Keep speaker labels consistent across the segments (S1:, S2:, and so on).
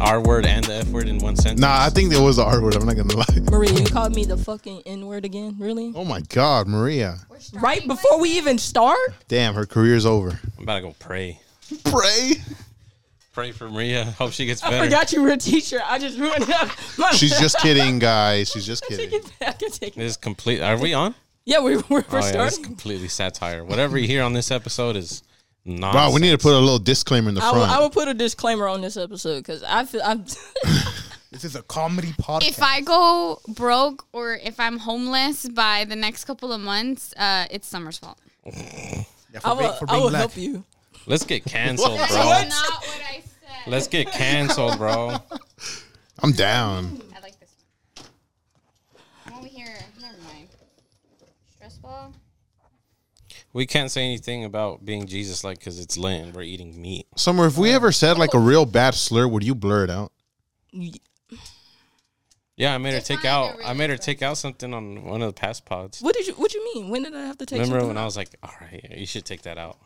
S1: R word and the F word in one sentence?
S2: Nah, I think there was the R word. I'm not gonna lie.
S3: Maria, you called me the fucking N word again? Really?
S2: Oh my God, Maria!
S3: Right before we even start?
S2: Damn, her career's over.
S1: I'm about to go pray.
S2: Pray.
S1: Pray for Maria. Hope she gets
S3: I
S1: better.
S3: forgot you were a teacher. I just ruined it. My-
S2: She's just kidding, guys. She's just
S3: Take
S2: kidding.
S3: it back. I take it.
S1: This is complete. Are we on?
S3: Yeah, we, we're,
S1: Oh,
S3: we're
S1: yeah, this is
S3: starting.
S1: completely satire. Whatever you hear on this episode is nonsense.
S2: Wow, we need to put a little disclaimer in the
S3: I will, I
S2: front.
S3: will put a disclaimer on this episode because I feel I'm.
S4: This is a comedy podcast.
S5: If I go broke or if I'm homeless by the next couple of months, uh, it's Summer's fault.
S4: Yeah, for
S3: I
S4: being-
S3: will,
S4: for
S3: I
S4: being
S3: will
S4: black.
S3: help you.
S1: Let's get canceled,
S5: That's
S1: bro.
S5: not what I said.
S1: Let's get canceled, bro.
S2: I'm down.
S5: I like this one. I'm over here. Never mind. Stress ball.
S1: We can't say anything about being Jesus like because it's Lent and we're eating meat.
S2: Summer, if we ever said like a real bad slur, would you blur it out?
S1: Yeah, I made her take
S5: Define
S1: out.
S5: the
S1: I made her
S5: reason.
S1: take out something on one of the past pods.
S3: What did you What you mean? When did I have to take?
S1: Remember
S3: something
S1: when
S3: out?
S1: I was like, "All right, you should take that out."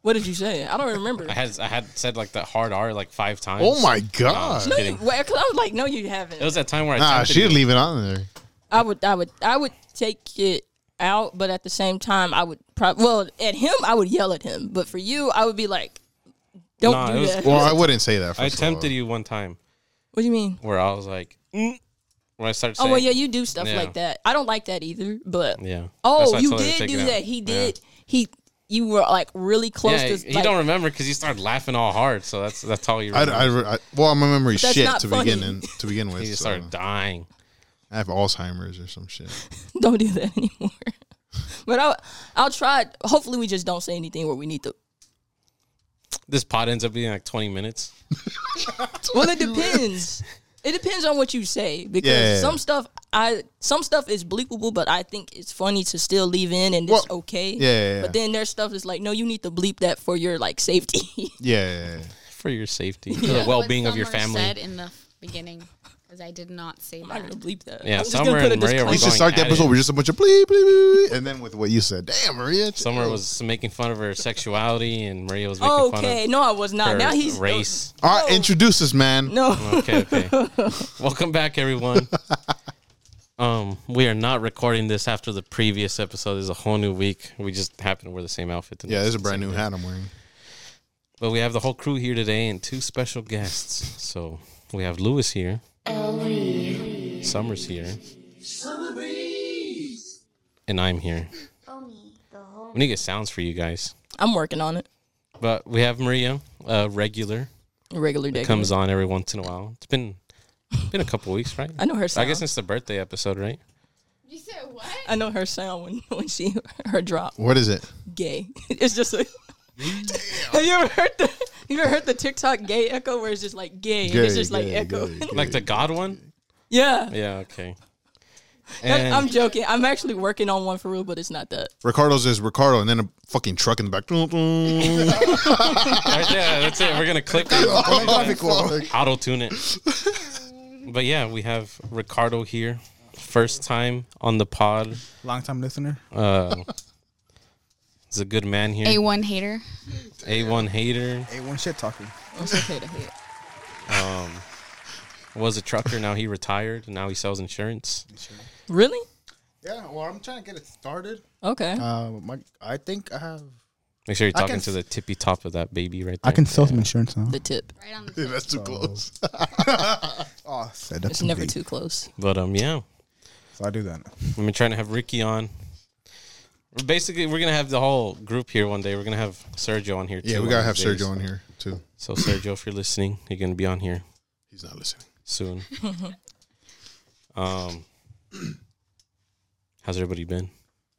S3: What did you say? I don't remember.
S1: I had I had said like that hard R like five times.
S2: Oh my
S1: I was
S2: God.
S3: no, you,
S1: kidding.
S3: well, 'cause I was like, no, you
S1: It
S3: haven't.
S1: was that time where I
S2: Nah,
S1: tempted
S2: she'd
S1: you.
S2: leave it on there.
S3: I would, I would, I would take it out, but at the same time, I would probably. Well, at him, I would yell at him, but for you, I would be like, don't
S1: Nah, it
S3: do
S1: was-
S3: that.
S2: Well, I wouldn't say that.
S1: I
S2: First
S1: tempted
S2: you.
S1: you one time
S3: what do you mean?
S1: where I was like, mm, when I started.
S3: Oh
S1: Saying,
S3: well, yeah, you do stuff
S1: Yeah.
S3: like that. I don't like that either, but
S1: Yeah. That's why
S3: Oh,
S1: I
S3: you
S1: told her to
S3: did
S1: take
S3: do
S1: it out.
S3: that. He
S1: Yeah.
S3: did. He. You were like really close
S1: Yeah,
S3: to.
S1: you
S3: like,
S1: don't remember because you started laughing all hard. So that's that's all you
S2: I,
S1: remember.
S2: I, I- well, my memory's
S3: That's
S2: shit
S3: not
S2: to
S3: funny.
S2: begin in, to begin with.
S1: you just
S2: so
S1: started dying.
S2: I have Alzheimer's or some shit.
S3: don't do that anymore. but I'll I'll try. Hopefully, we just don't say anything where we need to.
S1: This pod ends up being like twenty minutes.
S3: Well, it depends. It depends on what you say because
S2: Yeah.
S3: some stuff I some stuff is bleepable, but I think it's funny to still leave in and it's
S2: Well,
S3: okay.
S2: yeah, yeah, yeah.
S3: But then there's stuff that's like, no, you need to bleep that for your like safety.
S2: Yeah, yeah, yeah.
S1: For your safety, for the well-being of your family.
S5: said in the beginning because I did not say
S3: I'm not
S5: that.
S3: gonna bleep that.
S1: Yeah,
S3: I'm just
S1: Summer
S3: gonna put a
S1: and Maria were
S2: We
S3: disclaimer.
S2: should
S1: going
S2: start the
S1: at
S2: episode
S1: it.
S2: with just a bunch of bleep, bleep, bleep, and then with what you said. Damn, Maria. chill.
S1: Summer was making fun of her sexuality, and Maria was making
S3: Okay, no, I was
S1: fun
S3: not.
S1: of her
S3: Now he's
S1: race.
S2: All right, introduce us, man.
S3: No,
S1: Okay, okay. Welcome back, everyone. Um, we are not recording this after the previous episode. There's a whole new week. We just happen to wear the same outfit. the
S2: Yeah,
S1: next-
S2: there's a brand new hat I'm wearing.
S1: But we have the whole crew here today and two special guests. So we have Lewis here. Summer's here. And I'm here. We need to get sounds for you guys.
S3: I'm working on it.
S1: But we have Maria, a regular,
S3: Regular day
S1: comes on every once in a while. It's been been a couple weeks, right?
S3: I know her
S1: I
S3: sound. I,
S1: guess it's the birthday episode, right?
S5: You said what?
S3: know her sound when, when she her drop
S2: What is it?
S3: gay. It's just a, have you ever heard the you ever heard the TikTok gay echo where it's just like gay, and it's
S2: Gay,
S3: just like
S2: gay,
S3: echo.
S2: gay, gay.
S1: Like the God one?
S3: yeah,
S1: Yeah, okay.
S3: That-
S1: And
S3: I'm joking. I'm actually working on one for real, but it's not that.
S2: Ricardo's is Ricardo, and then a fucking truck in the back.
S1: right there, that's it. We're gonna clip it. Auto tune it. But yeah, we have Ricardo here. First time on the pod.
S4: Long time listener.
S1: Uh he's a good man
S5: A
S1: here.
S5: one hater.
S1: A one hater.
S4: Hey, one shit talking.
S3: It's okay to hate.
S1: Was a trucker, now he retired, now he sells insurance.
S3: Really?
S4: Yeah, well, I'm trying to get it started.
S3: Okay.
S4: Uh, my, I think I have.
S1: Make sure you're
S4: I
S1: talking
S4: can-
S1: to the tippy top of that baby right there.
S4: I can sell some insurance now.
S3: the tip.
S5: Right on the tip.
S2: That's too close.
S4: Oh, said that's
S3: It's never too close.
S1: But um yeah.
S4: So I do that.
S1: We've been trying to have Ricky on. We're Basically, we're gonna have the whole group here one day. We're gonna have Sergio on here.
S2: Yeah,
S1: too
S2: we
S1: one
S2: gotta
S1: of
S2: have
S1: these days.
S2: Sergio on here too.
S1: So Sergio, if you're listening, you're gonna be on here
S2: He's not listening.
S1: soon. um, how's everybody been?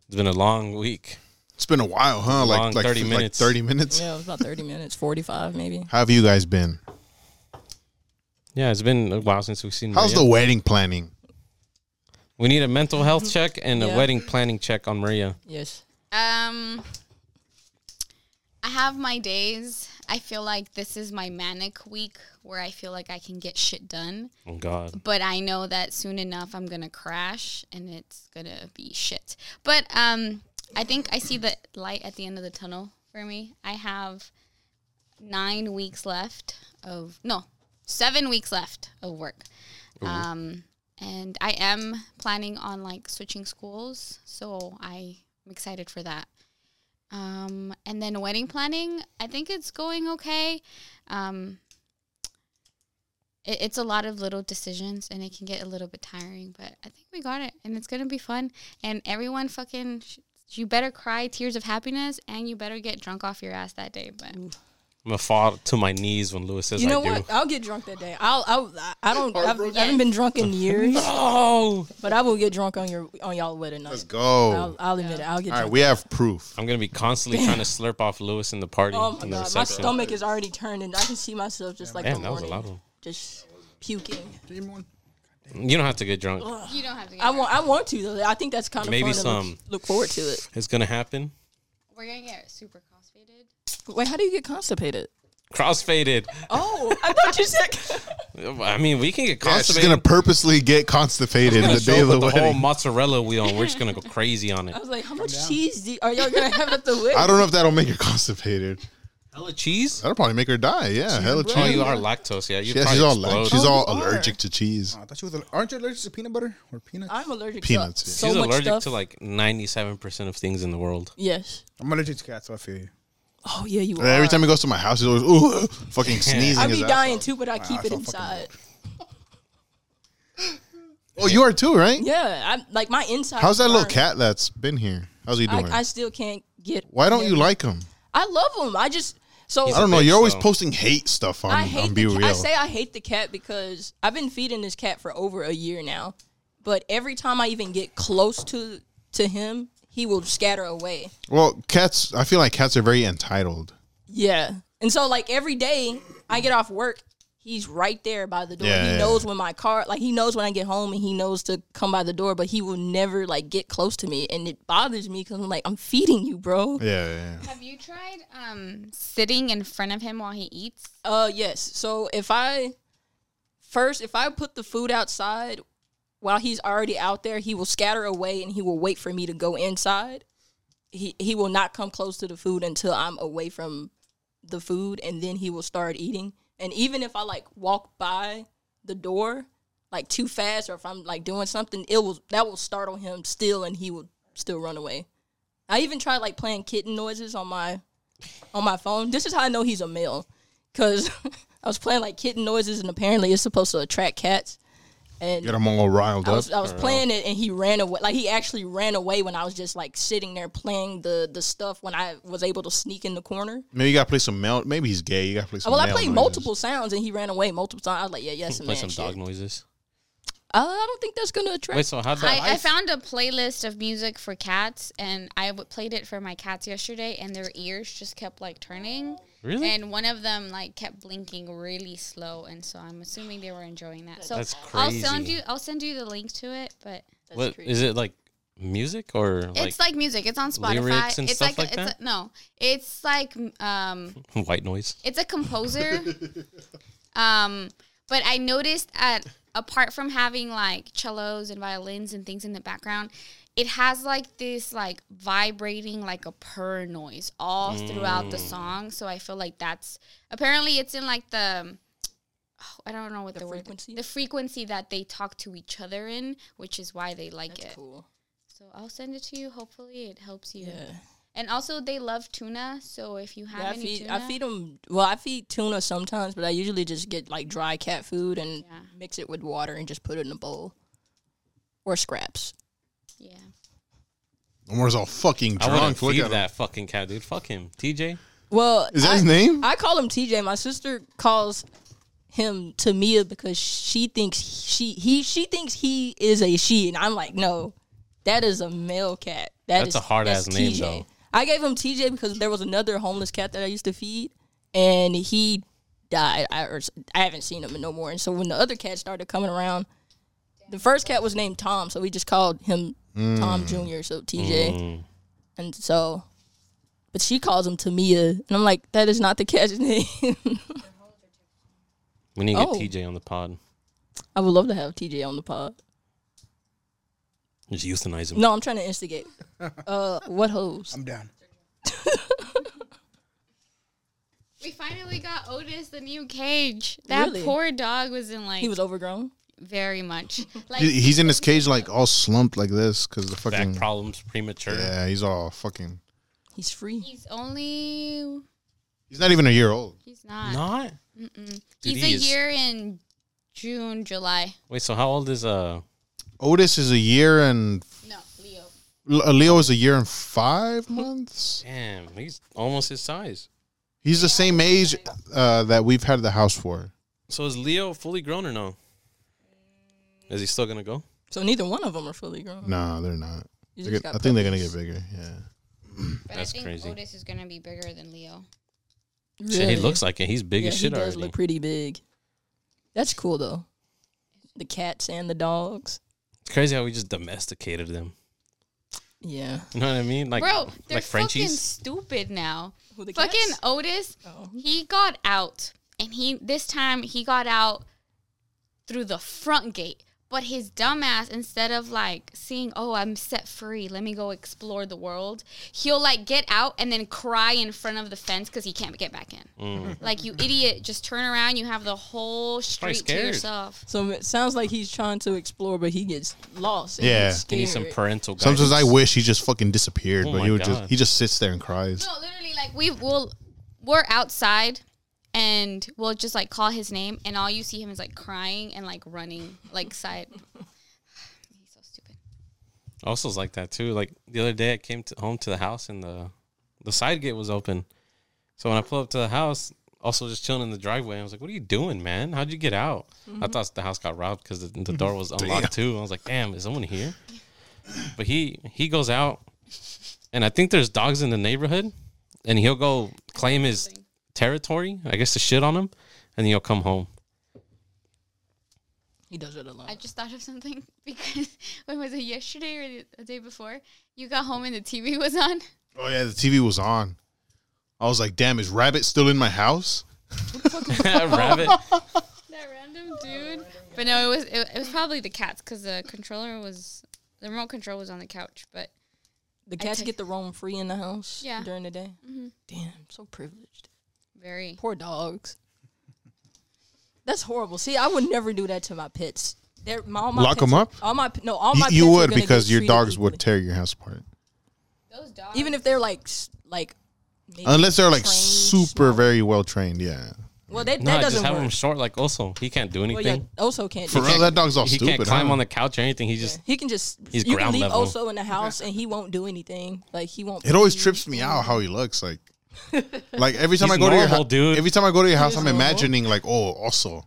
S1: It's been a long week.
S2: It's been a while, huh? Like
S1: Long
S2: like
S1: 30
S2: like
S1: minutes.
S2: thirty minutes.
S3: Yeah, it was about 30 minutes, 45 maybe.
S2: How have you guys been?
S1: Yeah, it's been a while since we've seen.
S2: How's the
S1: Maria.
S2: wedding planning?
S1: We need a mental health check and a
S3: Yeah.
S1: wedding planning check on Maria.
S3: Yes.
S5: Um, I have my days. I feel like this is my manic week where I feel like I can get shit done,
S1: Oh God.
S5: but I know that soon enough I'm gonna crash and it's gonna be shit. But um, I think I see the light at the end of the tunnel for me. I have nine weeks left of no seven weeks left of work. Um, and I am planning on like switching schools, so I'm excited for that. Um, and then wedding planning, I think it's going okay. Um, it, it's a lot of little decisions and it can get a little bit tiring, but I think we got it and it's gonna be fun. And everyone fucking, sh- you better cry tears of happiness and you better get drunk off your ass that day. But
S1: I'm gonna fall to my knees when Lewis says
S3: You know
S1: I do.
S3: what? I'll get drunk that day. I'll. I'll I- I don't. I've, I haven't been drunk in years,
S1: Oh,
S3: but I will get drunk on your on y'all wedding night.
S2: Let's go.
S3: I'll, I'll admit it. I'll get
S2: All right,
S3: drunk.
S2: we have proof.
S1: I'm gonna be constantly trying to slurp off Lewis in the party.
S3: Oh my
S1: in the
S3: god, my
S1: reception.
S3: stomach is already turning. I can see myself just like
S1: Damn,
S3: the
S1: that was a
S3: morning,
S1: loud one.
S3: just puking.
S4: Dream one.
S1: You don't have to get drunk.
S5: you don't have to get
S3: I want. I want to though. I think that's kind of
S1: Maybe
S3: fun to
S1: some.
S3: look, look forward to it.
S1: It's gonna happen.
S5: We're gonna get super constipated.
S3: Wait, how do you get constipated?
S1: Crossfaded.
S3: Oh, I thought you said.
S1: I mean, we can get
S2: Yeah, she's
S1: constipated.
S2: gonna purposely get constipated the day
S1: show
S2: of
S1: up
S2: the
S1: with the whole
S2: wedding.
S1: mozzarella wheel, and we're just gonna go crazy on it.
S3: I was like, how much cheese do, are y'all gonna have at the wedding?
S2: I don't know if that'll make her constipated.
S1: Hella cheese?
S2: That'll probably make her die. Yeah, hella
S1: Oh,
S2: cheese.
S1: you are lactose. Yeah, you
S2: Yeah, she's
S1: probably
S2: all
S1: explode.
S2: like, she's all
S4: Oh, you are.
S2: allergic to cheese.
S4: Oh, I thought you was. al- Aren't you allergic to peanut butter or peanuts?
S3: I'm allergic
S2: Peanuts,
S3: to
S2: yeah.
S3: so
S1: she's
S3: much
S1: allergic
S3: stuff.
S1: to like 97 percent of things in the world.
S3: yes.
S4: I'm allergic to cats, so I feel you.
S3: Oh yeah, you.
S2: And every
S3: are.
S2: time he goes to my house, he's always ooh, fucking sneezing.
S3: I
S2: his
S3: be
S2: ass
S3: dying
S2: off.
S3: too, but I keep
S4: I
S3: it
S4: feel
S3: inside.
S4: fucking
S2: Oh, you are too, right?
S3: Yeah, I'm like my inside.
S2: How's that little
S3: burn.
S2: cat that's been here? How's he doing?
S3: I, I still can't get.
S2: Why don't you
S3: him.
S2: like him?
S3: I love him. I just so
S2: I don't know.
S1: bitch,
S2: You're always
S1: though.
S2: posting hate stuff on,
S3: I hate
S2: on
S3: the
S2: Be
S3: cat.
S2: Real.
S3: I say I hate the cat because I've been feeding this cat for over a year now, but every time I even get close to to him, he will scatter away.
S2: well, cats, I feel like cats are very entitled.
S3: Yeah, and so like every day I get off work, he's right there by the door.
S2: Yeah,
S3: he
S2: yeah,
S3: knows when my car, like he knows when I get home, and he knows to come by the door, but he will never like get close to me, and it bothers me because I'm like I'm feeding you, bro.
S2: Yeah, yeah, yeah.
S5: Have you tried um, sitting in front of him while he eats?
S3: Uh, yes. So if I first, if I put the food outside while he's already out there, he will scatter away and he will wait for me to go inside. He he will not come close to the food until I'm away from the food, and then he will start eating. And even if I like walk by the door like too fast, or if I'm like doing something, it will that will startle him still, and he will still run away. I even tried like playing kitten noises on my on my phone. This is how I know he's a male because I was playing like kitten noises, and apparently it's supposed to attract cats. And
S2: Get them all riled
S3: I
S2: up.
S3: was I was
S1: Uh-huh.
S3: playing it, and he ran away. Like he actually ran away when I was just like sitting there playing the the stuff when I was able to sneak in the corner. Uh,
S2: Maybe you gotta play some melt. Maybe he's gay. You gotta play some.
S3: Well, I
S2: male
S3: played
S2: noises.
S3: multiple sounds, and he ran away multiple times. I was like, yeah, yes, man.
S1: Play some
S3: shit.
S1: dog noises.
S3: Uh, I don't think that's gonna attract.
S1: Wait, so how'd that?
S5: I, I found a playlist of music for cats, and I w- played it for my cats yesterday, and their ears just kept like turning,
S1: really?
S5: and one of them like kept blinking really slow, and so I'm assuming they were enjoying that. So
S1: That's
S5: I'll send
S1: crazy.
S5: you I'll send you the link to it, but
S3: That's
S1: What
S3: creepy.
S1: is it like? Music or like,
S5: it's like music. It's on Spotify.
S1: lyrics and
S5: it's
S1: stuff like
S5: a, it's
S1: that?
S5: A, no, it's like um,
S1: white noise?
S5: It's a composer. um, but I noticed that apart from having like cellos and violins and things in the background, it has like this like vibrating like a purr noise all throughout the song. So I feel like that's apparently it's in like the oh, I don't know what the, word
S3: frequency?
S5: the frequency that they talk to each other in, which is why they like
S3: That's
S5: it.
S3: cool.
S5: So I'll send it to you. Hopefully it helps you.
S3: Yeah,
S5: And also they love tuna, so if you have
S3: yeah I
S5: any
S3: feed
S5: tuna,
S3: I feed him. Well, I feed tuna sometimes, but I usually just get like dry cat food and
S5: Yeah.
S3: mix it with water and just put it in a bowl or scraps.
S5: yeah.
S2: Omar's all fucking
S1: I wouldn't
S2: drunk. Look
S1: feed
S2: at him.
S1: that fucking cat, dude. Fuck him, TJ.
S3: Well,
S2: Is that
S3: I-
S2: his name?
S3: I call him TJ. My sister calls him Tamia because she thinks she he she thinks he is a she, and I'm like, no, that is a male cat. That
S1: That's
S3: is-
S1: a hard-ass
S3: that's
S1: name,
S3: TJ.
S1: though.
S3: I gave him TJ because there was another homeless cat that I used to feed, and he died. I or, s- I haven't seen him no more. And so when the other cat started coming around, the first cat was named Tom, so we just called him
S1: Mm.
S3: Tom Junior. So TJ, and so. But she calls him Tamia, and I'm like, that is not the cat's name.
S1: We need to
S3: Oh.
S1: get TJ on the pod.
S3: I would love to have TJ on the pod.
S1: Just euthanize him.
S3: No, I'm trying to instigate. Uh, what hoes?
S4: I'm down.
S5: We finally got Otis the new cage. That
S3: Really?
S5: poor dog was in like
S3: He was overgrown.
S5: very much. Like
S2: He- He's in his cage like all slumped like this because the
S1: Back
S2: fucking
S1: problems premature.
S2: Mm. yeah, he's all fucking.
S3: He's free.
S5: he's only
S2: He's not even a year old.
S5: he's not.
S1: Not Dude,
S5: he's
S1: he
S5: a
S1: is-
S5: year in June, July.
S1: wait. So how old is uh?
S2: Otis is a year and
S5: No, Leo.
S2: L- Leo is a year and five months.
S1: Damn, he's almost his size.
S2: He's the same age uh, that we've had the house for.
S1: So is Leo fully grown or no? Is he still gonna go?
S3: So neither one of them are fully grown.
S2: No, they're not.
S3: You
S2: They're
S3: just
S2: gonna- I
S3: got
S2: think they're gonna
S3: puppies.
S2: get bigger. Yeah.
S5: But
S1: That's
S5: I think
S1: crazy.
S5: Otis is gonna be bigger than Leo.
S1: Shit, he
S3: Really?
S1: looks like it. He's big
S3: yeah,
S1: as
S3: he
S1: shit
S3: does
S1: already.
S3: look pretty big. That's cool though. The cats and the dogs.
S1: it's crazy how we just domesticated them.
S3: Yeah.
S1: You know what I mean? Like
S5: Bro, they're
S1: like
S5: fucking
S1: Frenchies.
S5: stupid now.
S3: Who the
S5: Fucking
S3: cats?
S5: Otis,
S3: Oh.
S5: he got out, and he this time he got out through the front gate. But his dumbass, instead of like seeing, oh, I'm set free, let me go explore the world, he'll like get out and then cry in front of the fence because he can't get back in. Like, you idiot, just turn around. You have the whole
S1: Mm. probably
S5: street to
S1: scared.
S5: yourself.
S3: So it sounds like he's trying to explore, but he gets lost. And
S2: Yeah.
S3: yeah. Gets
S1: He needs some
S3: scared.
S1: parental guidance.
S2: Sometimes I wish he just fucking disappeared,
S1: Oh
S2: but
S1: my
S2: he would
S1: God.
S2: just he just sits there and cries.
S5: No, literally, like, we will, we're outside and we'll just like call his name, and all you see him is like crying and like running, like, side. He's so stupid.
S1: also is like that too. Like the other day, I came to, home to the house and the the side gate was open. So when I pulled up to the house, also just chilling in the driveway, I was like, "What are you doing, man? How'd you get out?"
S3: Mm-hmm.
S1: I thought the house got robbed because the, the door was unlocked too. I was like, "Damn, is someone here?" But he he goes out, and I think there's dogs in the neighborhood, and he'll go claim his territory. I guess to shit on him, and then he'll come home.
S3: He does it a lot.
S5: I just thought of something because when was it yesterday or the- the day before? You got home and the TV was on.
S2: Oh yeah, the TV was on. I was like, damn, is Rabbit still in my house?
S1: Rabbit.
S5: That random dude. But no, it was it, it was probably the cats because the controller was the remote control was on the couch. But
S3: the cats
S5: take-
S3: get to roam free in the house
S5: Yeah. Mm-hmm.
S3: during the day. Damn, so privileged.
S5: very
S3: Poor dogs. That's horrible. See, I would never do that to my pets. They're my, all my
S2: Lock
S3: pets
S2: 'em
S3: are-
S2: up?
S3: All my no, all
S2: You,
S3: my
S2: you
S3: pets are
S2: would
S3: gonna
S2: because
S3: get
S2: your
S3: treated
S2: dogs
S3: equally.
S2: would tear your house apart.
S5: those dogs.
S3: even if they're like s- like maybe
S2: Unless they're like
S3: trained,
S2: super very well trained, yeah.
S3: Well, that,
S1: No,
S3: that
S1: just
S3: doesn't
S1: have him
S3: work.
S1: short like also. He can't do
S3: Well,
S1: anything.
S3: yeah, also can't.
S2: For
S3: do
S2: real,
S3: that.
S2: that dog's all
S1: he
S2: stupid.
S1: can't climb
S2: huh?
S1: on the couch or anything. He just
S3: He can just
S1: He's
S3: you
S1: ground
S3: can leave
S1: level.
S3: also in the house and he won't do anything. Like he won't.
S2: it always trips me out how he looks like. Like every time
S1: He's
S2: I go to your
S1: normal,
S2: house,
S1: dude.
S2: every time I go to your house,
S3: is
S2: I'm
S3: normal.
S2: imagining like, oh, also,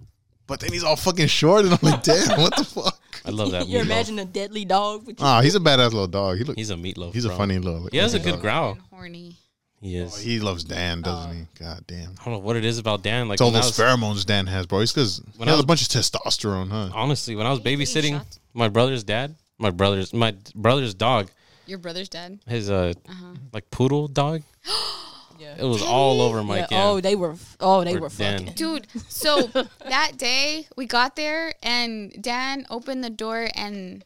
S2: but then he's all fucking short, and I'm like, damn, what the fuck?
S1: I love that.
S3: you
S1: meatloaf.
S3: imagine a deadly dog with you.
S2: Ah, he's a badass little dog. He look, he's,
S1: He's a meatloaf.
S2: a
S1: bro.
S2: funny little.
S1: He has a
S2: little
S1: good
S2: dog.
S1: growl.
S5: and horny.
S1: He is.
S2: He loves
S3: Oh.
S2: Dan, doesn't he? God damn.
S1: I don't know what it is about Dan. Like
S2: It's all
S1: when I
S2: those
S1: was,
S2: pheromones Dan has, bro. It's because he
S1: When I
S2: has a
S1: was-
S2: bunch of testosterone, huh?
S1: honestly, when I was
S5: Are you getting
S1: babysitting
S5: shots?
S1: my brother's dad, my brother's my brother's dog,
S5: Your brother's dead.
S1: his uh like poodle dog,
S3: Yeah.
S1: it was all over my
S3: Yeah,
S1: kid.
S3: Oh, they were. f- Oh, they
S1: Or
S3: were
S1: Dan.
S3: fucking.
S5: Dude, so that day we got there and Dan opened the door and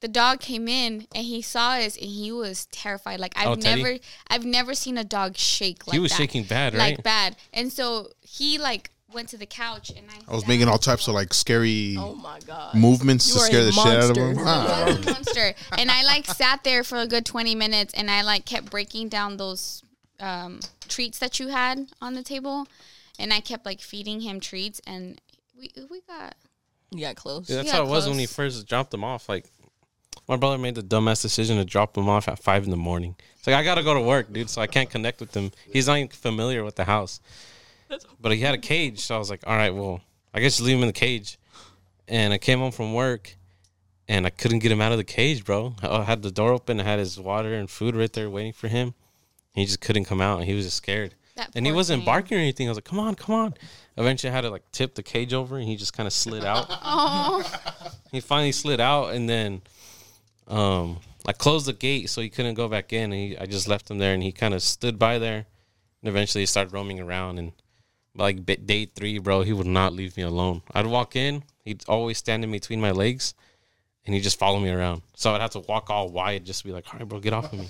S5: the dog came in and he saw us and he was terrified. Like I've
S1: Oh, Teddy?
S5: never I've never seen a dog shake like
S1: was
S5: that.
S1: shaking bad, right?
S5: Like bad. And so he like went to the couch and I
S2: I was
S5: sat
S2: making all
S5: on
S2: types of like scary
S3: Oh my god.
S2: movements
S3: You
S2: to
S3: are
S2: scare
S3: a
S2: the shit out of him.
S3: monster.
S5: I
S2: Ah,
S5: was a monster. And I like sat there for a good 20 minutes and I like kept breaking down those um, treats that you had on the table. And I kept like feeding him treats and we, we got
S3: You got close.
S1: Yeah, that's
S5: Yeah,
S1: how it was when he
S5: close.
S1: first dropped him off. Like my brother made the dumbass decision to drop him off at five in the morning. It's like I gotta go to work, dude, so I can't connect with him. He's not even familiar with the house. But he had a cage, so I was like, all right, well, I guess leave him in the cage. And I came home from work and I couldn't get him out of the cage, bro. I had the door open, I had his water and food right there waiting for him. He just couldn't come out and he was just scared.
S5: That
S1: and he
S5: poor
S1: wasn't
S5: thing.
S1: barking or anything. I was like, come on, come on. Eventually I had to like tip the cage over and he just kind of slid out he finally slid out and then um I closed the gate so he couldn't go back in and he, I just left him there and he kind of stood by there and eventually he started roaming around and like bit- day 3 bro he would not leave me alone. I'd walk in, he'd always stand in between my legs and he'd just follow me around. So I'd have to walk all wide just to be like, "All right, bro, get off of me."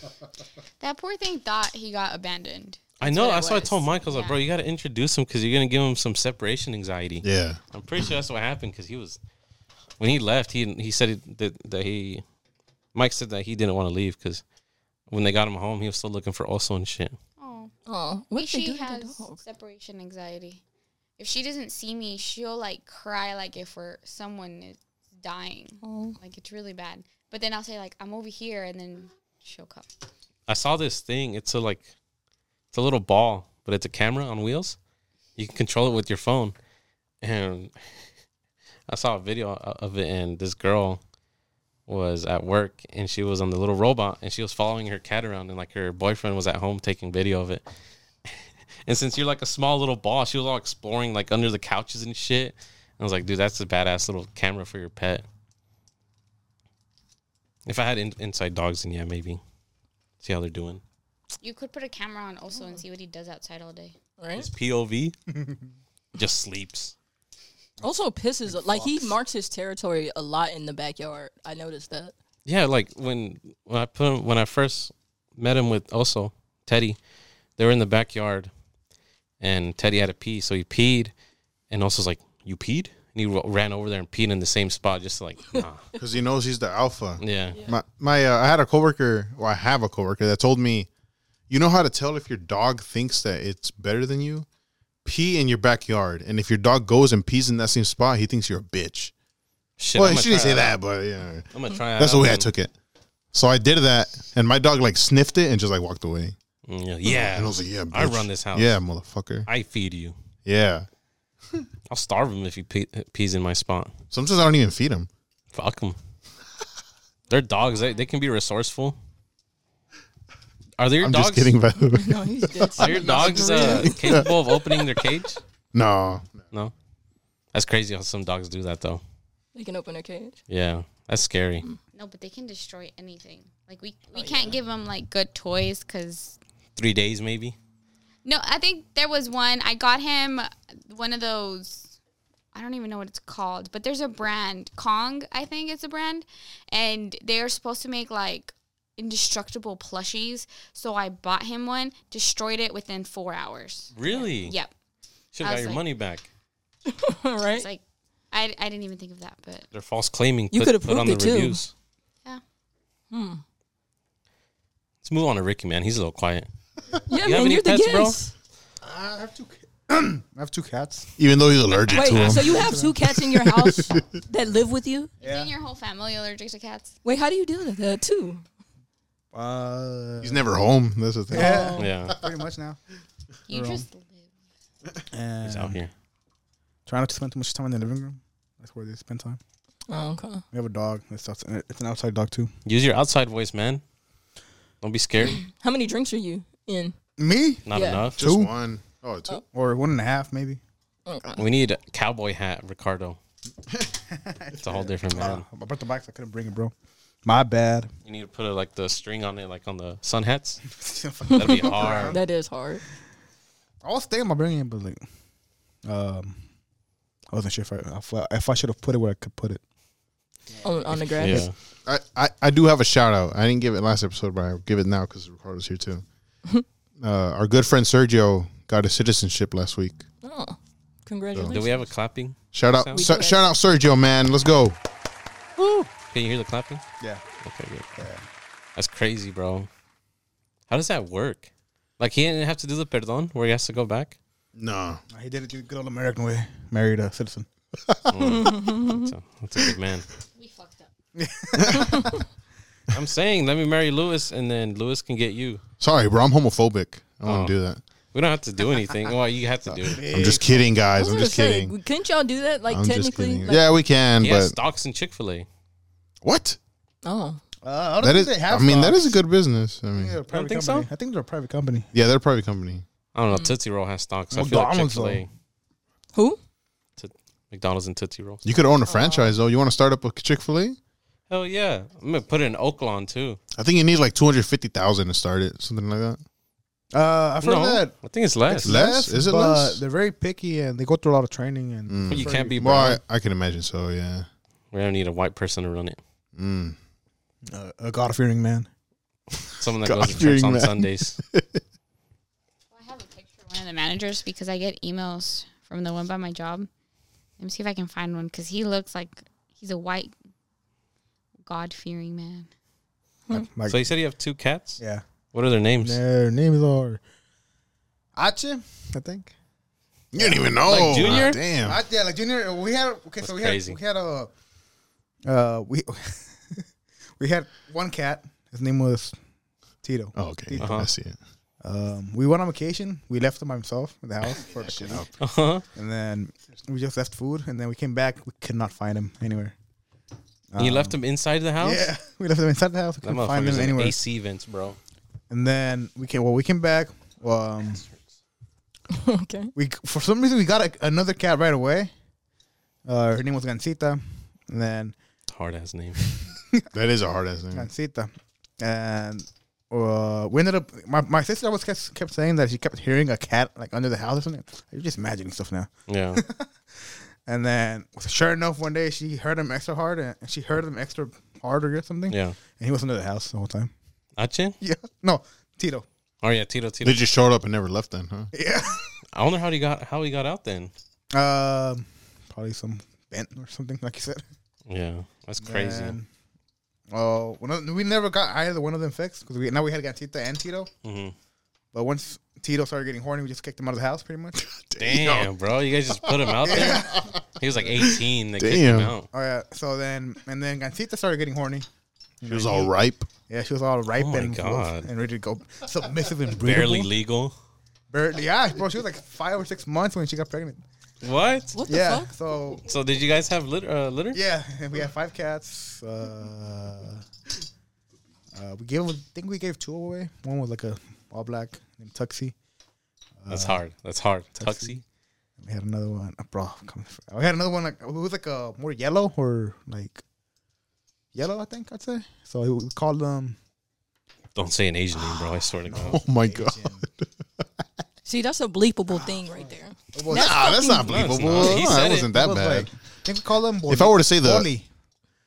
S5: That poor thing thought he got abandoned.
S1: I know.
S3: what it
S1: That's why I
S3: was.
S1: told Mike. I was like,
S5: Yeah.
S1: bro, you got to introduce him because you're gonna give him some separation anxiety.
S2: Yeah.
S1: I'm pretty sure that's what happened because he was when he left. He he said it- that that he Mike said that he didn't want to leave because when they got him home, he was still looking for also and shit.
S5: Oh,
S3: Oh,
S5: If
S3: what they
S5: she
S3: do to the
S5: has
S3: dog?
S5: separation anxiety. If she doesn't see me, she'll like cry like if we're someone is dying.
S3: Oh.
S5: Like it's really bad. But then I'll say like I'm over here, and then she'll come.
S1: I saw this thing. It's a like it's a little ball, but it's a camera on wheels. You can control it with your phone. And I saw a video o- of it, and this girl was at work, and she was on the little robot, and she was following her cat around, and like her boyfriend was at home taking video of it. and since you're like a small little ball, she was all exploring like under the couches and shit. And I was like, dude, that's a badass little camera for your pet. If I had in- inside dogs, then yeah, maybe see how they're doing.
S5: You could put a camera on also
S3: Oh.
S5: and see what he does outside all day.
S3: Right.
S1: His POV just sleeps.
S3: Also pisses like he marks his territory a lot in the backyard. I noticed that.
S1: Yeah, like when when I put him when I first met him with also Teddy, they were in the backyard, and Teddy had to pee, so he peed, and also was like, "You peed," and he ro- ran over there and peed in the same spot, just like, nah.
S2: Because he knows he's the alpha.
S1: yeah,
S2: My, my uh, I had a coworker, or I have a coworker that told me, you know how to tell if your dog thinks that it's better than you? Pee in your backyard. And if your dog goes and pees in that same spot, he thinks you're a bitch.
S1: shit.
S2: well,
S1: I'm gonna
S2: he shouldn't
S1: try
S2: say that, but yeah.
S1: out. I'm gonna try.
S2: That's the way I took it. So I did that, and my dog like sniffed it and just like walked away.
S1: Mm, Yeah,
S2: And I
S1: yeah.
S2: was like, "Yeah,
S1: I
S2: bitch.
S1: run this house.
S2: Yeah, motherfucker.
S1: I feed you.
S2: Yeah.
S1: I'll starve him if he pee- pees in my spot.
S2: Sometimes I don't even feed him.
S1: Fuck them. They're dogs. They, they can be resourceful. Are there your
S2: I'm
S1: dogs?
S2: just kidding, by the way.
S3: No, Oh, he's dead.
S1: Are your dogs uh, capable of opening their cage?
S2: No,
S1: No. That's crazy how some dogs do that though.
S3: They can open their cage.
S1: Yeah, that's scary.
S5: No, but they can destroy anything. Like we we
S3: Oh,
S5: can't give them like good toys because
S1: Three days maybe.
S5: no. I think there was one I got him one of those. I don't even know what it's called, but there's a brand Kong. I think it's a brand, and they are supposed to make like indestructible plushies. So I bought him one, destroyed it within four hours.
S1: Really?
S5: Yep.
S1: Should have
S5: I
S1: got
S5: was
S1: your
S5: like-
S1: money back.
S3: All right.
S5: It's like I, I didn't even think of that, but
S1: They're false claiming.
S3: You
S1: put-
S3: could've
S1: put on the
S3: proved it, too.
S1: reviews.
S5: yeah.
S1: Let's move on to Ricky, man. He's a little quiet.
S3: yeah,
S1: have
S3: man,
S1: any
S3: you're the
S1: pets, bro?
S3: guest.
S4: I have two. ca- I have two cats.
S2: even though he's allergic to him.
S3: Wait, so you have two cats in your house that live with you?
S5: Isn't your whole family allergic to cats?
S3: Wait, how do you deal with that too?
S4: Uh,
S2: he's never home. That's the thing.
S4: yeah,
S3: Oh.
S1: Yeah.
S4: pretty much now.
S5: You
S4: They're all-
S5: just live.
S1: He's out
S4: And
S1: here.
S4: try not to spend too much time in the living room. That's where they spend time.
S3: Oh, okay.
S4: We have a dog. It's, outside, it's an outside dog too.
S1: Use your outside voice, man. Don't be scared.
S3: How many drinks are you in?
S4: Me
S1: Not
S3: Yeah.
S1: enough.
S2: Just
S4: Two?
S2: one. Oh, two.
S4: or one and a half maybe.
S1: We need a cowboy hat, Ricardo. It's a whole different man.
S4: Uh, I brought the box. I couldn't bring it, bro. My bad.
S1: You need to put a, like the string on it, like on the sun hats.
S4: I
S1: That'd be hard.
S3: That is hard.
S4: was thinking about bringing it, but like, um, I wasn't sure if I if I, if I should have put it where I could put it.
S3: On, on the grass.
S1: Yeah.
S2: I, I, I do have a shout out. I didn't give it last episode, but I'll give it now because Ricardo's here too. uh, our good friend Sergio got his citizenship last week.
S3: Oh, congratulations.
S1: Do we have a clapping?
S2: Shout out,
S1: Sounds-
S2: Ser- shout out Sergio, man. Let's go.
S1: Can you hear the clapping?
S4: Yeah.
S1: Okay, good.
S4: Yeah.
S1: That's crazy, bro. How does that work? Like he didn't have to do the perdon where he has to go back.
S2: No,
S4: He did it the good old American way. Married a citizen.
S1: That's a, that's a good man.
S5: We fucked up.
S1: I'm saying, let me marry Lewis, and then Lewis can get you.
S2: sorry, bro. I'm homophobic. I
S1: Oh.
S2: want to do that.
S1: We don't have to do anything. Well, you have to do it.
S2: I'm just kidding,
S3: I
S2: guys.
S3: was
S2: I'm
S3: gonna
S2: just
S3: say,
S2: kidding.
S3: couldn't y'all do that? Like
S2: I'm just
S3: technically,
S2: kidding.
S3: like-
S2: Yeah, we can,
S1: He has
S2: but
S1: stocks in Chick Fil A.
S2: what?
S3: Oh,
S4: Uh, I
S2: That is. I mean, that is a good business. I mean,
S4: I
S1: don't think
S4: I think they're a private company.
S2: yeah, they're a private company.
S1: I don't know. Tootsie Roll has stocks. I feel like Chick
S4: McDonald's,
S1: Fil A,
S3: who?
S1: McDonald's, and Tootsie Roll.
S2: You could own a franchise though. You want to start up a Chick Fil A?
S1: Hell yeah! I'm gonna put it in Oakland too.
S2: I think you need like two hundred fifty thousand to start it, something like that.
S4: Uh, I've heard
S1: No,
S4: that.
S1: I think it's less.
S2: It's Less? Is it
S4: but
S2: less?
S4: They're very picky and they go through a lot of training and
S1: But you can't be brown.
S2: Well, I, I can imagine so. Yeah.
S1: We're gonna need a white person to run it.
S2: Mm.
S4: uh, a god fearing man.
S1: Someone that goes to church
S2: God-fearing
S1: on
S2: man.
S1: Sundays.
S5: Well, I have and the managers because I get emails from the one by my job. Let me see if I can find one because he looks like he's a white, God fearing man.
S4: Like, like-
S1: so you said you have two cats.
S4: yeah.
S1: What are their names?
S4: Their names are Ache, I think.
S2: You didn't even know.
S1: Like Junior?
S2: Ah, Damn.
S4: Ache, yeah, like junior. We had okay,
S1: Oh. That's
S4: so we
S1: crazy.
S4: had we had a uh we we had one cat. His name was Tito.
S2: Oh, okay.
S1: Uh-huh.
S2: I see it.
S4: Um, we went on vacation. We left him by himself in the house for a week,
S1: Uh-huh.
S4: and then we just left food, and then we came back. We could not find him anywhere.
S1: And you left them inside the house.
S4: Um, Yeah, we left him inside the house. We
S1: That
S4: couldn't find him
S1: motherfucker's in
S4: anywhere.
S1: AC vents, bro.
S4: And then we came. Well, we came back. Um,
S3: okay.
S4: we for some reason we got a, another cat right away. Uh, her name was Gancita, and then
S1: Hard ass name.
S2: That is a hard ass name.
S4: Gancita, and uh, we ended up. My, my sister always kept, kept saying that she kept hearing a cat like under the house or something. You're just imagining stuff now.
S1: Yeah.
S4: And then, sure enough, one day she heard him extra hard, and and she heard him extra harder or something.
S1: Yeah.
S4: and he was under the house the whole time.
S1: Ache?
S4: Yeah, no, Tito.
S1: Oh yeah, Tito Tito.
S2: They just showed up and never left then, huh?
S4: Yeah,
S1: I wonder how he got how he got out then.
S4: um, probably some bent or something like you said.
S1: Yeah. That's crazy.
S4: And, Oh, one of- we never got either one of them fixed because we now we had Gatita and Tito.
S1: hmm
S4: But once Tito started getting horny, we just kicked him out of the house pretty much.
S1: Damn, bro. You guys just put him out there. He was like 18. They kicked
S2: Damn.
S1: him out.
S4: oh yeah. So then and then Gatita started getting horny.
S2: She was all ripe.
S4: Yeah, she was all ripe
S1: Oh my
S4: and
S1: God.
S4: and ready to go submissive and
S1: Barely
S4: breedable.
S1: legal.
S4: Barely, yeah, bro. She was like five or six months when she got pregnant.
S1: What?
S3: What the
S4: Yeah.
S3: fuck?
S4: So
S1: So did you guys have litter? Uh, litter?
S4: Yeah, and we had five cats. Uh, uh, we gave, I think we gave two away. One was like a all black named Tuxie.
S1: That's hard. That's hard.
S4: Tuxie.
S1: Tuxie.
S4: We had another one, uh, bro. I'm coming for- We had another one like who was like a more yellow or like yellow, I think I'd say. So we- we called um, them.
S1: Don't say an Asian name, bro. I swear to God.
S2: Oh my god.
S3: See, that's a bleepable thing right there.
S4: It was,
S2: Nah, that's not
S1: No, it's
S2: believable.
S1: not. He
S2: Nah,
S1: said
S2: that
S1: it.
S2: wasn't
S4: it
S2: that
S4: was
S2: bad.
S4: like- I think we called them.
S2: If I were to say the
S4: Bolly,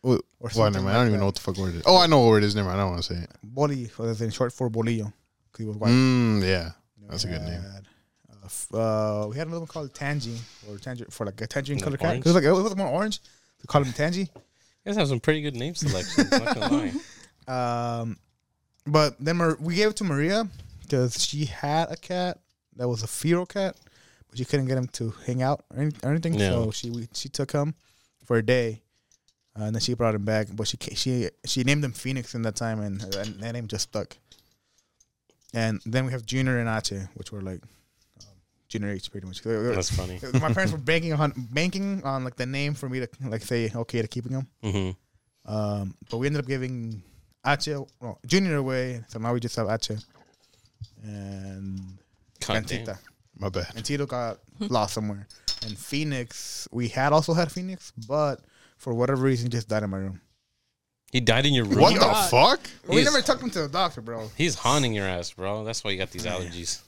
S2: Well,
S4: or
S2: well,
S4: something
S2: never mind.
S4: like
S2: I don't even
S4: that.
S2: know what the fuck word it is. Oh, I know what word it is. Never mind. I don't want to say it.
S4: Bolly was in short for Bolillo because he was white.
S2: Mm, yeah, that's a good name.
S4: had, uh, f- Uh, we had another one called Tangy or Tangy for like a tangerine
S1: Like
S4: color cat.
S1: orange?
S4: It was like it was more orange. We called him Tangy.
S1: You guys have some pretty good name selections. Not gonna lie.
S4: Um, but then Mar- we gave it to Maria because she had a cat that was a feral cat, but she couldn't get him to hang out or, any- or anything.
S1: Yeah.
S4: So she we, she took him for a day, uh, and then she brought him back. But she ca- she she named him Phoenix in that time, and, and that name just stuck. And then we have Junior and Ache, which were like um, Junior H, pretty much.
S1: That's funny.
S4: my parents were banking on banking on like the name for me to like say okay to keeping him.
S1: hmm
S4: Um, but we ended up giving Ache, no, Junior away, so now we just have Ache and
S1: God damn.
S4: Cantita.
S2: My bad.
S4: And Tito got lost somewhere. And Phoenix, we had also had Phoenix, but for whatever reason, just died in my room.
S1: He died in your room.
S2: What
S1: He
S2: the
S1: is-
S2: fuck?
S4: We never took him to the doctor, bro.
S1: He's haunting your ass, bro. That's why you got these allergies.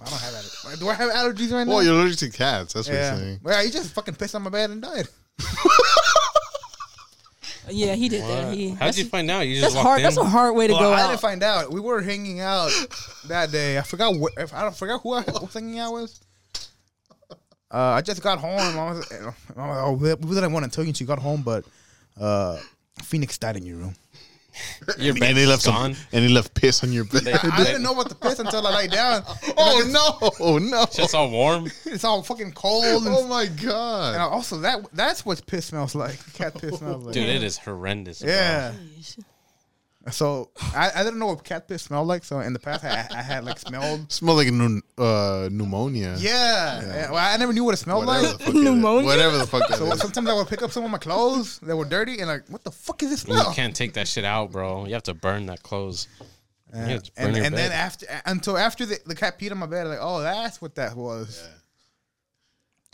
S4: I don't have allergies. Do I have allergies right now?
S2: Well, you're allergic to cats. That's what you're
S4: yeah.
S2: saying.
S4: Well, he just fucking pissed on my bed and died.
S3: Yeah, he did that.
S1: What?
S3: He,
S1: How'd
S3: that's,
S1: you find out? You just
S3: that's
S1: walked
S3: hard.
S1: in.
S3: That's a hard way to
S4: Well,
S3: go
S4: I
S3: out.
S4: didn't find out. We were hanging out that day. I forgot where, if I don't forgot who I was hanging out with. Uh, I just got home. and Mom was, and Mom was oh, we- we didn't want to tell you until you got home, but uh, Phoenix died in your room.
S1: Your
S2: And
S1: bed
S2: he left
S1: left
S2: some,
S1: gone.
S2: and he left piss on your bed.
S1: They-
S4: I didn't know about the piss until I lay down. And I
S2: oh
S4: just-
S2: no, oh no.
S1: Just all warm.
S4: It's all fucking cold. And,
S2: Oh my
S4: and
S2: god.
S4: also, that that's what piss smells like. Cat piss smells like.
S1: Dude, it is horrendous. bro.
S4: Yeah.
S3: Jeez.
S4: So I, I didn't know what cat piss smelled like. So in the past, I, I had like smelled.
S2: Smell like nun- uh, pneumonia.
S4: Yeah. And- well, I never knew what it smelled
S2: Whatever
S4: like.
S2: the fuck that is.
S3: Pneumonia?
S2: Whatever the fuck that
S4: So
S2: is.
S4: sometimes I would pick up some of my clothes that were dirty and like, what the fuck is this
S1: You
S4: smell?
S1: can't take that shit out, bro. You have to burn that clothes. You have to burn
S4: And,
S1: your
S4: and
S1: bed.
S4: then after until after the, the cat peed on my bed, like, oh, that's what that was.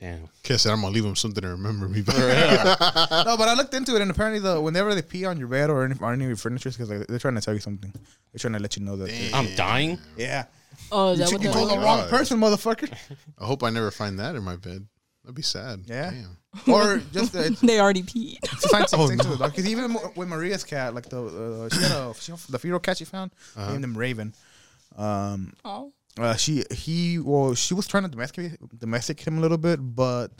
S1: Damn.
S2: Kiss it. I'm gonna leave him something to remember me by.
S4: No, but I looked into it and apparently the whenever they pee on your bed or any, or any of your furniture, because like, they're trying to tell you something, they're trying to let you know that.
S1: I'm dying.
S4: Yeah,
S3: Oh, is that
S4: you
S3: what that
S4: told
S3: was?
S2: God.
S4: the wrong person, motherfucker.
S2: I hope I never find that in my bed. That'd be sad.
S4: Yeah.
S2: Damn.
S4: or just uh, it's
S3: They already peed.
S4: a sign to the dog. Because even mo- with Maria's cat, like the uh, she had a she, the feral cat she found, named him Raven. Um,
S3: Oh,
S4: Uh, she he well she was trying to domesticate domestic him a little bit, but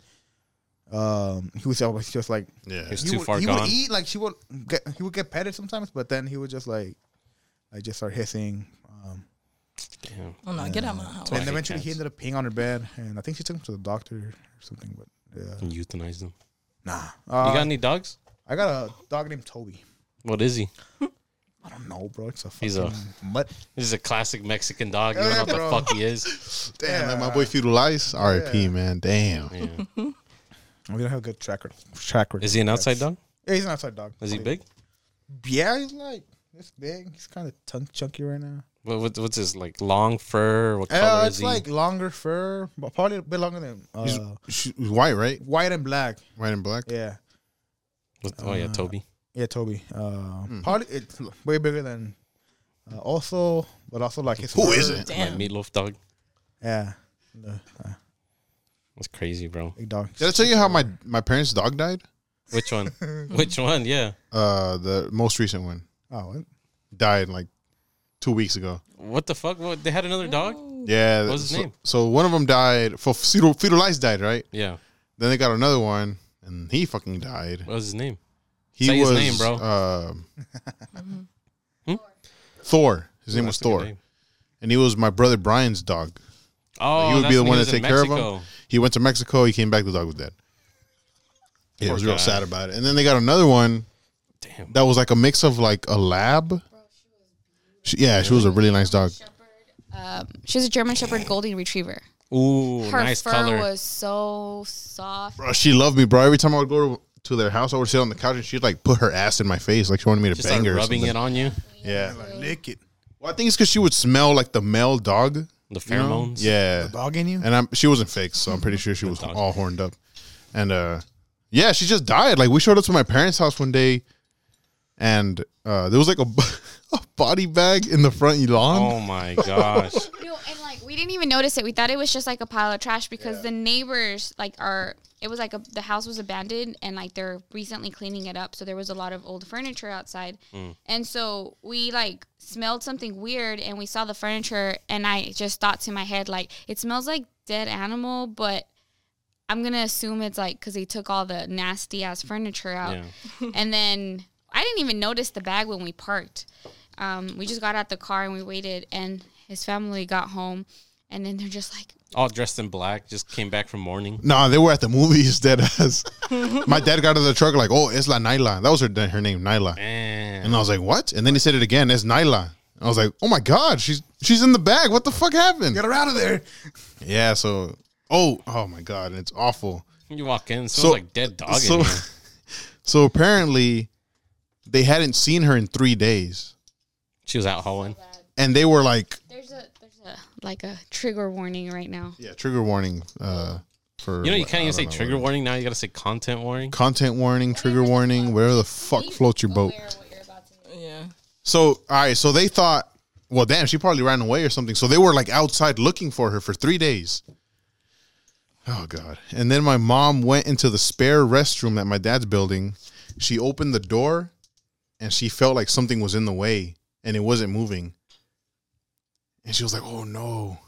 S4: um he was always just like
S2: Yeah.
S1: He's
S4: he
S1: too
S4: would,
S1: far
S4: he
S1: gone.
S4: would eat like she would get he would get petted sometimes, but then he would just like like just start hissing. Um,
S1: Damn.
S3: Oh no, get out of my house.
S1: Twice.
S4: and
S1: hate
S4: eventually he
S1: cats.
S4: ended up peeing on her bed, and I think she took him to the doctor or something. But yeah,
S1: And euthanize them.
S4: nah.
S1: You
S4: Uh,
S1: got any dogs?
S4: I got a dog named Toby.
S1: What is he?
S4: I don't know, bro. It's a fucking
S1: He's a-
S4: mutt.
S1: This is a classic Mexican dog. You don't
S4: Yeah,
S1: know what the
S4: bro.
S1: fuck he is.
S2: Damn, like my
S4: Yeah.
S2: boy Feudal Ice. R.I.P. Man, damn.
S1: Yeah.
S4: We don't have a good tracker. Tracker.
S1: Is he an outside dog?
S4: Yeah, he's an outside dog.
S1: Is he
S4: Like,
S1: big?
S4: Yeah, he's like this big. He's kind of tongue chunky right now.
S1: What, what, what's his like long fur? What color
S4: Uh,
S1: is
S4: it's
S1: he?
S4: like longer fur, but probably a bit longer than uh,
S2: He's- She's white, right?
S4: white and black.
S2: White and black.
S4: Yeah,
S1: What- oh
S4: uh,
S1: yeah, Toby.
S4: yeah, Toby. Uh, Probably it's way bigger than uh, also, but also like his.
S2: Who
S4: fur.
S2: is it?
S1: My
S3: Damn.
S1: meatloaf dog.
S4: Yeah, the uh,
S1: That's crazy, bro.
S4: big dog.
S2: Did I tell you how my my parents' dog died?
S1: Which one? Which one? Yeah.
S2: Uh, the most recent one
S4: Oh, what?
S2: died like two weeks ago.
S1: What the fuck? What, they had another dog?
S2: Yeah.
S1: What was his
S2: so,
S1: name?
S2: So one of them died. For Feudal, Feudal Ice died, right?
S1: Yeah.
S2: Then they got another one, and he fucking died.
S1: What was his name?
S2: He
S1: Say his
S2: was
S1: name, bro.
S2: um,
S1: Hmm?
S2: Thor. His name was
S1: That's a good
S2: Thor,
S1: name.
S2: and he was my brother Brian's dog.
S1: Oh,
S2: he would be
S1: that's
S2: the
S1: when
S2: one
S1: he
S2: to
S1: was in
S2: take care of him.
S1: Mexico.
S2: He went to Mexico. He came back. The dog was dead. Yeah, I
S1: Poor
S2: was real
S1: guy.
S2: sad about it. And then they got another one
S1: Damn.
S2: that was like a mix of like a lab. She, yeah, she was a really nice dog.
S5: Um, she was a German Shepherd Golden Retriever.
S1: Ooh,
S5: Her
S1: nice
S5: fur
S1: color.
S5: was so soft.
S2: Bro, she loved me, bro. Every time I would go to their house, I would sit on the couch and she'd like put her ass in my face, like she wanted me to
S1: Just
S2: bang
S1: started
S2: her. or
S1: rubbing
S2: something.
S1: it on you.
S2: Yeah.
S4: Lick it.
S2: Well, I think it's because she would smell like the male dog.
S1: The
S2: you know?
S1: pheromones.
S2: Yeah.
S4: Dog in you?
S2: and I'm she wasn't fake, so I'm pretty sure she was
S1: dog.
S2: all horned up. And uh yeah, she just died. Like we showed up to my parents' house one day and uh there was like a, b- a body bag in the front lawn.
S1: Oh my gosh.
S5: No, and like we didn't even notice it. We thought it was just like a pile of trash because the neighbors like are. It was like a, the house was abandoned and like they're recently cleaning it up, so there was a lot of old furniture outside. And so we like smelled something weird and we saw the furniture and I just thought to my head like it smells like dead animal, but I'm gonna assume it's like because they took all the nasty ass furniture out.
S1: Yeah.
S5: and then I didn't even notice the bag when we parked. Um, we just got out the car and we waited, and his family got home, and then they're just like,
S1: All dressed in black, just came back from mourning.
S2: Nah, they were at the movies, dead ass. my dad got out of the truck like, oh, it's La Nyla. That was her her name, Nyla.
S1: Man.
S2: And I was like, what? And then he said it again, it's Nyla. And I was like, oh my god, she's she's in the bag. What the fuck happened?
S4: Get her out of there.
S2: Yeah, so oh oh my god, and it's awful.
S1: You walk in, smells
S2: So-
S1: like dead dog in here.
S2: so apparently they hadn't seen her in three days
S1: She was out hauling.
S2: and they were like
S5: "There's a, there's a like a trigger warning right now."
S2: yeah trigger warning uh for
S1: You know, you can't even
S2: I don't
S1: say
S2: know,
S1: trigger
S2: whatever.
S1: warning now. You got to say content warning.
S2: content warning trigger warning whatever the fuck floats your boat
S3: Yeah.
S2: so all right so they thought well damn she probably ran away or something so they were like outside looking for her for three days oh god and then my mom went into the spare restroom that my dad's building she opened the door and she felt like something was in the way and it wasn't moving and she was like oh no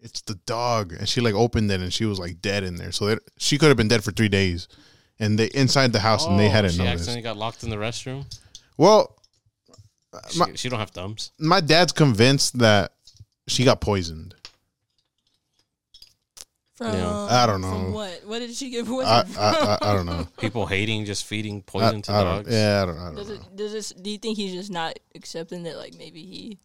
S2: it's the dog and she like opened it and she was like dead in there so that she could have been dead for three days and they inside the house and they
S1: Oh,
S2: hadn't
S1: she
S2: noticed
S1: accidentally got locked in the restroom.
S2: well
S1: She,
S2: Uh, My-
S1: she don't have thumbs.
S2: my dad's convinced that she got poisoned.
S3: From
S2: I don't know.
S3: From what? What did she get? What
S2: I I, I, I don't know.
S1: People hating, just feeding
S2: I,
S1: poison to
S2: Uh, I don't,
S1: dogs.
S2: yeah, I don't, I don't
S3: does
S2: know.
S3: it? Does this? Do you think he's just not accepting that? Like maybe he.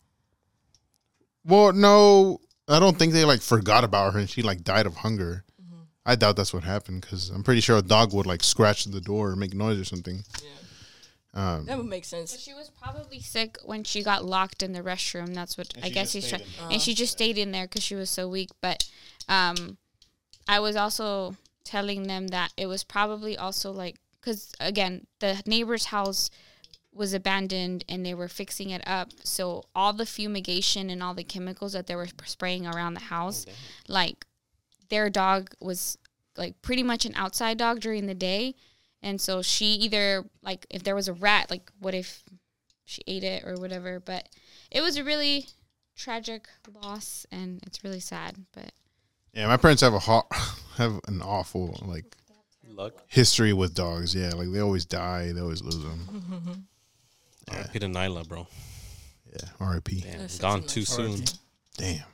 S2: Well, no, I don't think they like forgot about her and she like died of hunger.
S3: Mm-hmm.
S2: I doubt that's what happened because I'm pretty sure a dog would like scratch the door or make noise or something. Um,
S3: That would make sense.
S5: She was probably sick when she got locked in the restroom. That's what I
S2: she
S5: guess
S2: just
S5: he's
S2: stayed
S5: trying. And she just stayed in there because she was so weak. But um, I was also telling them that it was probably also like because again the neighbor's house was abandoned and they were fixing it up so all the fumigation and all the chemicals that they were spraying around the
S2: Oh,
S5: house like their dog was like pretty much an outside dog during the day and so she either like if there was a rat like what if she ate it or whatever but it was a really tragic loss, and it's really sad. But
S2: Yeah, my parents have a ho- have an awful like
S1: Luck.
S2: history with dogs. Yeah, like they always die, they always lose them.
S1: R.I.P. to Nyla, bro.
S2: Yeah,
S3: Mm-hmm.
S2: R.I.P.
S1: Damn,
S3: That's such
S1: gone
S3: a
S1: too
S3: nice
S1: soon.
S2: Damn,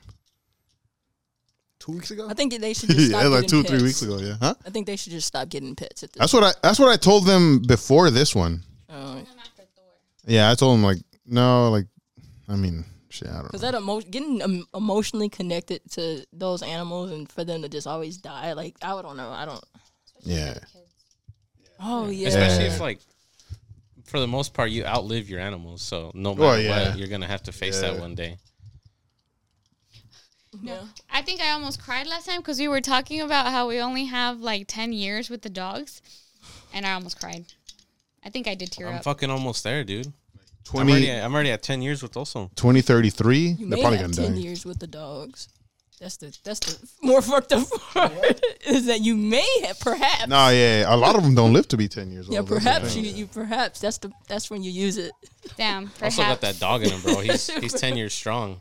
S4: Two weeks ago.
S3: I think they should just
S2: yeah,
S3: stop
S2: like
S3: getting
S2: two or three
S3: pets.
S2: weeks ago. Yeah, huh?
S3: I think they should just stop getting pets at this.
S2: That's what I that's what I told them before this one.
S3: Because
S2: Yeah, I told them like no, like I mean shit, I don't. Know.
S3: that emo- getting em- emotionally connected to those animals and for them to just always die, like I don't know. I don't.
S2: Yeah,
S3: Oh yeah.
S1: Especially if like for the most part you outlive your animals, so no matter
S2: Well, Oh, yeah.
S1: what, you're gonna have to face that
S2: Yeah.
S1: one day.
S3: yeah.
S5: I think I almost cried last time because we were talking about how we only have like ten years with the dogs, and I almost cried. I think I did tear
S1: I'm
S5: up.
S1: fucking almost there, dude. I'm already,
S2: 20,
S1: I'm already at ten years with also.
S2: 2033,
S3: You
S2: they're
S3: may
S2: probably
S3: have
S2: gonna
S3: ten
S2: die.
S3: years with the dogs. That's the that's the more fucked up part is that you may have perhaps.
S2: No, yeah, yeah, a lot of them don't live to be ten years old.
S3: yeah,
S2: That's the
S3: perhaps
S2: thing.
S3: you, you perhaps that's the that's when you use it.
S5: Damn, perhaps.
S1: Also got that dog in him, bro. He's he's ten years strong.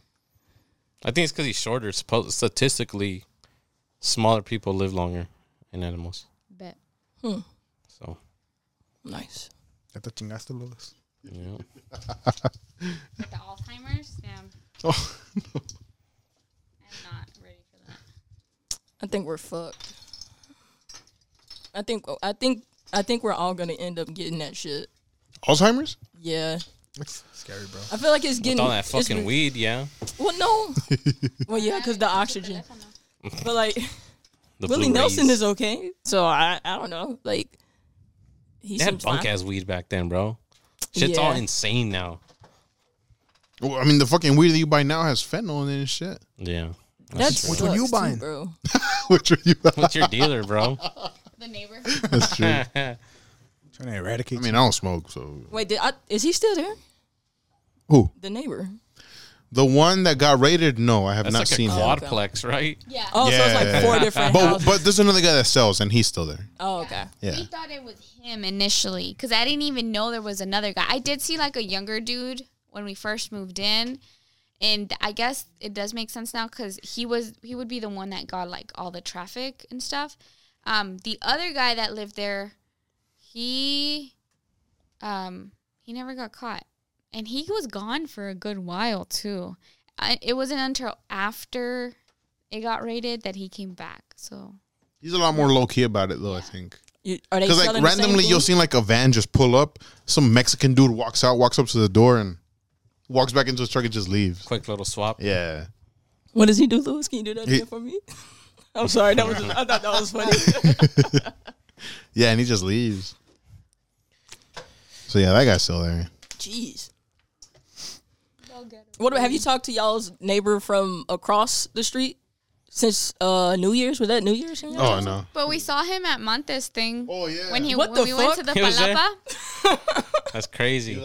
S1: I think it's because he's shorter. Suppo- statistically, smaller people live longer in animals.
S5: But
S1: So
S3: Nice.
S4: Ya te chingaste, Lourdes.
S1: yeah.
S5: with the Alzheimer's, damn.
S2: Oh,
S5: I'm not ready for that.
S3: I think we're fucked. I think I think I think we're all gonna end up getting that shit.
S2: Alzheimer's?
S3: Yeah.
S4: That's scary, bro.
S3: I feel like it's getting
S1: With all that
S3: it's
S1: fucking
S3: re-
S1: weed, yeah.
S3: Well, no. well, yeah, because the oxygen. But like
S1: The
S3: Willie
S1: Blu-rays.
S3: Nelson is okay, so I I don't know. Like he
S1: They had
S3: seems
S1: bunk
S3: fine.
S1: ass weed back then, bro. Shit's all
S3: Yeah.
S1: insane now.
S2: Well, I mean, the fucking weed that you buy now has fentanyl in it and shit.
S1: Yeah.
S3: That's
S1: true.
S4: Which one you
S3: sucks too,
S4: buying?
S3: bro?
S2: Which are you?
S1: What's your dealer, bro?
S5: The neighbor.
S2: That's true. I
S4: Trying to eradicate.
S2: mean, I don't smoke, so
S3: Wait, did I, is he still there?
S2: who?
S3: The neighbor.
S2: The one that got raided? No, I have
S1: That's
S2: not
S1: like
S2: seen
S1: a
S2: him.
S1: quadplex, right?
S5: Yeah.
S3: Oh, so it's
S2: Yeah.
S3: like four different
S2: But
S3: houses.
S2: but there's another guy that sells, and he's still there.
S3: oh, okay.
S2: Yeah,
S5: We thought it was him initially because I didn't even know there was another guy. I did see like a younger dude when we first moved in, and I guess it does make sense now because he was he would be the one that got like all the traffic and stuff. Um, the other guy that lived there, he, um, he never got caught, and he was gone for a good while too. I, it wasn't until after it got raided that he came back. So
S2: he's a lot more low key about it though. I think
S3: You, are they
S2: because
S3: selling
S2: like
S3: the same
S2: randomly you'll see
S3: thing?
S2: like a van just pull up. Some Mexican dude walks out, walks up to the door, and walks back into his truck and just leaves.
S1: Quick little swap.
S2: Yeah,
S3: What does he do, Lewis? Can you do that
S2: He-
S3: again for me? I'm sorry, that was just, I thought that was funny.
S2: yeah, and he just leaves. So yeah, that guy's still there.
S3: Jeez. What about- have you talked to y'all's neighbor from across the street since uh, New Year's? Was that New Year's? in y'all?
S2: Oh no.
S5: But we saw him at Montes thing.
S2: Oh, yeah.
S5: When he
S3: What
S5: when
S3: the
S5: we went to
S3: fuck?
S5: the
S1: He was there?
S5: Palapa.
S1: That's crazy.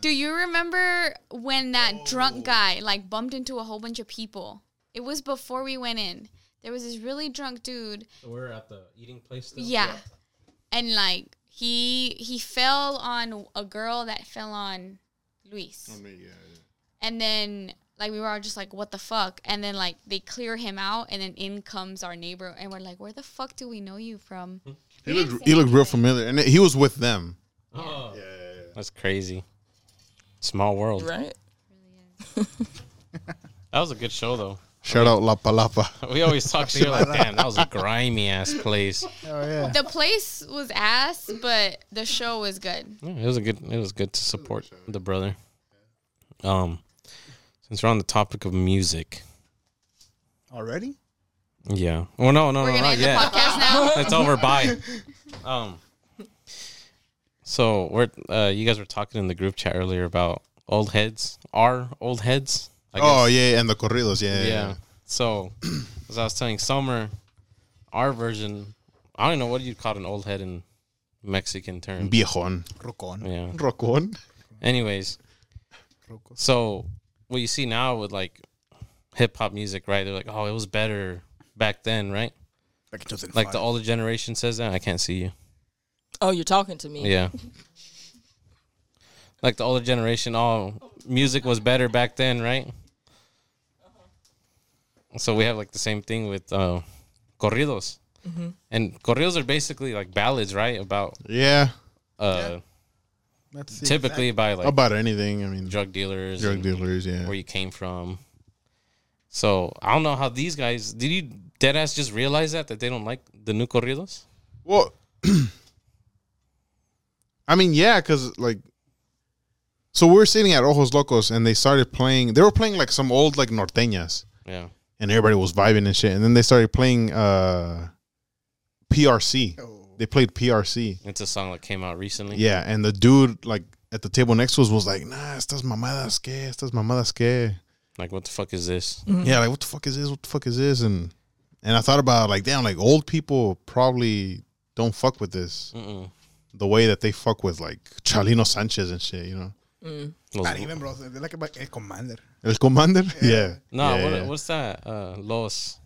S5: Do you remember when that
S1: Oh.
S5: drunk guy like bumped into a whole bunch of people? It was before we went in. There was this really drunk dude.
S1: We're at the eating place.
S5: Yeah. And like he he fell on a girl that fell on Luis.
S1: Mm.
S5: And then like we were all just like, what the fuck? And then like they clear him out, and then in comes our neighbor, and we're like, where the fuck do we know you from?
S2: He looked he looked real familiar, and he was with them.
S1: Oh. That's crazy. Small world.
S3: Right?
S1: That was a good show though.
S2: Shout out La Palapa.
S1: We always talk shit like, damn, that was a grimy ass place.
S4: Oh yeah.
S5: The place was ass, but the show was good.
S1: Yeah, it was a good. It was good to support the brother. Um, since we're on the topic of music,
S4: Already?
S1: yeah. Well, no, no,
S5: We're
S1: no,
S5: gonna
S1: not
S5: end the
S1: yet.
S5: podcast now.
S1: It's over. Bye. Um. So we're uh, you guys were talking in the group chat earlier about old heads. Our old heads. I
S2: Oh yeah, and the corridos. Yeah, yeah.
S1: yeah.
S2: yeah.
S1: So, as I was telling Summer, our version, I don't know what you'd call an old head in Mexican term.
S2: Viejon.
S4: Rocon.
S1: yeah.
S2: Rocon.
S1: Anyways, so what you see now with like hip hop music, right? They're like, oh, it was better back then, right?
S4: Like, it
S1: Like the older generation says that. I can't see you.
S3: Oh, you're talking to me.
S1: Yeah. Like the older generation, oh, music was better back then, right? so we have like the same thing with uh, corridos, and corridos are basically like ballads, right? About
S2: Yeah,
S1: uh,
S4: That's the
S1: typically by like
S2: about anything. I mean, drug,
S1: drug dealers, and
S2: dealers. Yeah,
S1: where you came from. So I don't know how these guys did you dead ass just realize that that they don't like the new corridos.
S2: Well, I mean, yeah, because like, so we were sitting at Ojos Locos and they started playing. They were playing like some old like norteñas,
S1: Yeah,
S2: and everybody was vibing and shit. And then they started playing uh PRC. They played PRC.
S1: it's a song that came out recently.
S2: Yeah, and the dude like at the table next to us was like, "Nah, estas mamadas que, estas mamadas que."
S1: like what the fuck is this?
S2: Yeah, like what the fuck is this? What the fuck is this? And and I thought about like, damn, like old people probably don't fuck with this
S1: Mm-mm.
S2: the way that they fuck with like Chalino Sanchez and shit, you know.
S3: Mm.
S1: Los-
S4: Not even, bro. They're like about El Commander.
S2: El Commander? Yeah.
S1: no,
S2: Yeah,
S1: what,
S2: yeah.
S1: what's that? Uh, los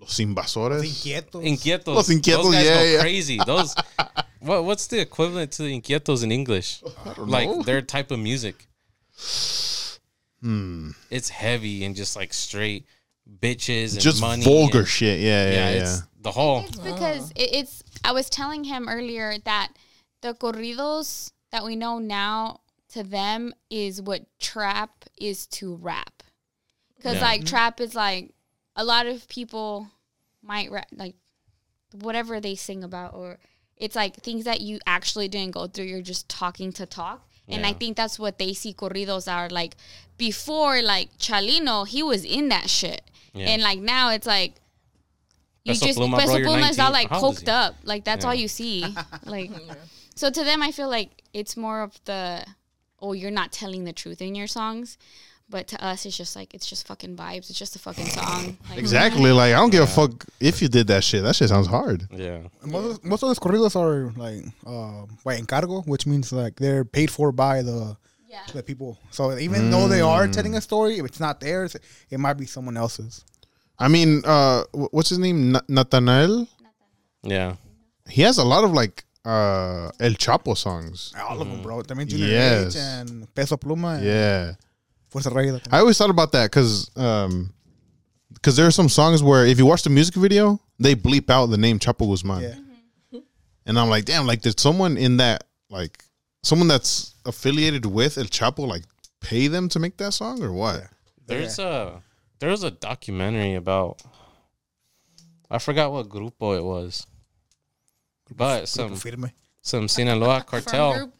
S2: Los Invasores.
S4: Inquietos.
S1: inquietos.
S2: Los inquietos,
S1: Those guys
S2: yeah,
S1: go
S2: yeah.
S1: crazy. Those. what what's the equivalent to the inquietos in English? Like their type of music.
S2: Hmm.
S1: It's heavy and just like straight bitches and
S2: Just
S1: money.
S2: vulgar
S1: and-
S2: shit. Yeah, yeah,
S1: yeah,
S2: yeah.
S1: it's the whole.
S5: It's because it, it's. I was telling him earlier that the corridos that we know now to them is what trap is to rap, because
S1: Yeah.
S5: like trap is like a lot of people might ra- like whatever they sing about or it's like things that you actually didn't go through. You're just talking to talk. And I
S1: Yeah.
S5: think that's what they see corridos are like before like Chalino, he was in that shit.
S1: Yeah.
S5: And like now it's like you
S1: Peso
S5: just
S1: Pluma, bro,
S5: Peso
S1: you're
S5: Pluma is
S1: 19.
S5: all like
S1: How old is
S5: coked
S1: he?
S5: up. Like that's all
S1: Yeah.
S5: you see. Like so to them I feel like it's more of the oh you're not telling the truth in your songs. But to us it's just like it's just fucking vibes. It's just a fucking song. Like,
S2: Exactly. Like I don't give a fuck if you did that shit. That shit sounds hard.
S1: Yeah.
S4: Most, most of those corridos are like uh, by encargo, which means like they're paid for by the
S5: Yeah.
S4: the people. So even though they are telling a story, if it's not theirs, it might be someone else's.
S2: I mean, uh wh- what's his name? Na- Nathanael?
S1: Yeah.
S2: He has a lot of like uh El Chapo songs.
S4: All of them, bro. I mean, Junior
S2: Yes.
S4: H and Peso Pluma and
S2: Yeah.
S4: Fuerza Rey.
S2: I always thought about that because um, cause there are some songs where if you watch the music video, they bleep out the name Chapo Guzman.
S4: Yeah.
S2: Mm-hmm. And I'm like, damn, like did someone in that like someone that's affiliated with El Chapo like pay them to make that song or what?
S1: There's a there's a documentary about I forgot what grupo it was. But some
S4: Confirme.
S1: some Sinaloa
S5: From
S1: cartel
S5: group,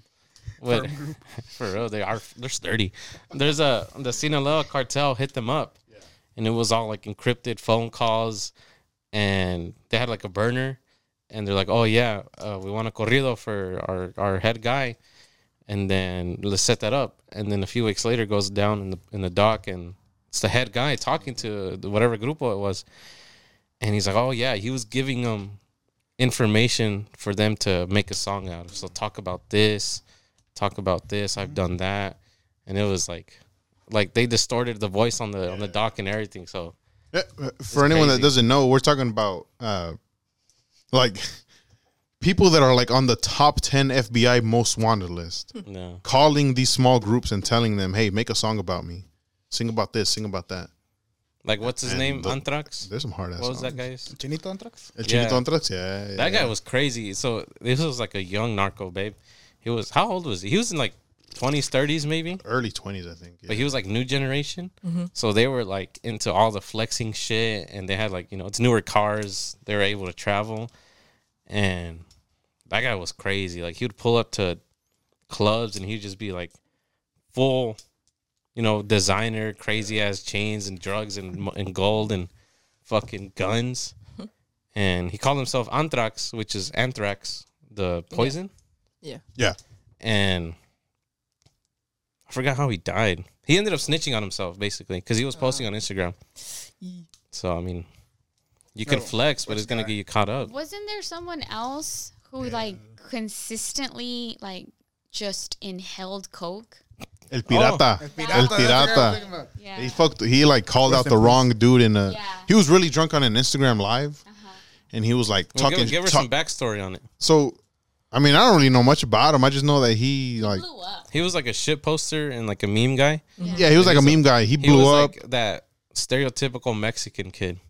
S1: would for real they are they're sturdy. There's a the Sinaloa cartel hit them up, and it was all like encrypted phone calls, and they had like a burner, and they're like, oh yeah, uh, we want a corrido for our our head guy, and then let's set that up, and then a few weeks later goes down in the in the dock, and it's the head guy talking to the- whatever grupo it was, and he's like, oh yeah, he was giving them information for them to make a song out of. So talk about this, talk about this.
S2: Mm-hmm.
S1: I've done that, and it was like, like they distorted the voice on the on the doc and everything. So
S2: Yeah, uh, For anyone that
S1: crazy.
S2: doesn't know, we're talking about uh, like people that are like on the top ten FBI most wanted list.
S1: no,
S2: calling these small groups and telling them, "Hey, make a song about me, sing about this, sing about that."
S1: like what's his
S2: And
S1: name?
S2: the-
S1: Anthrax.
S2: There's some hard ass.
S1: What was that guy's?
S4: Chinito Antrax?
S2: El
S1: Yeah.
S2: Chinito Anthrax? Yeah, yeah.
S1: That guy was crazy. So this was like a young narco babe. He was how old was he? He was in like twenties, thirties, maybe.
S2: early twenties, I think. Yeah.
S1: But he was like new generation, so they were like into all the flexing shit, and they had like you know it's newer cars. They were able to travel, and that guy was crazy. Like he would pull up to clubs, and he'd just be like full, you know, designer, crazy ass chains and drugs and mo- and gold and fucking guns, and he called himself Anthrax, which is anthrax, the poison
S2: yeah,
S1: and I forgot how he died. He ended up snitching on himself basically because he was posting on Instagram. So I mean, you can
S4: No,
S1: flex, but it's gonna get you caught up.
S5: wasn't there someone else who like consistently like just inhaled coke?
S2: El
S1: Oh.
S2: Pirata. El Pirata.
S5: Yeah.
S2: He fucked. He like called out the wrong dude in a.
S5: Yeah.
S2: He was really drunk on an Instagram live, and he was like
S1: Well,
S2: talking.
S1: give, give her
S2: talk-
S1: some backstory on it.
S2: so, I mean, I don't really know much about him. I just know that he like.
S5: blew up.
S1: He was like a shit poster and like a meme guy.
S2: Yeah, he was like a
S1: He's a-
S2: meme guy.
S1: He
S2: He
S1: was
S2: blew up.
S1: like that stereotypical Mexican kid.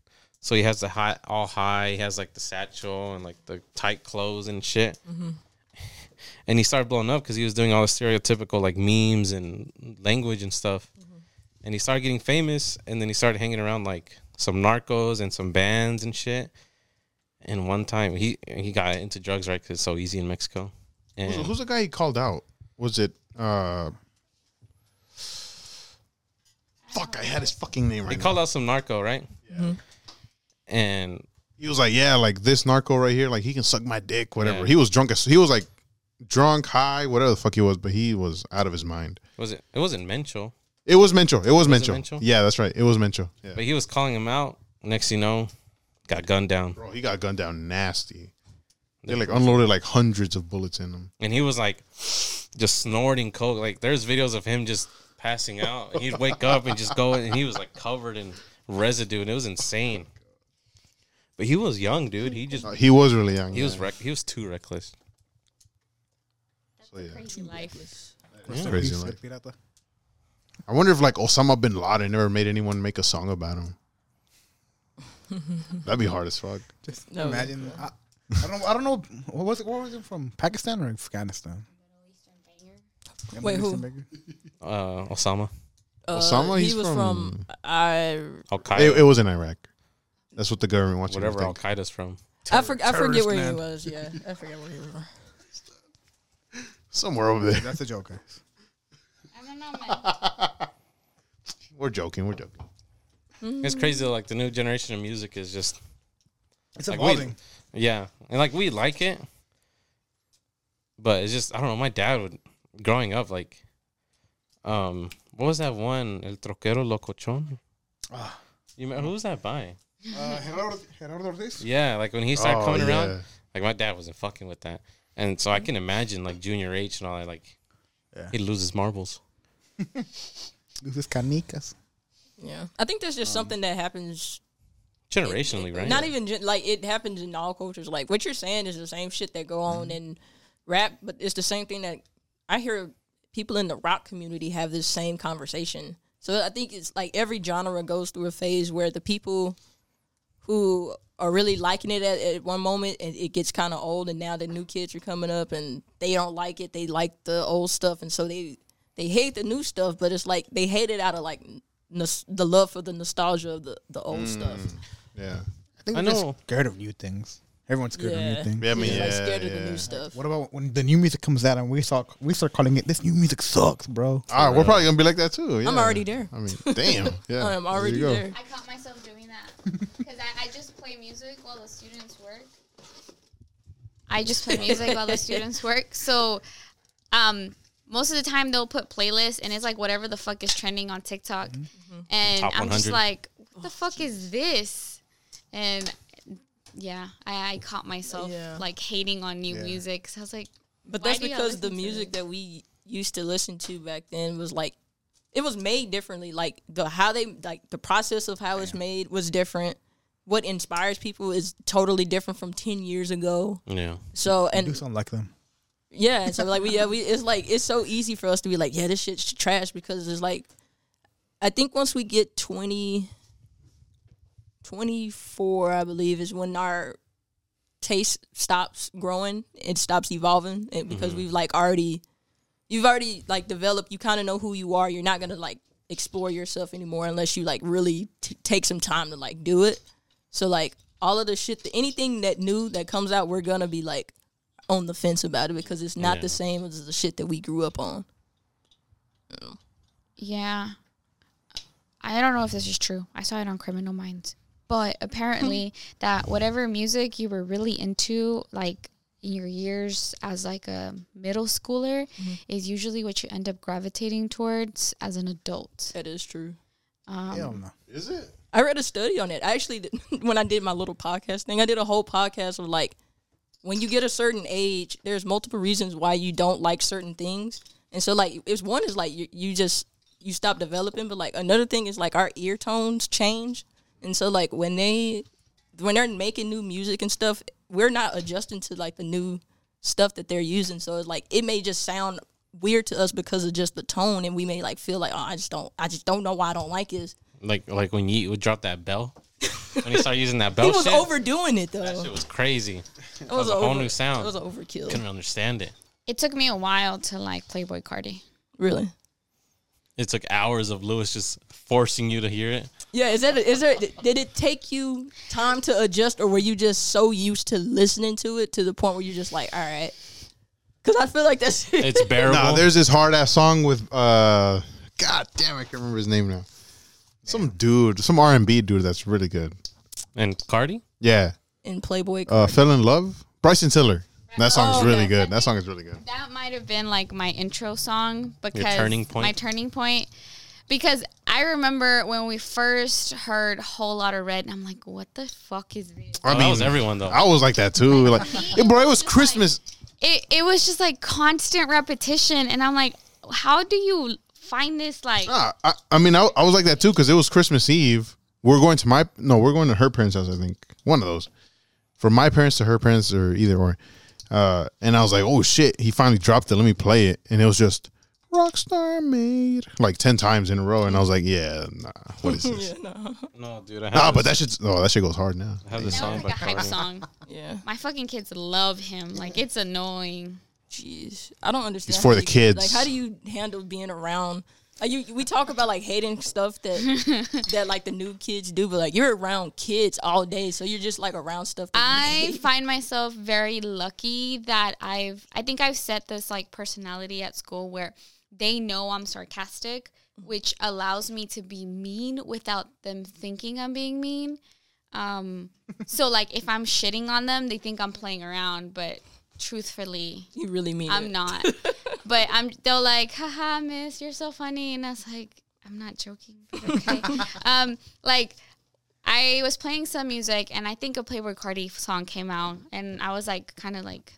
S1: So he has the high, all high. He has like the satchel and like the tight clothes and shit.
S2: Mm-hmm.
S1: And he started blowing up because he was doing all the stereotypical like memes and language and stuff.
S2: Mm-hmm.
S1: And he started getting famous. And then he started hanging around like some narcos and some bands and shit. And one time he he got into drugs right because it's so easy in Mexico. And
S2: Who's, who's the guy he called out? Was it? uh Fuck! I had his fucking name right.
S1: he
S2: now.
S1: called out some narco right.
S2: Mm-hmm.
S1: And
S2: he was like, yeah, like this narco right here, like he can suck my dick, whatever.
S1: Yeah.
S2: He was drunk as he was like drunk, high, whatever the fuck he was, but he was out of his mind.
S1: was it? It wasn't Mencho.
S2: It was Mencho. It was, Mencho.
S1: Mencho?
S2: Yeah, that's right. It was Mencho. Yeah.
S1: But he was calling him out. Next thing you know, got gunned down.
S2: Bro, he got gunned down nasty. They like unloaded like hundreds of bullets in him.
S1: And he was like just snorting coke. Like there's videos of him just passing out. He'd wake up and just go and he was like covered in residue and it was insane. But he was young, dude. He just
S2: Uh, He was really young.
S1: he was rec- he was too reckless.
S2: So, yeah.
S5: Crazy life.
S2: It's crazy. Like,
S4: Pirata.
S2: I wonder if like Osama bin Laden never made anyone make a song about him. That'd be hard as fuck.
S4: Just
S3: No.
S4: imagine. I, I don't know. I don't know. What was it? What was it from? Pakistan or Afghanistan? Yeah,
S3: Wait,
S4: Middle
S3: who?
S4: Eastern Baker.
S1: Uh Osama.
S3: Uh,
S2: Osama,
S3: he
S2: he's
S3: was
S2: from-
S3: from, I
S1: Al
S2: It,
S1: Qaeda.
S2: it was in Iraq. That's what the government wants. you to
S1: Whatever Al
S2: think.
S1: Qaeda's from.
S3: I, for, I forget
S4: terrorist
S3: where
S4: man.
S3: he was. Yeah, I forget where he was. from.
S2: Somewhere over there.
S4: That's a joke, guys.
S5: I don't know, man.
S2: We're joking. We're joking.
S1: It's crazy though, like the new generation of music is just
S4: It's
S1: Like, wait.
S4: evolving.
S1: Yeah, and like we like it, but it's just I don't know. My dad would growing up like, um, what was that one? El troquero locochón.
S4: Ah.
S1: You remember, who was that by?
S4: Uh, Gerardo, Gerardo Ortiz.
S1: Yeah, like when he started
S2: Oh,
S1: coming
S2: yeah.
S1: around, like my dad wasn't fucking with that, and so I can imagine like Junior H and all that. Like,
S4: Yeah.
S1: he loses marbles.
S4: This is Canicas.
S3: Yeah, I think there's just something that happens.
S1: Generationally, right?
S3: Not even gen- like it happens in all cultures. Like what you're saying is the same shit that go on in rap, but it's the same thing that I hear people in the rock community have this same conversation. So I think it's like every genre goes through a phase where the people who are really liking it at, at one moment and it gets kind of old and now the new kids are coming up and they don't like it they like the old stuff and so they they hate the new stuff but it's like they hate it out of like nos- the love for the nostalgia of the, the old stuff
S2: Yeah.
S4: I think
S1: I
S4: I'm just
S1: know.
S4: scared of new things. Everyone's scared
S3: Yeah.
S4: of new things.
S2: Yeah, I mean, yeah,
S3: like scared of
S2: yeah.
S3: the new stuff
S4: What about when the new music comes out and we start we start calling it this new music sucks, bro?
S2: Ah, we're probably gonna be like that too. yeah.
S3: i'm already there
S2: I mean, damn. Yeah,
S3: i'm already
S2: There you go.
S3: there
S5: I caught myself doing that because I, I just play music while the students work. I just play music while the students work. So, um, most of the time they'll put playlists and it's like whatever the fuck is trending on TikTok, and
S1: Top
S5: I'm just
S1: 100.
S5: like, what the fuck is this? And yeah, I, I caught myself
S3: Yeah.
S5: like hating on new
S2: Yeah.
S5: music. So I was like,
S3: But
S5: Why
S3: that's
S5: do y'all
S3: because the
S5: listen to
S3: music
S5: it?
S3: that we used to listen to back then was like it was made differently. Like the how they like the process of how it's made was different. What inspires people is totally different from ten years ago.
S1: Yeah.
S3: So
S4: Do
S3: and
S4: something like them.
S3: yeah, so like we yeah we it's like it's so easy for us to be like yeah this shit's trash because it's like I think once we get 20, 24, I believe is when our taste stops growing it stops evolving and because we've like already you've already like developed you kind of know who you are you're not gonna like explore yourself anymore unless you like really t- take some time to like do it so like all of the shit anything that new that comes out we're gonna be like on the fence about it because it's not
S1: Yeah.
S3: the same as the shit that we grew up on
S5: Yeah. I don't know if this is true. I saw it on Criminal Minds. But apparently that whatever music you were really into like in your years as like a middle schooler is usually what you end up gravitating towards as an adult.
S3: that is true
S5: Um,
S4: Hell no.
S2: Is it?
S3: I read a study on it. I actually, did, when I did my little podcast thing, I did a whole podcast of like, when you get a certain age, there's multiple reasons why you don't like certain things. And so, like, it's one is like you, you just you stop developing, but like another thing is like our ear tones change. And so, like when they when they're making new music and stuff, we're not adjusting to like the new stuff that they're using. So it's like it may just sound weird to us because of just the tone, and we may like feel like oh, I just don't, I just don't know why I don't like this.
S1: Like like when Yeet would drop that bell. when he started using that bell
S3: He was
S1: Oh, shit,
S3: overdoing it though.
S1: that shit was crazy.
S3: it was
S1: was a whole new
S3: It
S1: sound.
S3: was overkill.
S1: Couldn't understand it.
S5: It took me a while to like Playboy Cardi.
S3: really?
S1: It took hours of Lewis just forcing you to hear it.
S3: Yeah. Is that? Is there? Did it take you time to adjust, or were you just so used to listening to it to the point where you're just like, all right? Because I feel like that's
S1: It's bearable.
S2: Nah, there's this hard ass song with uh, God damn, I can't remember his name now. Some dude, some R and B dude that's really good.
S1: and Cardi?
S2: Yeah,
S3: in Playboy.
S2: uh, fell in love. Bryson Tiller. That song
S3: Oh,
S2: is really
S3: okay.
S2: good. That song is really good.
S5: That might have been like my intro song because
S1: turning point?
S5: my turning point. Because I remember when we first heard Whole Lot of Red, and I'm like, what the fuck is this?
S2: I
S1: Oh, that was everyone though.
S2: I was like that too. Like, hey, bro, it was Christmas.
S5: It, it was just like constant repetition. And I'm like, how do you find this? Like,
S2: Nah, I, I mean, I, I was like that too because it was Christmas Eve. We're going to my no, we're going to her parents' house. I think one of those. From my parents to her parents, or either or. Uh, and I was like, oh shit, he finally dropped it. Let me play it, and it was just Rockstar Made like ten times in a row, and I was like, yeah, nah, what is this?
S1: No, dude, I have
S2: Nah,
S1: this,
S2: but that shit's oh, that shit goes hard now.
S1: I have this
S5: that
S1: song
S5: was
S1: by
S5: like a hype
S1: Cardi.
S5: song.
S3: yeah.
S5: My fucking kids love him. Like, it's annoying.
S3: Jeez, I don't understand.
S2: It's for
S3: how
S2: the
S3: you-
S2: kids.
S3: Like, how do you handle being around? Like, you, we talk about like hating stuff that that like the new kids do, but like you're around kids all day, so you're just like around stuff. That you
S5: I
S3: hate.
S5: find myself very lucky that I've I think I've set this like personality at school where they know I'm sarcastic, which allows me to be mean without them thinking I'm being mean. Um so like if I'm shitting on them, they think I'm playing around, but truthfully,
S3: you really mean
S5: I'm
S3: it.
S5: not. but I'm they'll like, haha, miss, you're so funny. And I was like, I'm not joking. but okay. um, like I was playing some music and I think a Playboy Cardi song came out and I was like kind of like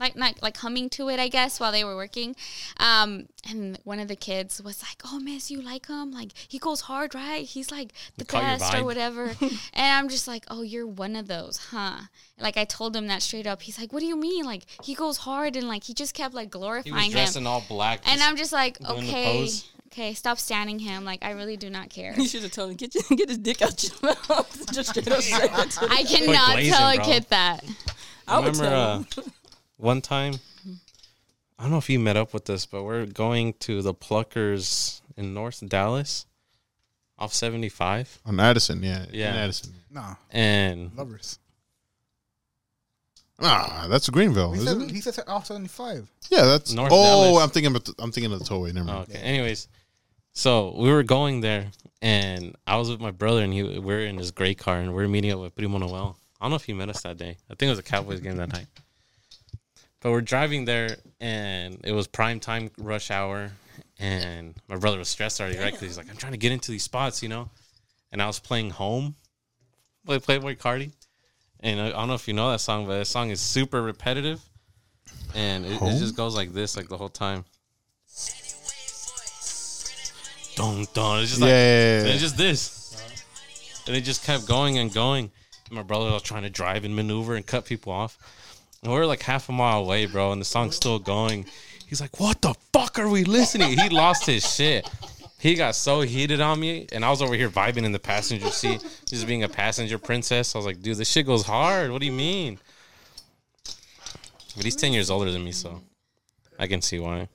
S5: like not like humming to it, I guess, while they were working. Um, and one of the kids was like, "Oh, miss, you like him? Like he goes hard, right? He's like the
S1: Caught your
S5: best or
S1: vibe.
S5: whatever." and I'm just like, "Oh, you're one of those, huh?" Like I told him that straight up. He's like, "What do you mean? Like he goes hard and like he just kept like
S1: He
S5: glorifying
S1: was dressed
S5: him."
S1: in all black.
S5: And
S1: just-
S5: I'm just like,
S1: doing the
S5: "Okay,
S1: pose.
S5: okay, stop standing him. Like I really do not care."
S3: You should have told him get your, get his dick out your mouth. just straight up say it to him.
S5: I cannot
S1: glazing,
S5: tell a
S1: bro.
S5: kid that.
S3: I would
S1: remember
S3: tell
S1: uh,
S3: him.
S1: one time i don't know if you met up with this but we're going to the pluckers in north dallas off 75
S2: On Addison, yeah,
S1: Yeah.
S2: in Addison.
S4: Nah,
S1: and
S4: lovers.
S2: Ah, that's Greenville,
S4: He
S2: isn't
S4: said,
S2: it?
S4: he said off 75.
S2: Yeah, that's.
S1: North
S2: oh,
S1: Dallas.
S2: I'm thinking about. The, I'm thinking of the tollway. Never
S1: oh,
S2: mind.
S1: okay anyways so we were going there and i was with my brother and he we we're in his gray car and we are meeting up with primo noel i don't know if he met us that day i think it was a cowboys game that night but we're driving there and it was prime time rush hour and my brother was stressed already right because he's like i'm trying to get into these spots you know and i was playing home play playboy cardi and i I don't know if you know that song but that song is super repetitive and it, it just goes like this like the whole time dun, dun. it's just like
S2: Yeah, yeah, yeah,
S1: and
S2: yeah.
S1: it's just this and it just kept going and going and my brother was trying to drive and maneuver and cut people off and we are like half a mile away, bro, and the song's still going. He's like, "What the fuck are we listening?" He lost his shit. He got so heated on me, and I was over here vibing in the passenger seat, just being a passenger princess. I was like, "Dude, this shit goes hard. What do you mean?" But he's ten years older than me, so I can see why.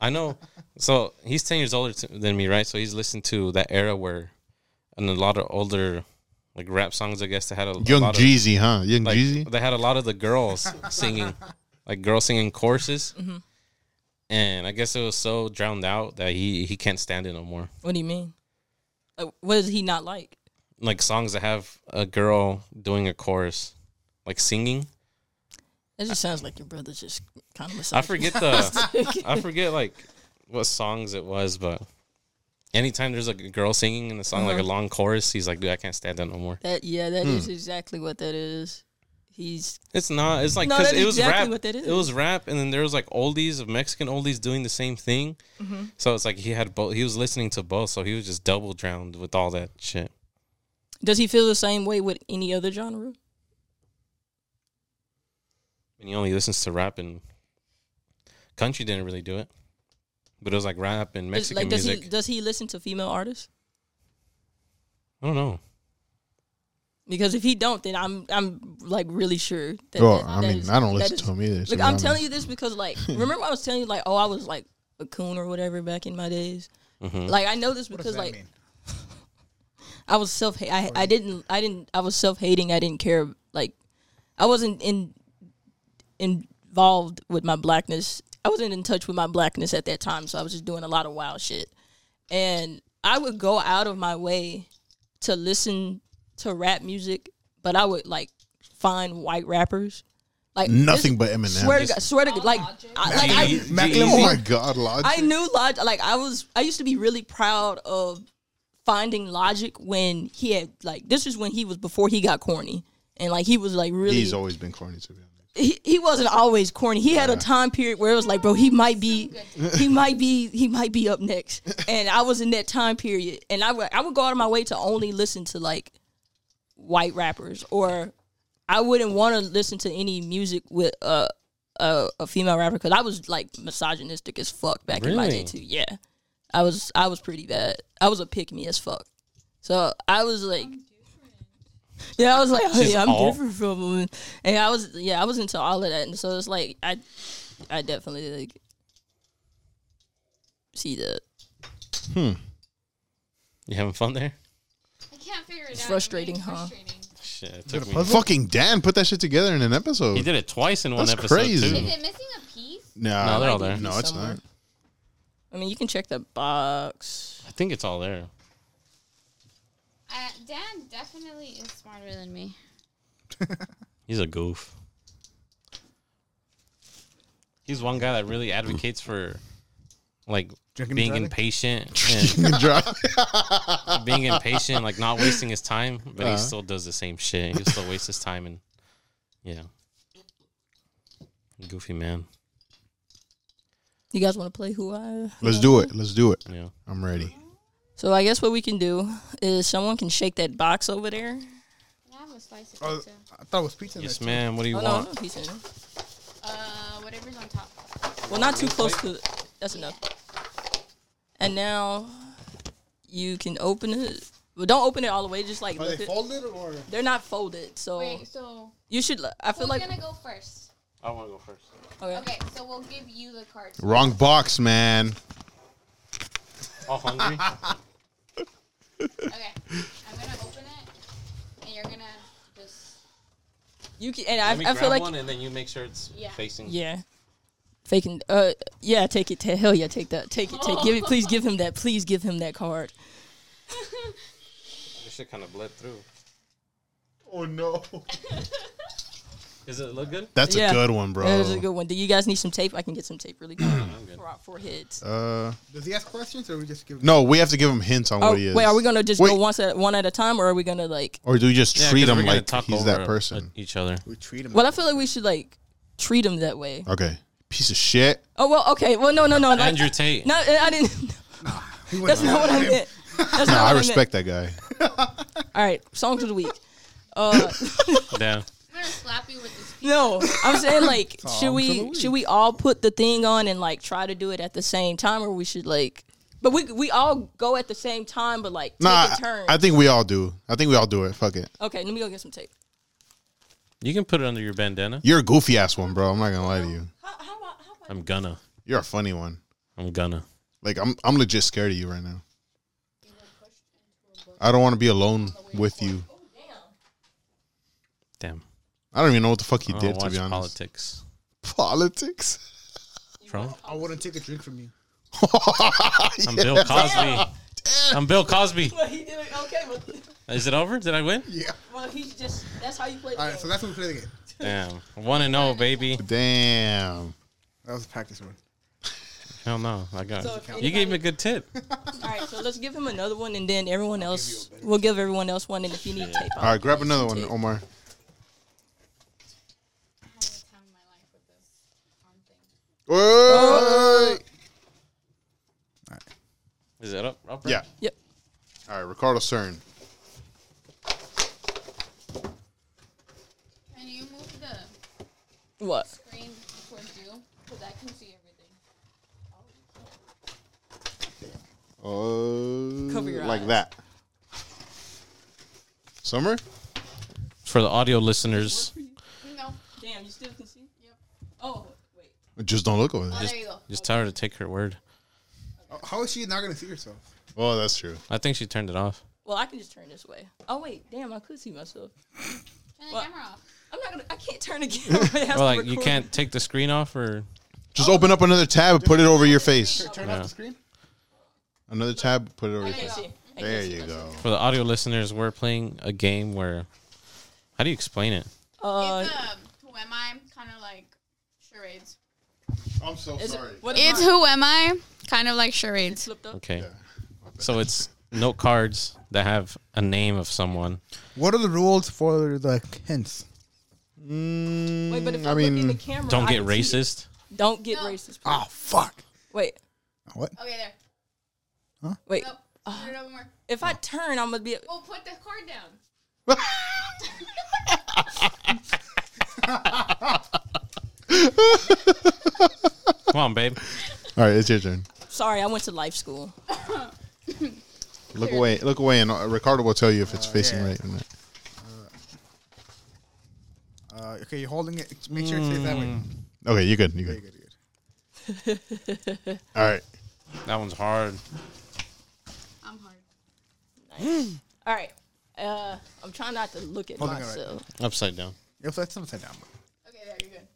S1: I know. So he's ten years older t- than me, right? So he's listened to that era where, and a lot of older, like rap songs, I guess, that had a a
S2: Young
S1: lot of-
S2: Jeezy, huh? Young
S1: like
S2: Jeezy.
S1: they had a lot of the girls singing, like girls singing choruses. And I guess it was so drowned out that he he can't stand it no more.
S3: what do you mean? Like, what is he not like?
S1: Like songs that have a girl doing a chorus, like singing.
S3: That just sounds like your brother's just kind of.
S1: I forget the I forget like what songs it was, but anytime there's like a girl singing in the song
S3: Uh-huh.
S1: like a long chorus, he's like, dude, I can't stand that no more.
S3: That yeah, that is
S1: Hmm.
S3: exactly what that is. He's
S1: It's not. It's like
S3: No,
S1: because
S3: that's
S1: it was
S3: exactly
S1: rap.
S3: what that is.
S1: It was rap, and then there was like oldies of Mexican oldies doing the same thing.
S3: Mm-hmm.
S1: So it's like he had both. He was listening to both, so he was just double drowned with all that shit.
S3: does he feel the same way with any other genre?
S1: And he only listens to rap and country didn't really do it, but it was like rap and
S3: Does-
S1: Mexican
S3: like does
S1: music.
S3: he does he listen to female artists?
S1: I don't know.
S3: Because if he don't, then I'm I'm like really sure. That,
S2: Well,
S3: that-
S2: I
S3: that
S2: mean,
S3: is-
S2: I don't
S3: that
S2: listen
S3: is-
S2: to him either. so
S3: Look,
S2: I
S3: I'm
S2: don't
S3: telling
S2: know.
S3: you this because like remember I was telling you like oh I was like a coon or whatever back in my days. Like I know this
S4: What
S3: because
S4: does that
S3: like
S4: mean?
S3: I was self I I didn't I didn't I was self hating. I didn't care like I wasn't in involved with my blackness. I wasn't in touch with my blackness at that time, so I was just doing a lot of wild shit. And I would go out of my way to listen to rap music, but I would like find white rappers. Like
S2: Nothing
S3: this-
S2: but Eminem.
S3: Swear to God, swear to God, like, I, like I,
S2: oh
S4: Macklemore.
S2: my God, Lodge.
S3: I knew Logic. Like I was, I used to be really proud of finding Logic when he had like this is when he was before he got corny, and like he was like really
S2: He's always been corny to be honest.
S3: he, he wasn't always corny. He had a time period where it was like, bro, he might be, he might be, he might be up next. And I was in that time period, and I would I would go out of my way to only listen to like white rappers, or I wouldn't want to listen to any music with a a, a female rapper because I was like misogynistic as fuck back in my day
S1: Really?
S3: too. Yeah, I was I was pretty bad. I was a pick me as fuck. So I was like, yeah, I was like, oh,
S1: She's
S3: yeah, I'm
S1: all-
S3: different from women, and I was, yeah, I was into all of that, and so it's like I, I definitely like see that
S1: You having fun there?
S5: I can't figure it out.
S3: frustrating, huh?
S1: Shit, it took me.
S2: Fucking Dan put that shit together in an episode.
S1: He did it twice in one
S2: That's
S1: episode
S2: crazy.
S1: too.
S5: Is it missing a piece?
S2: No,
S1: No, they're all there.
S2: No, it's
S3: Somewhere.
S2: not.
S3: I mean, you can check the box.
S1: I think it's all there.
S5: Uh, Dan definitely is smarter than me.
S1: He's a goof. He's one guy that really advocates for like
S4: Drinking and
S1: being
S4: driving?
S1: impatient and
S2: Drop-
S1: being impatient, like not wasting his time, but
S2: Uh-huh.
S1: he still does the same shit. He still wastes his time and yeah. Goofy man.
S3: You guys want to play Who I?
S2: Let's do it. Let's do it.
S1: Yeah.
S2: I'm ready.
S3: So I guess what we can do is someone can shake that box over there.
S5: I have a slice of
S4: Oh,
S5: pizza.
S4: I thought it was pizza. in
S1: Yes,
S4: there,
S1: ma'am. What do you
S3: Oh no,
S1: want?
S3: no, he's in.
S5: Uh, whatever's on top.
S3: Well, not too close to. The, that's enough. And now you can open it. Well, don't open it all the way. Just like
S4: too. Are
S3: lift
S4: they
S3: it.
S4: folded or?
S3: They're not folded, so
S5: Wait, so
S3: you should. li- I feel
S5: who's
S3: Oh. like
S5: gonna go first?
S1: I want to go first.
S3: okay.
S5: Okay, so we'll give you the cards.
S2: Wrong box, man.
S1: All hungry?
S5: Okay, I'm gonna open it, and you're gonna just
S3: You can, and I, I feel like
S1: and then you make sure it's
S5: Yeah.
S1: facing.
S3: yeah, faking. Uh, yeah, take it. Ta- hell yeah, take that. Take it. Take. Give it. Please give him that. Please give him that card.
S1: This shit kind of bled through.
S2: Oh no.
S1: Does it look good?
S2: That's
S3: Yeah.
S2: a good one, bro.
S3: That was a good one. Do you guys need some tape? I can get some tape really quick
S1: I'm good.
S3: for our foreheads.
S2: uh,
S4: Does he ask questions or we just give?
S2: no, we have to give him hints on
S3: Oh,
S2: what he is.
S3: wait, are we gonna just go
S2: Wait.
S3: once at one at a time, or are we gonna like?
S2: or do we just treat
S1: 'cause we're
S2: him
S1: gonna
S2: like he's that
S1: over
S2: person?
S1: Each other.
S4: We treat him.
S3: Well, I feel like we should like treat him that way.
S2: okay, piece of shit.
S3: Oh well, okay. Well, no, no, no. Like,
S1: Andrew Tate.
S3: no, I didn't.
S4: He wouldn't
S3: That's not what I meant. That's not
S2: No,
S3: what
S2: I
S3: meant.
S2: respect that guy.
S3: All right, songs of the week. Uh,
S1: Yeah.
S5: I'm gonna slap you with this. Pizza.
S3: No, I'm saying like, should
S4: of the
S3: we
S4: week.
S3: should we all put the thing on and like try to do it at the same time, or we should like, but we we all go at the same time, but like take
S2: Nah,
S3: a turn.
S2: I think we all do. I think we all do it. Fuck it.
S3: okay, let me go get some tape.
S1: You can put it under your bandana.
S2: You're a goofy ass one, bro. I'm not gonna lie to you.
S3: How, how, I- how I-
S1: I'm gonna.
S2: You're a funny one.
S1: I'm gonna.
S2: Like I'm, I'm legit scared of you right now. I don't want to be alone with you.
S1: Damn.
S2: I don't even know what the fuck he
S1: I
S2: did
S1: don't
S2: to
S1: watch
S2: be honest.
S1: politics.
S2: Politics.
S1: Trump.
S4: I wouldn't take a drink from you.
S1: I'm Bill Cosby. I'm Bill Cosby.
S3: Well, he did it. Okay, but
S1: Is it over? Did I win?
S4: Yeah.
S3: well, he just that's how you play. the
S4: All right,
S3: game.
S4: so that's what we play the game.
S1: Damn. One and zero, baby.
S2: Damn.
S4: That was a practice one.
S1: Hell no. I got.
S3: So if
S1: you gave
S3: anybody-
S1: me a good tip.
S3: all right, so let's give him another one, and then everyone else we'll give everyone else one, and if you need tape,
S2: All right, grab another one, Oh Omar.
S5: I had the time of my life with this arm thing.
S2: Wait.
S1: Is it up? up
S2: Yeah.
S3: Yep.
S2: All right, Ricardo Cern.
S5: Can you move the
S3: What?
S5: screen towards you? Cause I can see everything.
S2: Oh,
S3: Cover your
S2: Oh. like
S3: eyes.
S2: that. Summer?
S1: For the audio listeners,
S5: No.
S3: Damn, you still can see? Yep. Oh, wait.
S2: Just don't look over there.
S5: Oh,
S1: just,
S5: there you go.
S1: just tell her to take her word.
S4: Uh, How is she not gonna see herself?
S2: Oh, that's true.
S1: I think she turned it off.
S3: Well, I can just turn this way. Oh, wait. Damn, I could see myself.
S5: Turn the
S3: What?
S5: camera off.
S3: I'm not gonna. I can't turn the camera. It has
S1: Or
S3: to
S1: like you
S3: record.
S1: can't take the screen off, or
S2: Just open up another tab and put it over your face.
S4: Turn
S1: Yeah.
S4: off the screen.
S2: Another tab, put it over your
S3: I can't
S2: face.
S3: see. I
S2: There
S3: can't see
S2: you
S3: myself.
S2: go.
S1: for the audio listeners, we're playing a game where. How do you explain it?
S3: Uh,
S5: it's um, who am I? Kind of like charades.
S2: I'm so
S3: is it, what is
S5: It's
S3: mine?
S5: who am I? Kind of like charades.
S3: Flipped up.
S1: Okay, so it's note cards that have a name of someone.
S4: What are the rules for the hints?
S3: Wait, but if I,
S2: I
S3: look in the
S2: mean,
S3: camera,
S1: Don't
S3: I
S1: get
S3: can see it.
S1: racist.
S3: Don't get
S5: No.
S3: racist.
S4: Oh fuck!
S3: Wait,
S4: What?
S5: Okay, there.
S3: wait.
S5: No, turn it over more.
S3: If I turn, I'm gonna be.
S5: Oh, put the card down.
S1: Come on, babe.
S2: all right, it's your turn.
S3: Sorry, I went to life school.
S2: Look away, look away, and uh, Ricardo will tell you if it's facing
S4: yeah.
S2: right or not.
S4: Uh, okay, you're holding it. Make sure it stays that way.
S2: Okay, you're good. You're
S4: Very
S2: good.
S4: good, good.
S2: All right.
S1: That one's hard.
S5: I'm hard.
S3: All right. Uh, I'm trying not to look at
S4: Hold on,
S3: myself.
S1: Upside down.
S4: If that's upside down.
S5: Okay, there, you're good.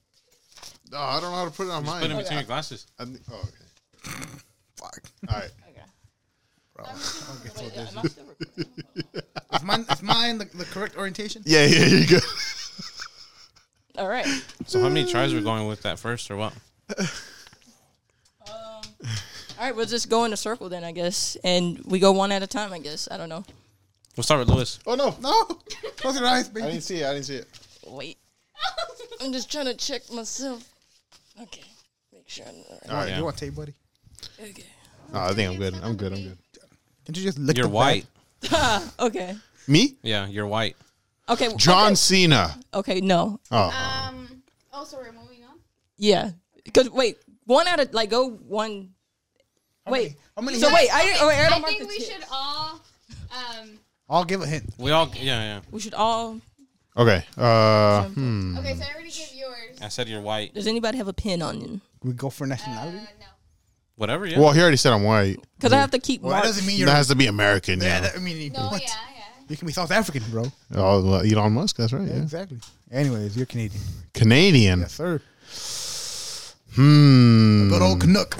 S2: Oh, I don't know how to put it on
S1: Just put it
S2: mine.
S1: between your glasses.
S2: I think- Oh, okay.
S4: Fuck.
S2: All right.
S3: Okay.
S4: Bro.
S3: Wait, am I still recording?
S4: is mine, is mine the, the correct orientation?
S2: Yeah, yeah, you go.
S3: All right.
S1: So how many tries we're going with that first, or what?
S3: All right. We'll just go in a circle then, I guess, and we go one at a time. I guess. I don't know.
S1: We'll start with Lewis.
S2: Oh no,
S4: No. Close your eyes,
S2: I
S4: baby.
S2: didn't see it. I didn't see it.
S3: Wait. I'm just trying to check myself. Okay. Make sure I'm all right.
S2: All right.
S1: Yeah.
S4: You want tape, buddy?
S3: Okay.
S2: No, I think I'm good. I'm good. I'm good.
S4: Can you just lick?
S1: You're
S4: the
S1: white.
S3: Okay.
S2: Me?
S1: Yeah, you're white.
S3: Okay.
S2: John Cena.
S3: Okay. No.
S2: Oh,
S5: Um. Oh, so we're moving on.
S3: Yeah. Because wait, one out of like go one. wait.
S4: How many
S3: So
S4: hints?
S3: wait, I didn't. Wait, I,
S5: I
S3: don't mark
S5: think
S3: the
S5: we
S3: tip.
S5: should all. Um.
S4: I'll give a hint.
S1: We all, yeah, yeah.
S3: We should all.
S2: Okay. Uh, hmm.
S3: Mm.
S5: Okay, so I already gave yours.
S1: I said you're white.
S3: Does anybody have a pin on you?
S4: We go for
S5: Uh,
S4: nationality.
S5: no.
S1: Whatever, yeah.
S2: Well, he already said I'm white.
S3: Because I have to keep
S4: well, that
S3: marks.
S4: doesn't mean you're.
S2: That has to be American.
S4: yeah,
S2: Yeah.
S4: that- I mean, you-
S5: No,
S4: what?
S5: yeah, yeah.
S4: You can be South African, bro.
S2: Oh, well, Elon Musk. That's right. Yeah.
S4: Exactly. Anyways, you're Canadian.
S2: Canadian.
S4: Yes, sir.
S2: Hmm.
S4: Good old Canuck.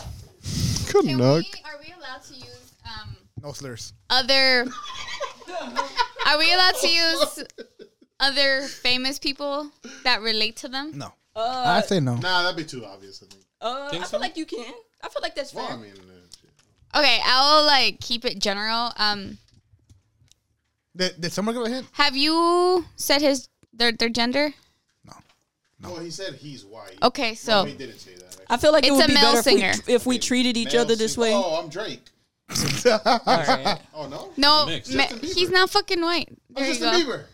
S2: Good
S5: Can
S2: luck.
S5: we? Are we allowed to use um
S4: No slurs.
S5: other? are we allowed to use other famous people that relate to them?
S4: No.
S3: Uh,
S4: I say no.
S2: Nah, that'd be too obvious. I think.
S3: uh, I
S1: Think
S3: feel
S1: so?
S3: like you can. I feel like that's fair.
S2: mean, uh,
S5: Okay, I'll like keep it general. Um,
S4: Did, did someone give a hint?
S5: have you said his their their gender?
S2: no. He said he's white.
S5: Okay, so
S2: didn't say that.
S3: I feel like it
S5: It's
S3: would
S5: a
S3: be
S5: male
S3: better
S5: singer.
S3: If, we, if we treated each other this way.
S4: Oh,
S2: Oh, I'm Drake.
S3: All right.
S2: Oh no.
S5: no,
S1: Mixed.
S5: ma-
S2: Justin Bieber.
S5: he's not fucking white. There you go.
S2: Bieber.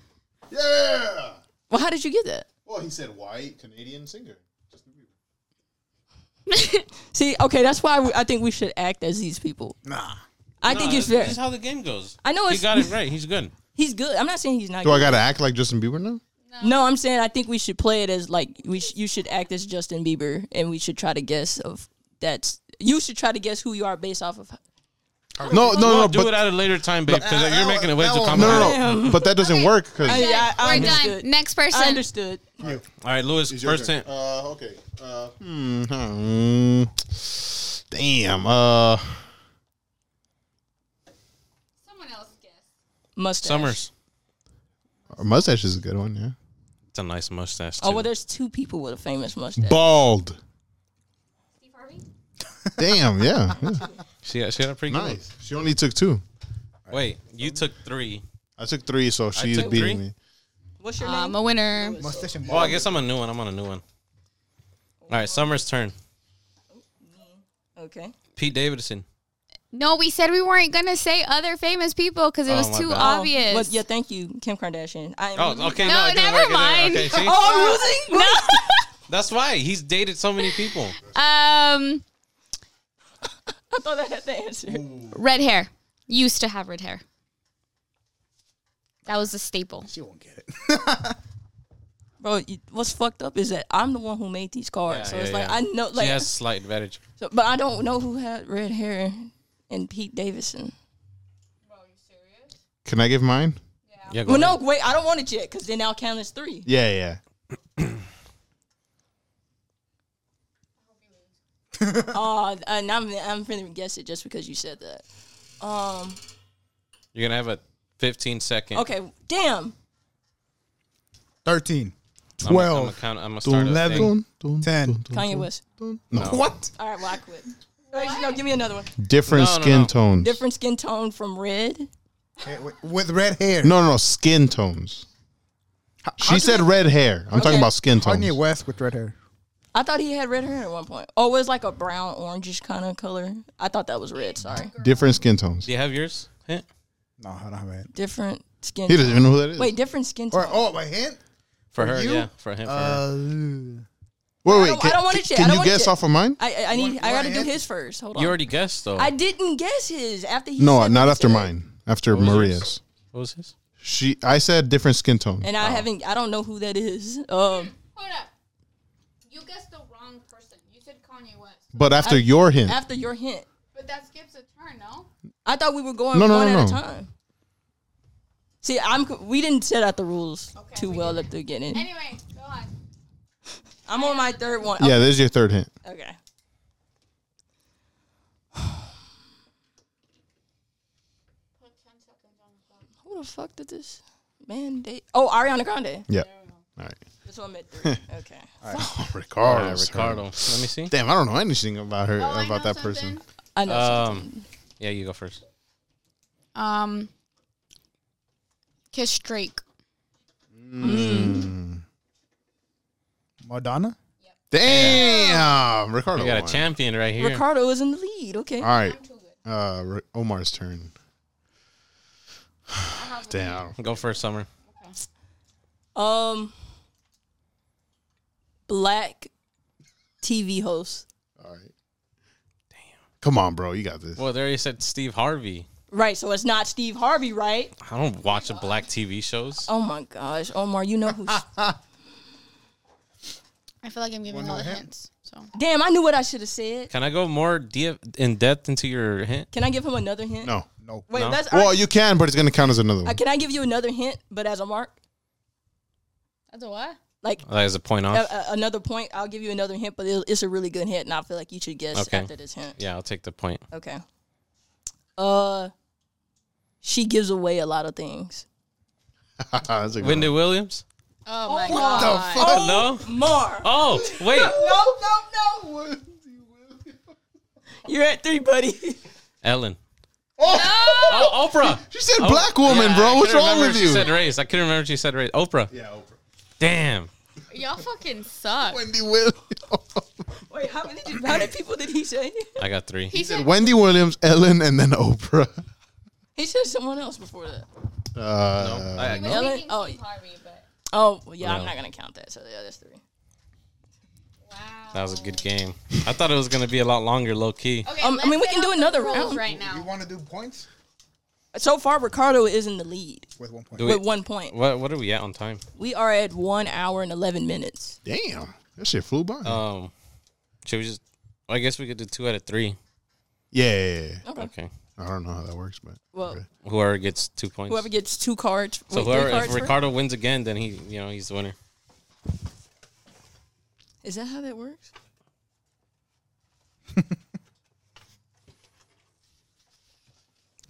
S2: Yeah.
S3: Well, how did you get that?
S2: Well, he said white Canadian singer. Justin Bieber.
S3: See, okay, that's why we, I think we should act as these people.
S4: Nah.
S3: I think it's fair.
S1: That's how the game goes.
S3: I know
S1: He
S3: it's
S1: got it right. He's good.
S3: he's good. I'm not saying he's not.
S2: Do
S3: good.
S2: I gotta act like Justin Bieber now?
S3: No, I'm saying I think we should play it as like we sh- you should act as Justin Bieber and we should try to guess of that's you should try to guess who you are based off of.
S2: No, no, no,
S1: We'll
S2: no,
S1: do
S2: but
S1: it at a later time, babe, because
S4: that
S1: Uh, you're
S4: one-
S1: making it way
S4: that
S1: too
S4: one-
S2: no,
S1: complicated.
S2: no, no. But that doesn't work
S3: I,
S2: because.
S3: I, I
S5: We're
S3: understood.
S5: done. Next person.
S3: I understood.
S1: All right, Lewis, first hint.
S2: Uh, okay. Uh, hmm, hmm. Damn. Uh,
S5: Someone else guess.
S3: Mustache.
S1: Summers.
S2: mustache is a good one. Yeah.
S1: It's a nice mustache. Too.
S3: Oh well, there's two people with a famous mustache.
S2: Bald.
S5: Steve Harvey.
S2: Damn. Yeah. yeah.
S1: she got, she got a pretty good.
S2: Nice. She only took two.
S1: one. Wait, you took three.
S2: I took three, so she's
S1: took
S2: beating
S1: three.
S2: me.
S3: What's your
S5: I'm
S3: name?
S5: a winner.
S4: Mustache and
S1: Well, Oh, I guess I'm a new one. I'm on a new one. All right, Summers' turn.
S3: Okay.
S1: Pete Davidson.
S5: No, we said we weren't gonna say other famous people because it
S1: Oh,
S5: was
S1: my
S5: too
S1: bad.
S5: obvious.
S3: Um, Well, yeah, thank you, Kim Kardashian. I am
S1: Oh, okay. Ah. No,
S5: No,
S1: it didn't
S5: never
S1: work. It didn't work.
S5: mind.
S1: Okay, see?
S3: Oh, I'm losing. No.
S1: That's why he's dated so many people.
S5: Um,
S3: I thought I had the answer.
S5: red hair. Used to have red hair. That was a staple.
S4: She won't get it.
S3: Bro, you- what's fucked up is that I'm the one who made these cards.
S1: Yeah,
S3: so
S1: yeah,
S3: it's like
S1: yeah.
S3: I know like
S1: she has slight advantage.
S3: so- but I don't know who had red hair and Pete Davidson.
S2: Can I give mine?
S1: Yeah, go
S3: Well,
S1: ahead.
S3: no, wait, I don't want it yet because then I'll count as three.
S2: Yeah, yeah.
S3: Oh, and I'm I'm finna guess it just because you said that. Um,
S1: You're gonna have a 15 second.
S3: okay, damn.
S4: 13.
S1: I'm gonna- I'm
S4: 12.
S1: gonna count. I'm gonna
S2: Dun,
S1: start a thing.
S2: dun, dun,
S4: Ten.
S2: dun, dun,
S3: Kanye
S2: dun,
S3: West.
S2: dun. No.
S4: What?
S3: All right, well I quit. Actually, no, give me another one.
S2: Different
S1: No, no,
S2: skin
S1: no.
S2: tones.
S3: Different skin tone from red.
S4: Eh, wi- With red hair.
S2: No, no, no, skin tones. She said red hair. I'm talking
S3: Okay.
S2: about skin tones.
S4: Kanye West with red hair.
S3: I thought he had red hair at one point. Oh, it was like a brown orangish kind of color. I thought that was red. Sorry.
S2: Different skin tones.
S1: Do you have yours? Yeah.
S4: No, I don't have it.
S3: Different skin.
S2: He doesn't even know who that is.
S3: Wait, different skin tone.
S4: Or, oh, my hint?
S1: For her,
S4: you?
S1: yeah. For him, for her.
S4: Uh,
S2: wait,
S3: I
S2: wait.
S3: don't-
S2: Can,
S3: I don't want it yet. I
S2: can
S3: don't
S2: you
S3: want it
S2: guess
S3: yet.
S2: off of mine?
S3: I I need.
S4: One-
S3: I gotta
S4: one
S3: do
S4: hand?
S3: his first. Hold on.
S1: You already guessed though.
S3: I didn't guess his after he.
S2: No,
S3: said
S2: not
S3: what he
S2: after
S3: said.
S2: mine. After
S1: was yours?
S2: Maria's.
S1: what was his?
S2: She, I said different skin tone.
S3: And I haven't. I don't know who that is. Um,
S5: Hold up. You guessed the wrong person. You said Kanye West.
S2: But after your hint,
S3: after your hint,
S5: But that skips a turn, no?
S3: I thought we were going
S2: No, no,
S3: one
S2: no,
S3: at a
S2: no.
S3: time. See, I'm. c- We didn't set out the rules
S5: Okay,
S3: too
S5: we
S3: well at the beginning.
S5: Anyway, go on.
S3: I'm on my third one. Oh,
S2: yeah, there's your third hint.
S3: Okay.
S5: Put 10 seconds on the clock.
S3: Who the fuck did this man date? Oh, Ariana Grande.
S2: Yeah. All right.
S3: This one at three. Okay.
S2: Oh,
S1: All
S2: Ricardo.
S1: right, Ricardo. Let me see.
S2: Damn, I don't know anything about her,
S5: I
S2: about
S5: know
S2: that person.
S5: something.
S3: I know. Oh, something.
S1: Um, yeah, you go first.
S5: Um, Kiss Drake.
S4: Madonna?
S2: Damn, Ricardo.
S1: You got
S2: won.
S1: a champion right here.
S3: Ricardo is in the lead. Okay.
S2: All right. Uh, Ri- Omar's turn. Damn.
S1: Go first, Summer.
S3: Um, black TV host.
S2: All right. Damn. Come on, bro. You got this.
S1: Well, there you said Steve Harvey.
S3: Right, so it's not Steve Harvey, right?
S1: I don't watch the black TV shows.
S3: Oh my gosh, Omar, you know who?
S5: I feel like I'm giving all the hints. So
S3: Damn, I knew what I should have said.
S1: Can I go more de- in depth into your hint?
S3: Can I give him another hint?
S2: No.
S4: No.
S3: Wait,
S1: No.
S3: that's.
S2: Well,
S3: I-
S2: you can, but it's gonna count as another
S3: I-
S2: one.
S3: can I give you another hint, but as a mark,
S5: that's a what?
S3: like
S1: That is a point
S3: a,
S1: off.
S3: a- another point? I'll give you another hint, but it, it's a really good hint, and I feel like you should guess
S1: Okay.
S3: after this hint.
S1: Yeah, I'll take the point.
S3: Okay. Uh, she gives away a lot of things.
S2: That's a good
S1: Wendy
S2: one.
S1: Williams?
S5: Oh, my
S3: what the
S5: god!
S1: Oh, no.
S3: Mar,
S1: Oh, wait.
S3: no, Oh, no, no. You're at three, buddy.
S1: Ellen.
S2: Oh,
S1: Oh, Oprah.
S2: she said
S1: Oh,
S2: black woman,
S1: yeah, I
S2: bro. What's
S1: couldn't
S2: wrong
S1: remember
S2: with
S1: if
S2: you?
S1: She said race. I couldn't remember if she said race. Oprah.
S2: yeah, Oprah.
S1: Damn.
S5: Y'all fucking suck.
S2: Wendy Williams.
S3: Wait, how many, how many people did he say?
S1: I got three.
S5: He said,
S2: Wendy Williams, Ellen, and then Oprah.
S3: He said someone else before that.
S2: Uh,
S1: No, I-
S5: was
S1: no.
S3: Ellen-
S5: thinking
S3: oh.
S5: Steve Harvey, but
S3: Oh, well, yeah, I'm
S1: No.
S3: not gonna count that. So yeah, that's three.
S5: wow.
S1: That was a good game. I thought it was going to be a lot longer, low key.
S5: Okay,
S3: Um, I
S5: let's
S3: mean, we
S5: set
S3: can do
S5: up the
S3: another
S5: rules
S3: round.
S5: right
S4: You
S5: now.
S4: want to do points?
S3: So far, Ricardo is in the lead
S4: With one point.
S1: Do
S3: with
S1: we-
S3: one point.
S1: What, what are we at on time?
S3: We are at one hour and eleven minutes.
S2: damn, that shit flew by.
S1: Um, Should we just. I guess we could do two out of three.
S2: yeah, yeah, yeah, yeah.
S1: Okay.
S2: I don't know how that works, but
S3: Well,
S1: Whoever gets two points.
S3: whoever gets two cards,
S1: so
S3: wait, three
S1: whoever,
S3: cards
S1: if
S3: first?
S1: Ricardo wins again, then he, you know, he's the winner.
S3: is that how that works?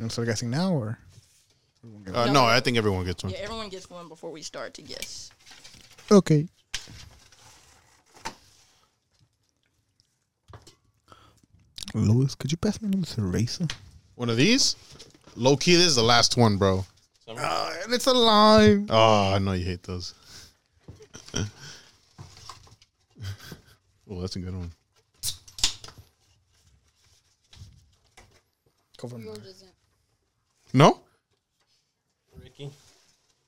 S4: I'm still guessing now, or?
S2: uh, no. I think everyone gets one.
S3: Yeah, everyone gets one before we start to guess.
S4: Okay. Louis, could you pass me another eraser?
S2: One of these. Low key, this is the last one, bro.
S4: Uh, and it's alive.
S2: Oh, I know you hate those. oh, that's a good one. No,
S1: Ricky?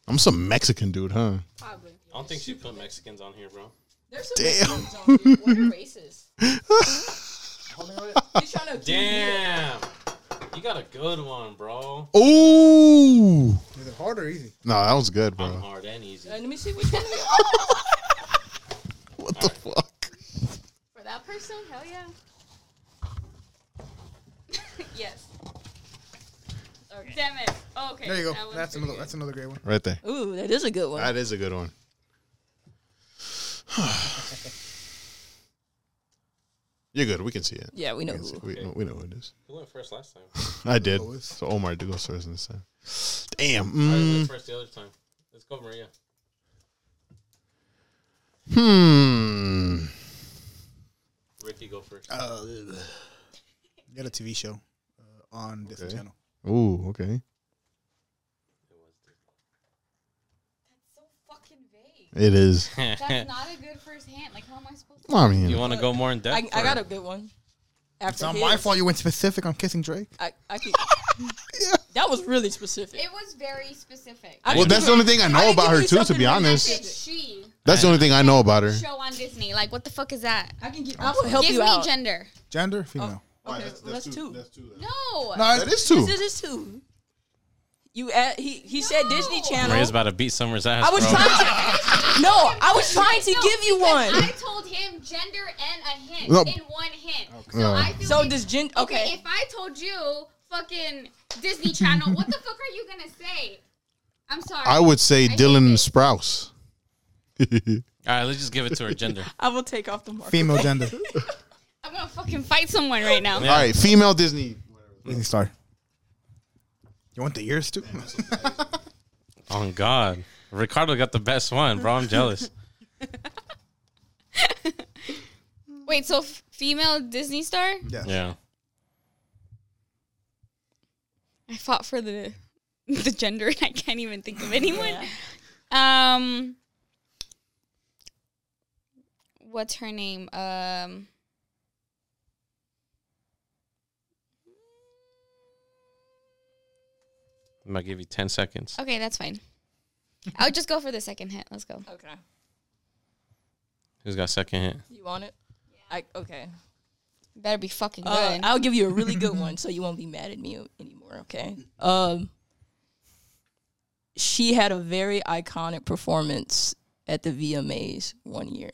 S2: I'm some Mexican dude, huh?
S5: Probably.
S1: I don't think she put Mexicans on here, bro.
S3: There's
S2: Damn.
S4: Mm-hmm.
S5: What a racist.
S3: He's trying to
S1: Damn. You got a good one, bro.
S2: Oh,
S4: Is it hard or easy?
S2: no, that was good,
S1: I'm
S2: bro.
S1: hard and easy.
S3: Let me see which one. we-
S2: What the fuck?
S5: For that person, hell yeah. yes. Damn it. Okay.
S4: There you
S5: that
S4: go.
S5: one's
S4: That's
S5: pretty
S4: another.
S5: good.
S4: That's another great one.
S2: Right there.
S3: Ooh, that is a good one.
S2: That is a good one. You're good. We can see it.
S3: yeah, we know.
S2: We, can see
S3: Who.
S2: it. we, we know who it is.
S1: Who went first last time?
S2: I did.
S4: Always.
S2: So Omar did go first this time. Damn.
S1: I
S2: Mm.
S1: went first the other time. Let's go, Maria.
S2: Mm-hmm. Hmm.
S1: Ricky, go first.
S4: Uh, you got a TV show uh, on Disney
S2: Okay.
S4: Channel.
S2: Ooh. Okay.
S5: That's so fucking vague.
S2: It is.
S5: That's not a good first hand. Like, how am I supposed to?
S2: Mommy.
S1: you want to go more in depth?
S3: I, I
S1: or-
S3: got a good one. After
S4: It's not
S3: his,
S4: my fault you went specific on kissing Drake.
S3: I, I could, That was really specific.
S5: It was very specific.
S3: I
S2: Well,
S3: could
S2: that's
S3: give
S2: the only
S3: you-
S2: thing I
S3: I
S2: know
S3: could
S2: about
S3: give
S2: her
S3: you
S2: too. To
S3: something
S2: be
S3: that
S2: honest,
S5: Said she
S2: that's the only thing I know about her.
S5: show on Disney. Like, what the fuck is that?
S3: I can give. I will help
S5: Give
S3: you
S5: me
S3: out.
S5: gender.
S4: Gender, female.
S3: Okay, well, that's two.
S2: two.
S5: No.
S4: No, it's,
S2: That is two.
S3: This is two. You at, he he said Disney
S5: No.
S3: Channel.
S1: Maria's about to beat Summer's ass.
S3: I was
S1: bro.
S3: trying to. No, I was trying to
S5: No,
S3: give you
S5: because
S3: one.
S5: I told him gender and a hint
S2: No.
S5: in one hint. So
S2: No.
S5: I feel
S3: So
S5: like-
S3: this gen.
S5: okay.
S3: Okay.
S5: If I told you fucking Disney Channel, what the fuck are you gonna say? I'm sorry.
S2: I would say
S5: think
S2: Dylan
S5: that-
S2: Sprouse.
S1: All right, let's just give it to her gender.
S3: I will take off the mark.
S4: female gender.
S5: I'm gonna fucking fight someone right now.
S2: All right, female Disney.
S4: Disney star. You want the ears too?
S1: On God, Ricardo got the best one, bro. I'm jealous.
S5: Wait, so f- female Disney star?
S1: Yeah.
S5: I fought for the the gender and I can't even think of anyone.
S3: Yeah.
S5: Um what's her name? Um
S1: I'm gonna give you ten seconds.
S5: okay, that's fine. I'll just go for the second hit. Let's go.
S3: Okay.
S1: Who's got second hit?
S3: You want it? I, okay.
S5: Better be fucking good.
S3: Uh, I'll give you a really good one, so you won't be mad at me o- anymore. Okay. Um, she had a very iconic performance at the VMAs one year.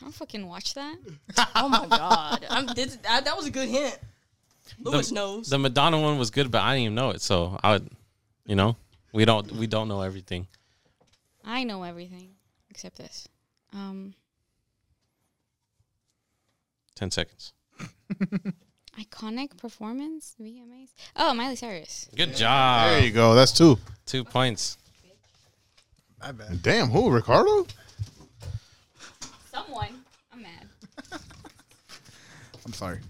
S5: I don't fucking watch that.
S3: Oh my god! I'm, this, I, that was a good hint. Lewis knows.
S1: The Madonna one was good, but I didn't even know it. So I, would, you know, we don't we don't know everything.
S5: I know everything except this. Um
S1: Ten seconds.
S5: iconic performance VMAs. Oh, Miley Cyrus.
S1: Good job.
S2: There you go. That's two.
S1: Two points.
S4: I bet.
S2: Damn, who? Ricardo?
S5: Someone. I'm mad.
S4: I'm sorry.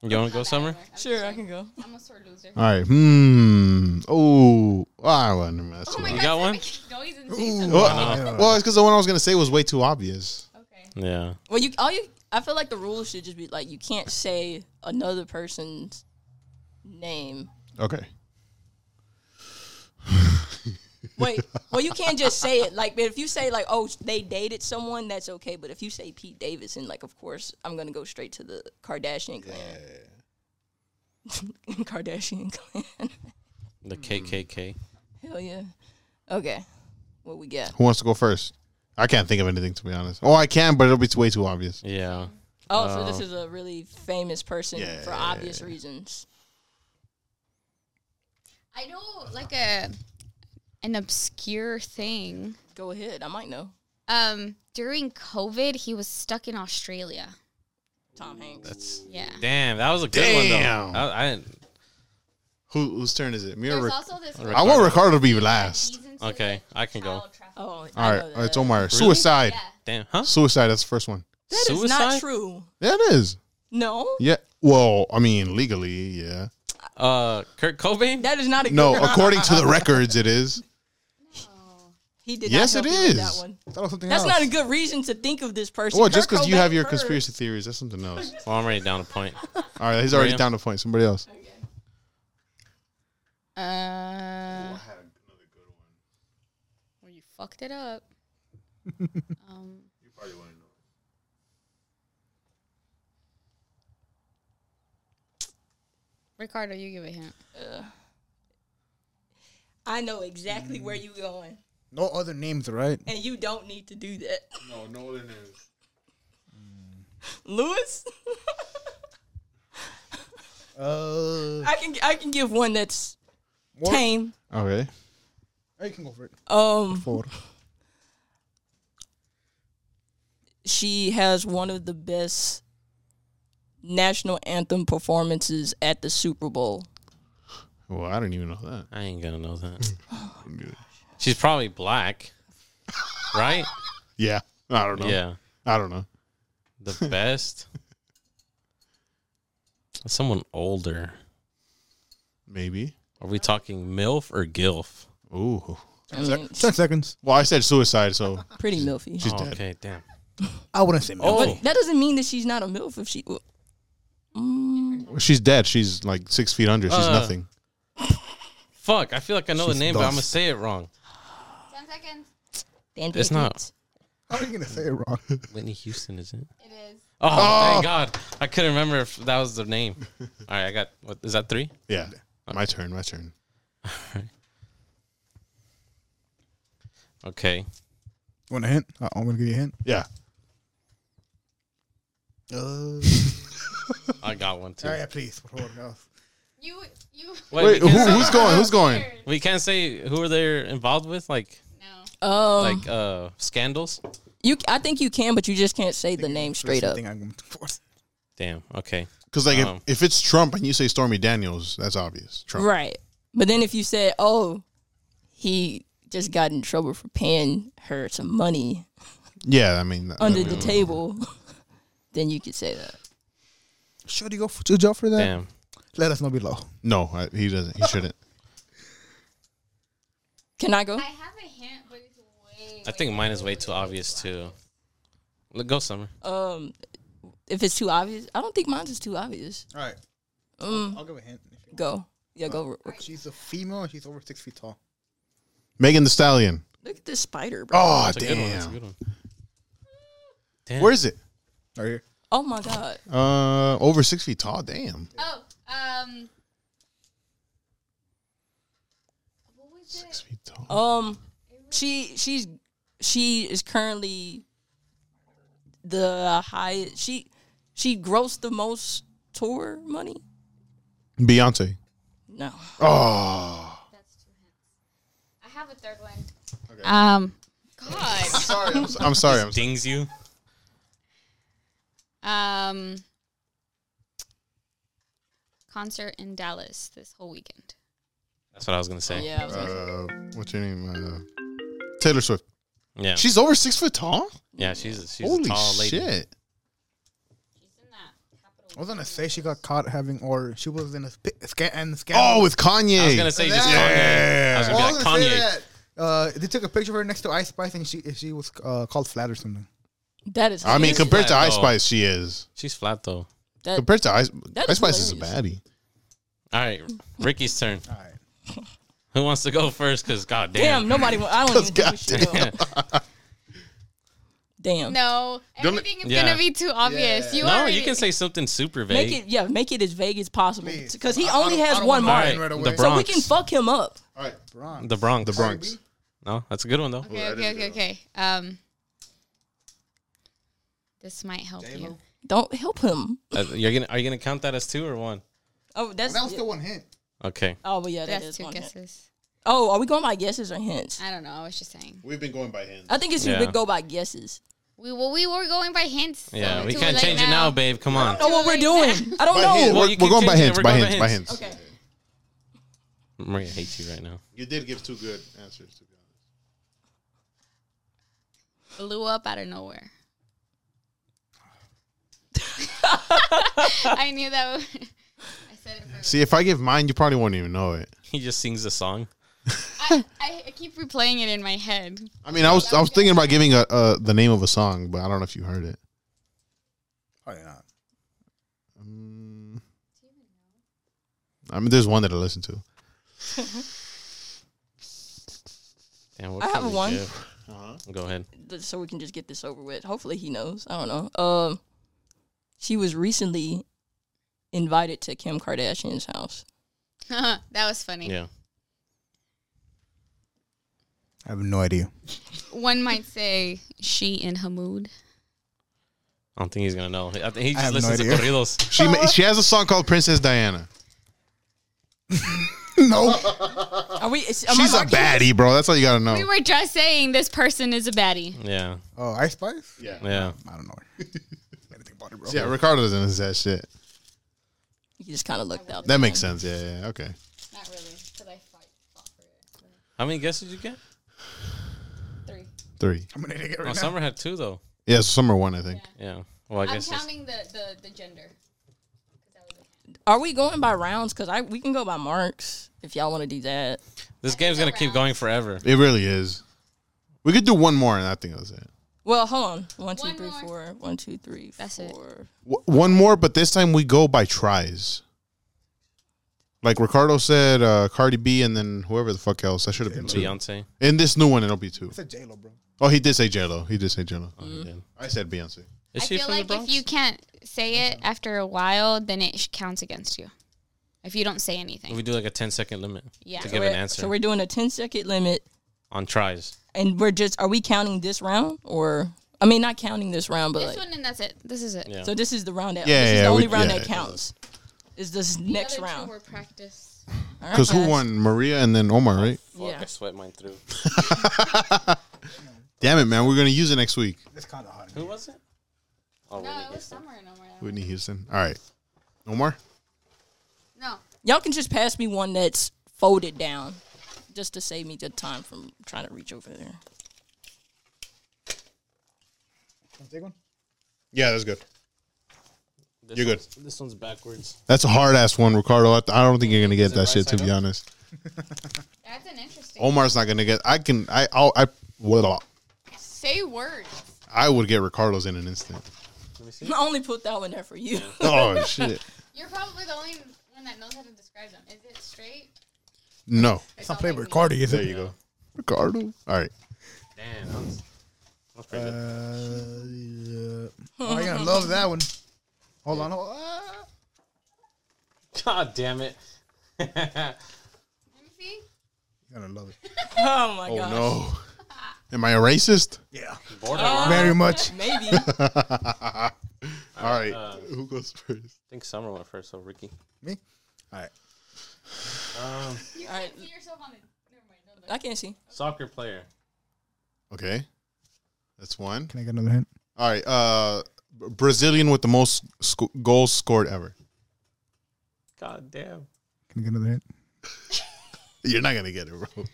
S1: You want to go, Summer?
S3: sure, I can go.
S5: I'm a sore loser.
S1: Oh
S2: All right. Hmm. Oh, I wouldn't have messed
S5: Oh
S2: with
S5: my
S2: it.
S5: god,
S1: got
S5: stop
S1: one?
S5: making noise and say something.
S2: Well, well, it's because the one I was gonna say was way too obvious.
S5: Okay.
S1: Yeah.
S3: Well, you all you. I feel like the rules should just be like you can't say another person's name.
S2: Okay.
S3: Wait, well, you can't just say it. Like, but if you say like, oh, they dated someone, that's okay. But if you say Pete Davidson, like, of course, I'm gonna go straight to the Kardashian clan. Kardashian clan.
S1: The
S2: Hmm.
S1: KKK.
S3: Hell yeah. Okay. What we got?
S2: Who wants to go first? I can't think of anything to be honest. Oh, I can, but it'll be way too obvious.
S1: Yeah.
S3: Oh, so this is a really famous person
S2: Yeah,
S3: for
S2: Uh, yeah,
S3: obvious reasons.
S5: I know like a an obscure thing.
S3: Go ahead. I might know.
S5: Um during COVID he was stuck in Australia.
S3: Tom Hanks.
S1: That's
S5: Yeah.
S1: damn. That was a good
S2: Damn.
S1: one though. I, I didn't-
S2: Who, whose turn is it? Me or
S5: There's
S2: Ric-
S5: also this
S2: I want Ricardo to be last.
S5: He's into,
S1: okay,
S5: like,
S1: I can go.
S5: child trafficking.
S3: Oh,
S2: All right, it's Omar. Suicide.
S5: Yeah.
S1: Damn. Huh?
S2: Suicide. That's the first one.
S3: That is
S1: Suicide?
S3: not true.
S2: Yeah, it is.
S3: No,
S2: Yeah. Well, I mean, legally, yeah.
S1: Uh, Kurt Cobain.
S3: that is not a
S2: No,
S3: good one.
S2: according to the records, it is.
S3: He did
S2: Yes,
S3: not
S2: it
S3: help you with
S2: is.
S3: that one.
S4: I thought it was something
S3: That's
S4: else.
S3: not a good reason to think of this person.
S2: Well, just
S3: Kurt
S2: because you have
S3: Cobain
S2: your
S3: heard.
S2: conspiracy theories, that's something else.
S1: Well, I'm already down a point.
S2: All right, he's already
S1: Maria?
S2: down to point. Somebody else.
S5: Uh, well, you fucked it up. um, Ricardo, you give a hint.
S3: I know exactly where you going,
S4: No other names, right?
S3: and you don't need to do that,
S2: No, no other names.
S3: Lewis.
S4: Uh,
S3: I can I can give one that's
S4: What?
S3: tame.
S2: Okay.
S4: oh, you can go for it.
S3: Um,
S4: Four.
S3: she has one of the best national anthem performances at the Super Bowl.
S2: Well, I don't even know that.
S1: I ain't gonna know that. She's probably black, right?
S2: Yeah, I don't know.
S1: Yeah,
S2: I don't know.
S1: the best. Someone older.
S2: Maybe.
S1: Are we talking milf or gilf?
S2: Ooh.
S3: I mean,
S4: Ten seconds.
S2: Well, I said suicide, so
S3: pretty milfy.
S2: she's
S1: Oh,
S2: dead.
S1: okay, damn.
S4: I wouldn't say milf.
S1: Oh,
S3: But that doesn't mean that she's not a milf if she. Mm,
S2: Well, She's dead. She's like six feet under. She's
S1: Uh.
S2: nothing.
S1: fuck! I feel like I know
S2: She's
S1: the name, but I'm gonna
S2: buff.
S1: say it wrong.
S5: Ten seconds.
S3: Dan
S1: It's not.
S3: Pickens.
S4: How are you gonna say it wrong?
S1: Whitney Houston, is it?
S5: It is.
S1: Oh, thank God! I couldn't remember if that was the name. All right, I got. What is that? Three.
S2: Yeah. My turn. My turn.
S1: Okay.
S4: want a hint? Uh, I'm gonna give you a hint.
S2: Yeah.
S4: Uh,
S1: I got one too.
S4: yeah, please. Por favor, no.
S5: You you
S1: Wait,
S2: Wait,
S1: we,
S2: who,
S1: can't say,
S2: who's going? Who's going?
S1: we can't say who are they involved with, like
S5: no.
S2: Oh.
S3: Um,
S1: like uh scandals.
S3: you, I think you can, but you just can't say the name straight
S4: That's
S3: up.
S4: the thing I'm going for.
S1: Damn. Okay.
S2: Because like
S1: Um.
S2: if, if it's Trump and you say Stormy Daniels, that's obvious. Trump.
S3: Right. But then if you said, "Oh, he just got in trouble for paying her some money
S2: Yeah. I mean. that-
S3: under
S2: that-
S3: the table," then you could say that.
S4: Should you go for, to job for that?
S1: Damn.
S4: Let us know below.
S2: no, I, he doesn't. He shouldn't.
S3: Can I go?
S5: I have a hint, but it's way.
S1: I think mine is way too obvious too. Let go, Summer.
S2: Ah,
S3: Um, if it's too obvious, I don't think mine's is too obvious.
S4: All right,
S3: Um,
S4: I'll give a hint. If you
S3: go. Yeah, go. Rook.
S4: She's a female. and She's over six feet tall.
S2: Megan the Stallion.
S3: Look at this spider, bro.
S2: Oh
S1: That's a good one. That's a
S2: damn.
S1: good one. Damn.
S2: Where is it?
S4: Right here.
S3: Oh my god.
S2: Uh, over six feet tall. Damn.
S5: Oh, um. What was
S2: Six
S5: it?
S2: feet tall.
S3: Um, she she's she is currently the highest. She she grossed the most tour money.
S2: Beyonce.
S3: No.
S2: Oh.
S5: I have a third one. Um. God.
S2: Sorry. I'm, I'm sorry. I'm sorry.
S1: Dings you.
S5: um. Concert in Dallas this whole weekend.
S1: That's what I was gonna say. Yeah.
S3: Yeah. I was like,
S2: Uh, what's your name? Uh, Taylor Swift.
S1: Yeah. She's
S2: She's over six foot tall.
S1: yeah. She's a, she's
S2: Holy
S1: a tall lady.
S2: shit.
S5: She's in that capital.
S4: I was gonna say she got caught having, or she was in a sp- scan and scan.
S2: Oh, with Kanye.
S1: I was gonna say just Kanye. I was gonna
S4: Well, I
S1: be
S4: was
S1: like
S4: gonna say
S1: Kanye.
S4: that, Uh, they took a picture of her next to Ice Spice, and she she was uh, called flat or something.
S3: that is.
S2: I mean,
S3: hilarious.
S2: compared to
S1: flat,
S2: Ice
S1: though.
S2: Spice, she is.
S1: She's flat though.
S3: That-
S2: Compared to Ice,
S3: That
S2: Ice
S3: is
S2: Spice is a
S3: hilarious.
S2: baddie.
S1: All right, Ricky's turn.
S4: All right.
S1: Who wants to go first? Cause goddamn.
S3: Damn, nobody. wa- I don't even think we should go.
S1: Yeah.
S3: Damn.
S5: No,
S2: Don't-
S5: everything is
S1: Yeah.
S5: gonna be too obvious. You
S1: No,
S5: already,
S1: you can say something super vague.
S3: Make it. Yeah, make it as vague as possible.
S4: Please.
S3: Because he
S4: I- I
S3: only
S4: don't- I
S3: has
S4: don't
S3: one
S4: want
S3: mark,
S4: mine
S1: All
S4: right away.
S1: the
S4: So
S3: so we
S1: Bronx.
S3: can fuck him up.
S2: All right,
S4: Bron.
S1: The Bronx.
S2: the Bronx.
S1: No, that's a good one though.
S5: Okay, okay, okay, okay. Um, this might help you.
S3: Don't help him.
S1: Uh, you're gonna are you gonna count that as two or one?
S3: Oh, that's.
S4: That was the one hint.
S1: Okay.
S3: oh, well, yeah, that
S5: That's
S3: is
S5: two
S3: one. hint.
S5: guesses.
S3: Oh, are we going by guesses or hints?
S5: I don't know. I was just saying.
S2: We've been going by hand.
S3: I think it's should
S1: Yeah.
S3: go by guesses.
S5: We well, we were going by hints.
S1: Yeah,
S5: so
S1: we
S5: too
S1: can't
S5: late
S1: change it now, babe. Come on.
S3: I don't know what we're doing. I don't know.
S1: Well,
S2: we're,
S1: you can
S2: we're going by
S1: change it.
S2: hints.
S1: We're
S2: by
S1: going by
S2: hints. By
S1: hints.
S2: hints.
S3: Okay.
S1: Maria hates you right now.
S2: You did give two good answers. To be honest.
S5: Blew up out of nowhere. I knew that. would- I said it first.
S2: See, if I give mine, you probably won't even know it.
S1: He just sings a song.
S5: I, I I keep replaying it in my head.
S2: I mean, I was I was thinking about giving a, uh the name of a song, but I don't know if you heard it.
S4: Probably not.
S2: Um, I mean, there's one that I listen to.
S1: Damn, what
S3: I
S1: can
S3: have
S1: we
S3: one.
S1: do? Go ahead.
S3: Th- So we can just get this over with. Hopefully he knows. I don't know. Um, she was recently invited to Kim Kardashian's house.
S5: that was funny.
S1: Yeah.
S4: I have no idea.
S5: One might say she in her mood.
S1: I don't think he's gonna know. I think he
S4: I
S1: just
S4: have no
S1: listens to
S4: idea.
S1: corridos.
S2: She ma- she has a song called Princess Diana.
S4: no.
S3: Are we? Is, am I
S2: She's a
S3: marking
S2: baddie, bro. That's all you gotta
S5: We
S2: know.
S5: were just saying this person is a baddie.
S1: Yeah,
S4: Oh, Ice Spice?
S2: Yeah,
S1: yeah.
S4: I don't know. Anything about it, bro.
S2: yeah. Ricardo doesn't listen to that shit.
S3: this? You just kind of looked out.
S2: That makes sense. Yeah, yeah. Okay.
S5: Not really, because I fight, fought for it.
S1: How many guesses did you get?
S5: Three.
S2: Three.
S4: I'm gonna get
S1: Oh,
S4: right now.
S1: Summer had two though.
S2: Yeah, so summer one, I think.
S1: Yeah. Well, I
S5: I'm
S1: guess. it's-
S5: counting the, the, the gender. 'Cause that was a-
S3: Are we going by rounds? Because I we can go by marks if y'all want to do that.
S1: This game's gonna keep going forever.
S2: It really is. We could do one more, and I think that's it.
S3: Well, hold on. One, two,
S5: One
S3: three,
S5: more.
S3: four. One, two, three,
S5: That's it.
S3: four.
S2: W- one more, but this time we go by tries. Like Ricardo said, uh, Cardi B, and then whoever the fuck else. That should have been two.
S1: Beyonce.
S2: In this new one, it'll be two.
S4: It's a J Lo, bro. Hmm?
S2: Oh, he did say J Lo. He did say J Lo.
S1: Oh, he did.
S2: I said Beyonce.
S1: Is
S5: I
S1: she
S5: feel
S1: from the
S5: like if
S1: Bronx?
S5: you can't say it after a while, then it sh- counts against you. If you don't say anything.
S1: We do like a 10 second limit
S5: Yeah.
S1: to
S5: So
S1: give
S3: We're-
S1: an answer
S3: So we're doing a 10 second limit,
S1: on tries.
S3: and we're just are we counting this round or I mean not counting this round, but
S5: this
S3: like,
S5: one and that's it. This is it.
S1: Yeah.
S3: so this is the round that
S2: Yeah,
S3: this is
S2: yeah,
S3: the only
S2: we-
S3: round
S2: yeah.
S3: that counts. Is this next
S5: the other
S3: round?
S5: two were practice.
S3: All right,
S2: Because who
S3: guys.
S2: won? Maria and then Omar, right?
S3: Yeah.
S1: sweat mine through.
S2: Damn it, man. We're going to use it next week.
S4: It's kind of hot.
S1: Who was it? Oh,
S5: No,
S1: Whitney
S5: it was
S1: Houston.
S5: somewhere no more.
S2: Whitney Houston. All right. Omar?
S5: No.
S3: Y'all can just pass me one that's folded down, just to save me the time from trying to reach over there.
S4: Take one.
S2: Yeah, that's good.
S1: This
S2: You're good.
S1: one's- This one's backwards.
S2: That's a hard ass one, Ricardo. I, I don't think you're going to get
S1: it
S2: that
S1: right
S2: shit, to
S1: side
S2: be
S1: up?
S2: honest.
S5: That's an interesting.
S1: Oh
S2: Omar's not going to get. I can. I, I'll, I, well,
S5: Say words.
S2: I would get Ricardo's in an instant.
S1: Let me see.
S3: I only put that one there for you.
S2: Oh, shit.
S5: You're probably the only one that knows how to describe them. Is it straight?
S2: No.
S4: It's not playing with Cardi, is it?
S2: There you go. Ricardo? All right.
S1: Damn. that was- That's pretty
S4: Uh,
S1: good.
S4: yeah. Oh, you're gonna love that one. Hold on. hold- ah.
S1: God damn it.
S5: Let me see.
S4: You're gonna love it.
S3: oh my
S2: Oh,
S3: gosh.
S2: no. Am I a racist?
S4: Yeah.
S1: Borderline.
S4: Very much.
S3: Maybe.
S2: All right. Who goes first?
S1: I think Summer went first, so Ricky.
S4: Me. All right.
S1: Um,
S5: You
S3: All right.
S5: can't see yourself on it. Never mind. Don't look.
S3: I can't see.
S1: soccer player.
S2: Okay. That's one.
S4: Can I get another hint?
S2: All right. Uh, Brazilian with the most sc- goals scored ever.
S1: God damn.
S4: Can I get another hint?
S2: You're not gonna get it, bro.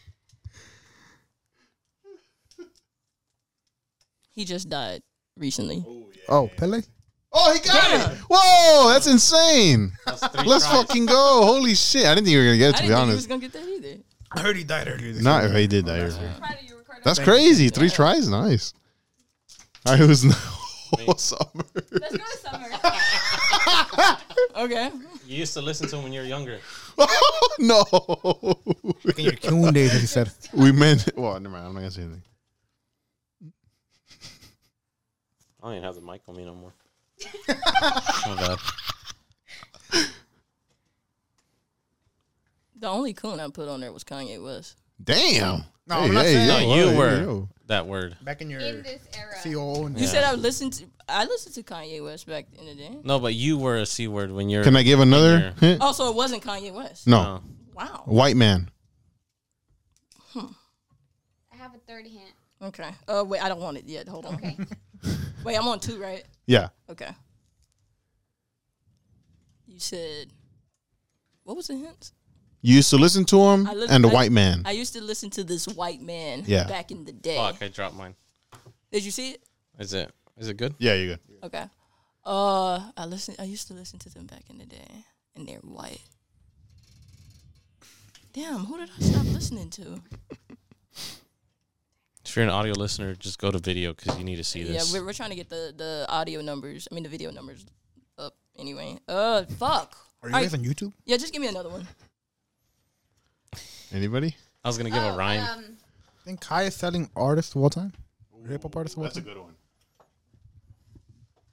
S3: He just died recently.
S4: Oh, Pele.
S2: Oh, he got it! Whoa, that's insane!
S1: That's three
S2: Let's
S1: tries.
S2: fucking go! Holy shit! I didn't think you were gonna get it.
S3: I
S2: To
S3: didn't
S2: be
S3: think he was
S2: honest,
S3: gonna get that either.
S4: I heard he died earlier. This
S2: not he did that. earlier.
S5: Proud of you, Ricardo.
S2: That's crazy. Three tries, nice. I was no summer.
S5: Let's go to summer.
S3: Okay.
S1: You used to listen to him when you were younger.
S2: no,
S4: week. In your coon days, like you said.
S2: we meant. Well, never mind. I'm not gonna say anything.
S1: I don't even have the mic on me no more. My bad.
S3: The only coon I put on there was Kanye West.
S2: Damn.
S4: No, I'm not saying-
S1: No,
S4: Hey,
S1: you
S2: hey,
S1: were
S2: yo.
S1: that word.
S4: Back in your
S5: In this era.
S4: CO and
S3: You said I listened to I listened to Kanye West back in the day.
S1: No, but you were a c word when you're.
S2: Can I give another
S1: Here.
S2: hint?
S3: Oh, so it wasn't Kanye West.
S2: No,
S3: Wow.
S2: white man.
S5: I have a third hint.
S3: Okay. Oh wait, I don't want it yet. Hold on.
S5: Okay.
S3: Wait, I'm on two, right?
S2: Yeah,
S3: Okay. You said what was the hint?
S2: you used to listen to him
S3: I lis-
S2: and the
S3: I-
S2: white man.
S3: I used to listen to this white man
S2: Yeah.
S3: back in the day.
S1: Fuck, I dropped mine.
S3: Did you see it?
S1: Is it? Is it good?
S2: yeah, you're good.
S3: Okay. Uh, I listen. I used to listen to them back in the day, and they're white. Damn, who did I stop listening to?
S1: If you're an audio listener, just go to video because you need to see this.
S3: Yeah, we're, we're trying to get the the audio numbers. I mean, the video numbers up anyway. Uh, fuck.
S4: Are you
S3: All right,
S4: guys on YouTube?
S3: yeah, just give me another one.
S2: Anybody?
S1: I was gonna give
S3: Oh,
S1: a rhyme.
S5: Um,
S4: I think Kai is selling artists of all time. Hip hop artists of all time.
S2: good one.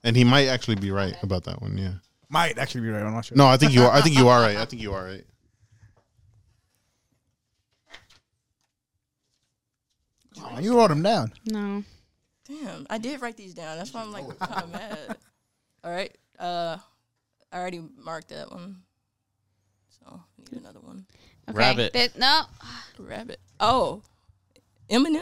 S2: And he might actually be right about that one. Yeah.
S4: Might actually be right. I'm not sure.
S2: No, I think you are. I think you are right. I think you are right.
S4: Aw, Oh, you wrote them down.
S5: No.
S3: Damn, I did write these down. That's why I'm like
S4: Oh.
S3: kind of mad. All right, uh, I already marked that one, so I need another one.
S5: Okay.
S1: Rabbit.
S5: That- no.
S3: Rabbit. Oh, Eminem.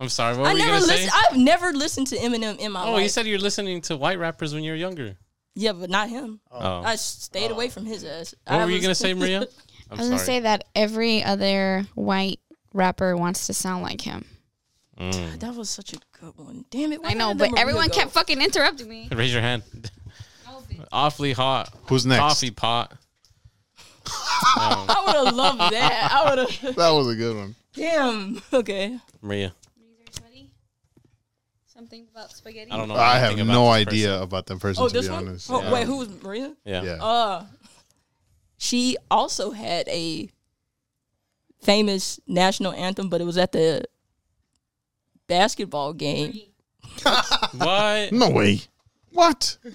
S1: I'm sorry. What
S3: I
S1: were you
S3: never
S1: gonna
S3: listened.
S1: say?
S3: I've never listened to Eminem in my
S1: Oh,
S3: life.
S1: you said you're listening to white rappers when you were younger.
S3: yeah, but not him.
S1: Oh,
S3: I stayed away from his ass.
S1: what
S3: I
S1: were you
S3: was-
S1: gonna say, Maria?
S5: i was going to say that every other white rapper wants to sound like him.
S1: Mm.
S3: that was such a good one. Damn it! why
S5: I
S3: did
S5: know,
S3: let
S5: but
S3: Maria
S5: everyone
S3: go?
S5: kept fucking interrupting me.
S1: Raise your hand. Awfully hot.
S2: Who's next?
S1: Coffee pot. Um,
S3: I would have loved that. I would have.
S2: That was a good one.
S3: Damn. Okay.
S1: Maria.
S5: Something about spaghetti.
S1: I don't know.
S2: I have
S1: anything about
S2: no
S1: this person.
S2: idea about that person
S3: Oh,
S2: to
S3: this
S2: be
S3: one.
S2: honest.
S3: Oh,
S1: Yeah.
S3: Wait, who was Maria?
S1: Yeah.
S2: Yeah.
S3: Uh, she also had a famous national anthem, but it was at the basketball game.
S1: What?
S2: no way. What?
S4: It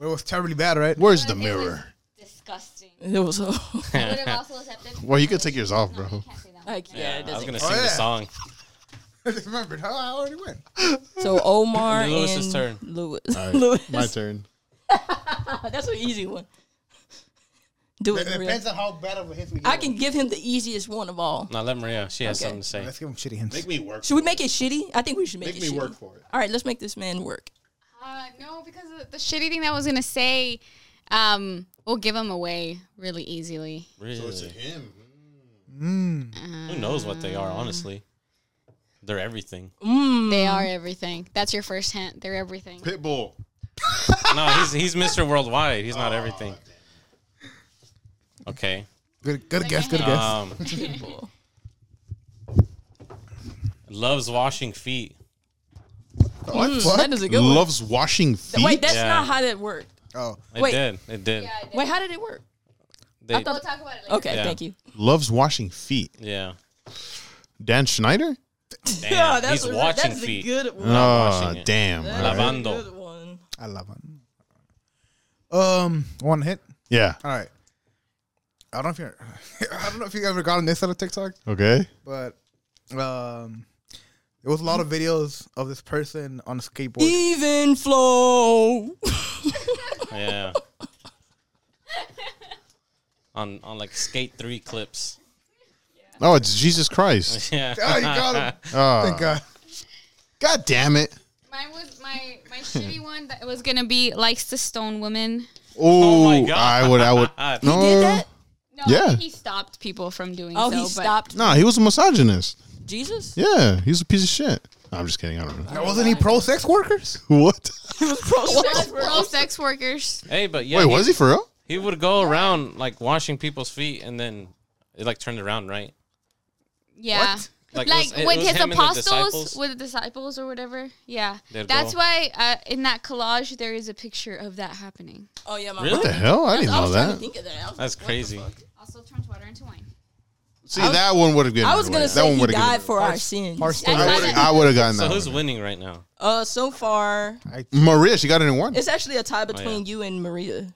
S4: was terribly bad, right?
S2: Where's the mirror?
S5: Disgusting.
S3: It was. A,
S5: I would have also accepted.
S2: Well, you could take yours off, bro.
S5: Can't say that.
S3: like, yeah, it
S1: I was
S3: doesn't.
S1: gonna sing
S4: yeah.
S1: the song.
S4: I just remembered. How I already went.
S3: So Omar and
S1: Lewis's turn.
S3: Lewis.
S2: All
S3: Lewis.
S2: right, my turn.
S3: That's an easy one. Do
S4: It
S3: it. Maria.
S4: depends on how bad of a hit we get.
S3: I can give him the easiest one of all.
S1: Now let Maria. She has
S3: Okay.
S1: something to say.
S4: Let's give him shitty hints.
S2: me work.
S3: Should we make it shitty? I think we should make,
S2: Make
S3: it
S2: me
S3: shitty.
S2: work for it.
S3: All right, let's make this man work.
S5: Uh, no, because the- the shitty thing that I was gonna say, um, we'll give them away really easily.
S2: So it's a
S1: Really?
S2: him.
S3: Mm.
S1: Who knows what they are? Honestly, they're everything.
S5: They are everything. That's your first hint. They're everything.
S2: Pitbull.
S1: no, he's he's Mr. Worldwide. He's not everything.
S2: Oh,
S1: Okay.
S4: Good, good guess. Good guess.
S1: Um, loves washing feet.
S4: what?
S3: Mm, That is a good one.
S2: Loves washing feet.
S3: Wait, that's
S1: Yeah.
S3: not how that worked.
S4: Oh,
S1: It
S3: Wait.
S1: did. It did.
S3: Wait, how did it work?
S1: They,
S3: thought-
S5: we'll talk about it later.
S3: Okay,
S1: Yeah.
S3: thank you.
S2: Loves washing feet.
S1: yeah.
S2: Dan Schneider.
S1: Damn,
S3: Yeah,
S1: he's
S3: that's a,
S1: watching
S3: that's
S1: feet. Mm.
S3: a good one.
S2: Oh,
S1: washing it.
S2: damn.
S3: That's
S2: All right.
S1: Lavando.
S3: a good one.
S4: I love it. Um, one hit.
S2: Yeah.
S4: All right. I don't know if you're. I don't know if you ever gotten this out of TikTok,
S2: Okay.
S4: but um, there was a lot of videos of this person on a skateboard.
S3: Even flow.
S1: Yeah. on on like skate three clips.
S2: Oh, it's Jesus Christ.
S1: Yeah.
S4: Oh, you got him!
S2: Oh,
S4: Thank God.
S2: God damn it.
S5: Mine was my my shitty one that was gonna be likes the stone woman.
S2: Oh,
S1: my God.
S2: I would. I would.
S1: Ah,
S2: No.
S3: Did that?
S5: No,
S2: Yeah.
S5: I think he stopped people from doing.
S3: Oh,
S5: so,
S3: he
S5: but
S3: stopped
S2: No, he was a misogynist.
S3: Jesus.
S2: Yeah, he's a piece of shit. No, I'm just kidding. I don't know.
S4: Now, wasn't he pro sex workers?
S2: What?
S5: Pro sex workers.
S1: Hey, but yeah,
S2: Wait,
S1: he,
S2: was he for real?
S1: he would go around like washing people's feet, and then it like turned around, right?
S5: Yeah.
S1: Like,
S5: Like,
S1: it was- it
S5: with
S1: was
S5: his
S1: him and the
S5: apostles,
S1: disciples?
S5: with the disciples or whatever. Yeah.
S1: They'd
S5: That's
S1: go-
S5: why uh, in that collage there is a picture of that happening.
S3: Oh yeah, my
S1: Really?
S2: What the hell? I didn't
S3: I
S2: know
S3: was trying to
S2: that.
S3: think of that. I was,
S1: That's
S3: what the
S1: crazy.
S3: fuck?
S5: Also turns water into wine.
S2: See, that one would have been.
S3: I was gonna
S2: that
S3: say
S2: one
S3: he
S2: would have
S3: died for our sins.
S4: Parsley.
S5: That's-
S2: Given, I would have gotten
S1: So
S2: that.
S1: who's
S2: one.
S1: winning right now?
S3: Uh, so far
S2: Maria? She got it in one.
S3: it's actually a
S1: Oh,
S3: tie between you and Maria.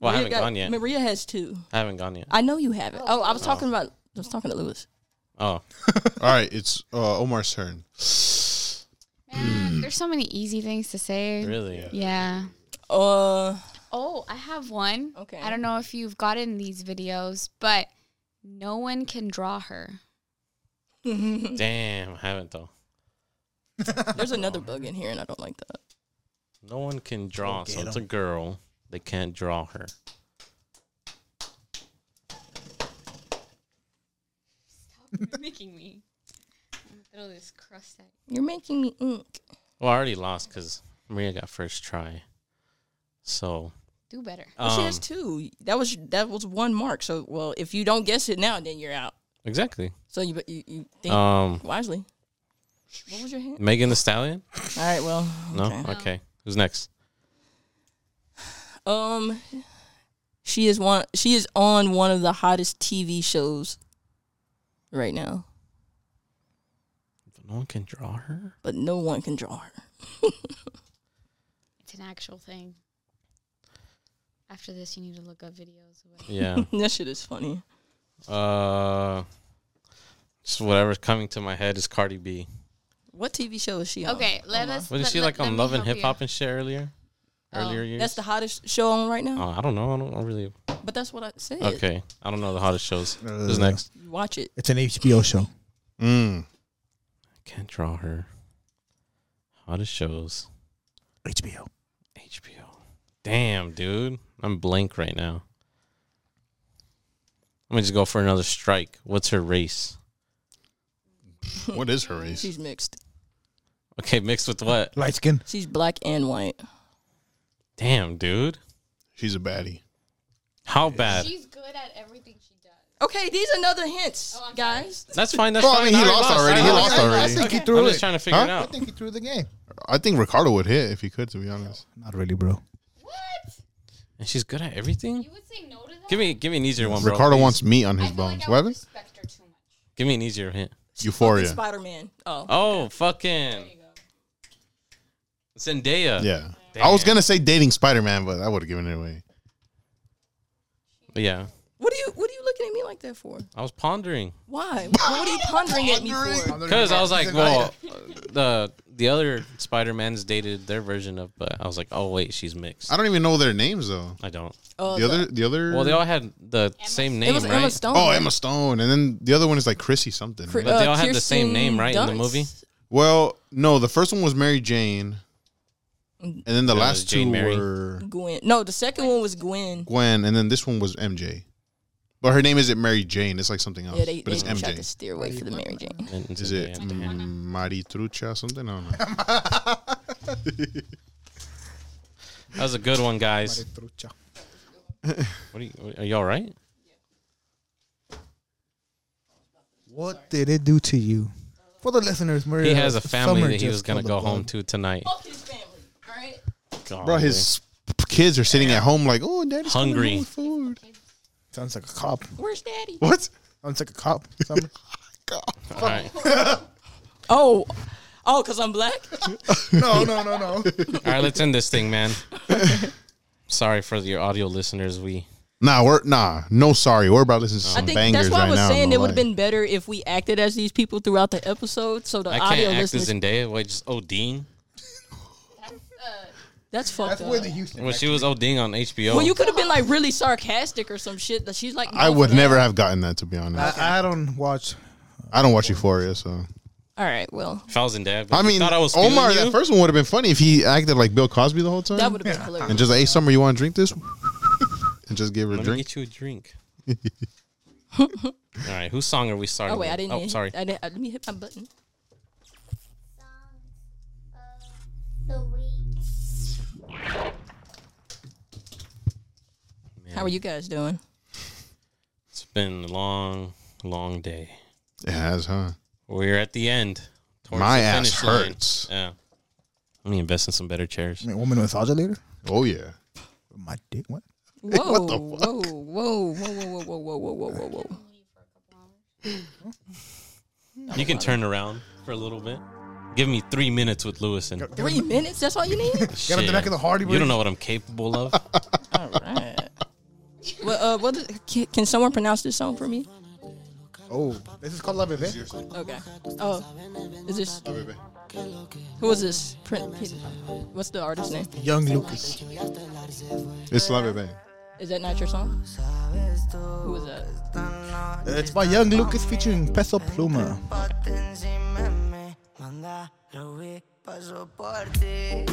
S1: Well, I
S3: Maria
S1: haven't
S3: got-
S1: gone yet.
S3: Maria has two.
S1: I haven't gone yet.
S3: I know you have it. Oh, I was talking about. I was talking to Lewis.
S1: Oh,
S2: All right, it's uh, Omar's turn.
S5: Man, there's so many easy things to say.
S1: really?
S5: Yeah.
S3: Uh,
S5: Oh, I have one.
S3: Okay.
S5: I don't know if you've gotten these videos, but no one can draw her.
S1: Damn, I haven't though.
S3: there's another bug in here, and I don't like that.
S1: No one can draw, so it's a girl. They can't draw her.
S5: making me. I'm gonna throw this crust at
S3: You're making me ink.
S1: Well, I already lost because Maria got first try. So
S5: you. Do better.
S3: Well, she
S1: um,
S3: has two. That was that was one mark. So, well, if you don't guess it now, then you're out.
S1: exactly.
S3: So you you, you think
S1: Um,
S3: wisely. What was your hint?
S1: Megan the Stallion.
S3: All right. Well.
S1: No. Okay. Who's next?
S3: Um. She is one. She is on one of the hottest TV shows right now,
S1: But no one can draw her.
S3: but no one can draw her.
S5: It's an actual thing. After this, you need to look up videos. Of what-
S1: Yeah.
S3: that shit is funny.
S1: uh, just whatever's coming to my head is Cardi B.
S3: What TV show is she on?
S5: Okay, let us.
S1: Wasn't
S5: let-
S1: she
S5: let-
S1: like
S5: let
S1: on
S5: me
S1: Love and
S5: help
S1: Hip Hop
S5: you.
S1: and shit earlier?
S5: Oh,
S1: earlier years.
S3: That's the hottest show on right now.
S1: Oh, I don't know. I don't, I don't really.
S3: But that's what I said.
S1: Oh. Okay, I don't know the hottest shows.
S2: No, no,
S1: Who's
S2: no, no.
S1: next?
S3: You watch it.
S4: It's an HBO show.
S2: Mm.
S1: Can't draw her. Hottest shows.
S4: HBO.
S1: HBO. Damn, dude, I'm blank right now. Let me just go for another strike. What's her race?
S2: What is her race?
S3: She's mixed.
S1: Okay, mixed with what?
S4: Light skin.
S3: She's black and white.
S1: Damn, dude,
S2: She's a baddie.
S1: how bad?
S5: She's good at everything she does.
S3: Okay, these another hints,
S5: Oh, I'm sorry.
S3: guys.
S1: That's fine. That's
S2: Well, I
S1: fine.
S2: mean, he lost already. He
S1: I
S2: lost
S4: I,
S2: already.
S4: think he
S1: I'm
S4: threw
S1: just
S4: it.
S1: trying to figure it
S2: Huh?
S4: I
S1: out.
S4: think he threw the game.
S2: I think Ricardo would hit if he could, to be honest.
S4: Not really, bro.
S5: What?
S1: And she's good at everything.
S5: You would say no to that?
S1: Give me, give me an easier one, bro.
S2: Ricardo
S1: please.
S2: wants meat on
S5: I
S2: his
S5: feel like
S2: bones. What
S5: I would
S2: happened?
S5: respect her too much.
S1: Give me an easier hint.
S2: Euphoria.
S3: Spider Man. Oh.
S1: Oh, fucking Zendaya.
S2: Yeah. I
S1: Damn.
S2: was gonna say dating Spider Man, but I would have given it away.
S1: yeah.
S3: What are you what are you looking at me like that for?
S1: I was pondering
S3: Why? what are you pondering at me for?
S1: because I was like, well, the the other Spider Mans dated their version of, but I was like, oh wait, she's mixed.
S2: I don't even know their names though.
S1: I don't.
S3: Uh,
S2: The other, the other.
S1: Well, they all had the same
S3: it
S1: name,
S3: was
S1: right?
S3: Emma Stone.
S2: oh, Emma Stone, and then the other one is like Chrissy something.
S3: Cri- uh,
S2: right?
S1: But they all had the same
S3: Kirsten
S1: name, right, in the
S3: Dunst.
S1: movie?
S2: Well, no, the first one was Mary Jane, and then the
S1: it was
S2: last
S1: Jane
S2: two
S1: Mary.
S2: were
S3: Gwen. No, the second one was Gwen.
S2: Gwen, and then this one was MJ. But her name isn't Mary Jane. It's like something else.
S3: Yeah, they,
S2: but
S3: they
S2: it's
S3: tried to
S2: MJ.
S3: steer away for the Mary Jane.
S1: And- and
S2: Is
S1: Zendaya.
S2: it mm, Maritrucha or something? I don't know.
S1: That was a good one, guys. What are you? Are you all right?
S4: What did it do to you? For the listeners, Maria.
S1: He has a family
S4: Summer
S1: that he
S4: just
S1: was gonna
S4: killed a
S1: go home
S4: bug.
S1: to tonight.
S3: Fuck his family. All right.
S2: Bro, his p- kids are sitting at home like, oh, daddy's coming
S1: Hungry.
S2: home with food.
S4: Sounds like a cop.
S3: Where's Daddy?
S2: What?
S4: Sounds like a cop. Summer.
S1: All right.
S3: Oh, oh, cause I'm black.
S4: no, no, no, no.
S1: All right, let's end this thing, man. Sorry for your audio listeners. We
S2: Nah, we're nah, no sorry. We're about to listen to
S3: I
S2: some
S3: think
S2: bangers
S3: that's why
S2: right
S3: I was
S2: now.
S3: saying
S2: no
S3: it would have
S2: lie.
S3: been better if we acted as these people throughout the episode, so the
S1: I
S3: audio
S1: can't act
S3: listeners.
S1: as Zendaya. Wait, just Odin.
S3: that's fucked
S4: That's
S3: up.
S4: where the Houston.
S1: When she was Odin on HBO.
S3: Well, you could have been like really sarcastic or some shit. That she's like,
S2: I
S3: no,
S2: would
S3: fuck.
S2: never have gotten that to be honest.
S4: I, I don't watch.
S2: I don't watch Euphoria, so
S3: All right, well,
S1: if I was Zendaya, but
S2: I
S1: you
S2: mean,
S1: thought I was fooling
S2: Omar.
S1: you?
S2: That first one would have been funny if he acted like Bill Cosby the whole time
S3: that would have been hilarious.
S2: and just like, hey, Summer, you want to drink this? and just give her a
S1: Let me
S2: drink.
S1: get you a drink. All right, whose song are we starting?
S3: Oh wait, I
S1: with?
S3: didn't.
S1: Oh,
S3: hit-
S1: sorry.
S3: I didn't, I, let me hit my button.
S6: the week.
S3: How are you guys doing?
S1: It's been a long, long day.
S2: It has, huh?
S1: We're at the end. towards
S2: My
S1: the
S2: ass
S1: finish line.
S2: hurts.
S1: Yeah. Let me invest in some better chairs.
S4: I mean, woman massage later.
S2: Oh yeah.
S4: My dick. What?
S3: Whoa, whoa, whoa, whoa, whoa, whoa, whoa, whoa, whoa, whoa, whoa.
S1: You can turn around for a little bit. Give me three minutes with Lewis and
S3: Three minutes? That's all you need?
S1: shit.
S4: the back of the Hardy
S1: You
S4: Boys.
S1: don't know what I'm capable of.
S3: all right. Well, uh, what is, can, can someone pronounce this song for me?
S4: Oh, this is called La Bebe.
S3: Okay. Oh, is this? Who is this? Prin- Pin- What's the artist's name?
S4: Young Lucas.
S2: It's Love It Bang.
S3: Is that not your song? Who is that?
S4: It's by Young Lucas featuring Peso Pluma.
S7: Ponte encima de mí, manda Ruby, paso por ti.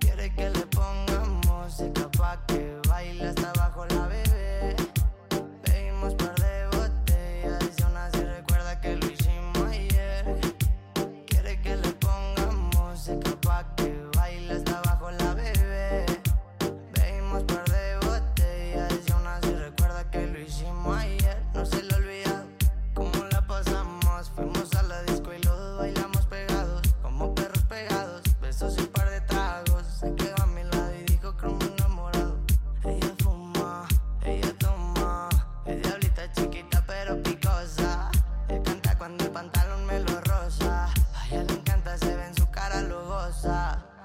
S7: Quiere que le ponga música pa' que baile hasta abajo la bebé. Bebimos par de botellas y una se recuerda que lo hicimos ayer. Quiere que le ponga música pa' que baile hasta abajo la bebé. Bebimos par de botellas y una se recuerda que lo hicimos ayer. No se le olvida cómo la pasamos. Fuimos a la disco y los dos bailamos pegados, como perros pegados. Besos y un par de tragos. Se quedó a mi lado y dijo como enamorado. Ella fuma, ella toma.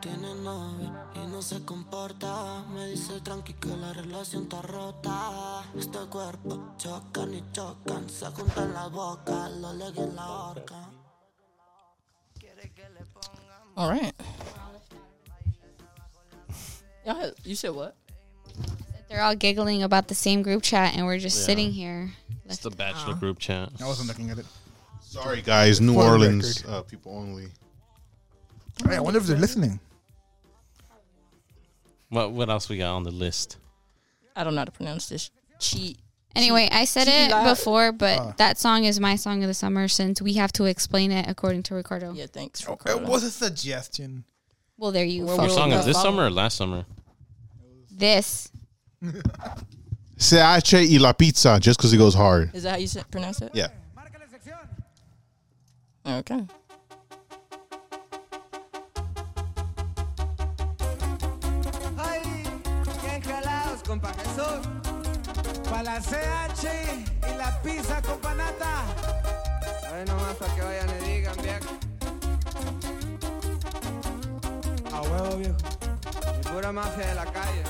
S7: tiene novio y no se comporta. Me dice tranqui que la relación está rota. Este cuerpo chocan y chocan, se juntan la boca, lo leguen en la horca.
S3: All right. Y'all had- you said what?
S5: They're all giggling about the same group chat, and we're just
S1: Yeah.
S5: sitting here.
S1: It's the bachelor group chat.
S4: I wasn't looking at it.
S2: Sorry, guys. New
S4: For the
S2: Orleans uh, people only.
S4: Hey, I wonder if they're listening.
S1: What what else we got on the list?
S3: I don't know how to pronounce this. Cheat.
S5: Anyway, I said
S3: she
S5: it
S3: lied.
S5: before, but
S4: Ah.
S5: that song is my song of the summer since we have to explain it according to Ricardo.
S3: Yeah, thanks.
S4: Oh,
S3: Ricardo.
S4: It was a suggestion.
S5: Well, there you
S1: Your
S5: go.
S1: song
S3: no,
S1: of this
S3: follow.
S1: summer or last summer?
S5: This.
S2: Se hace E y la pizza just because it goes hard.
S3: Is that how you say, pronounce it?
S2: Yeah.
S3: Okay.
S8: Ay, bien jalados, compa Jesús. Pa' la CH y la pizza, compa Nata. Ay, nomás para que vayan y digan, viejo. A huevo, viejo. Y pura mafia de la calle.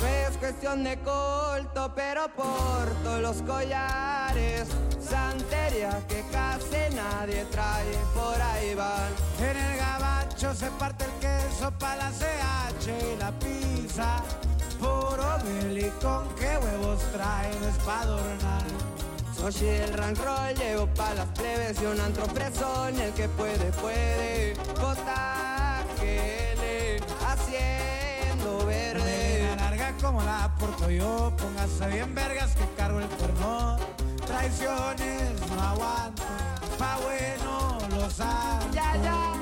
S8: No es cuestión de culto, pero porto los collares. Santeria que casi nadie trae, por ahí van. En el gabacho se parte el queso para la CH y la pizza. Puro Billy con qué huevos traen es pa' adornar. Soy el rank roll, llevo pa' las plebes y un antro fresón. El que puede, puede. Cotágele, haciendo verde. La larga como la porto yo, póngase bien vergas que cargo el cuerno. Traiciones no aguanto, pa' bueno los saco. Ya, ya,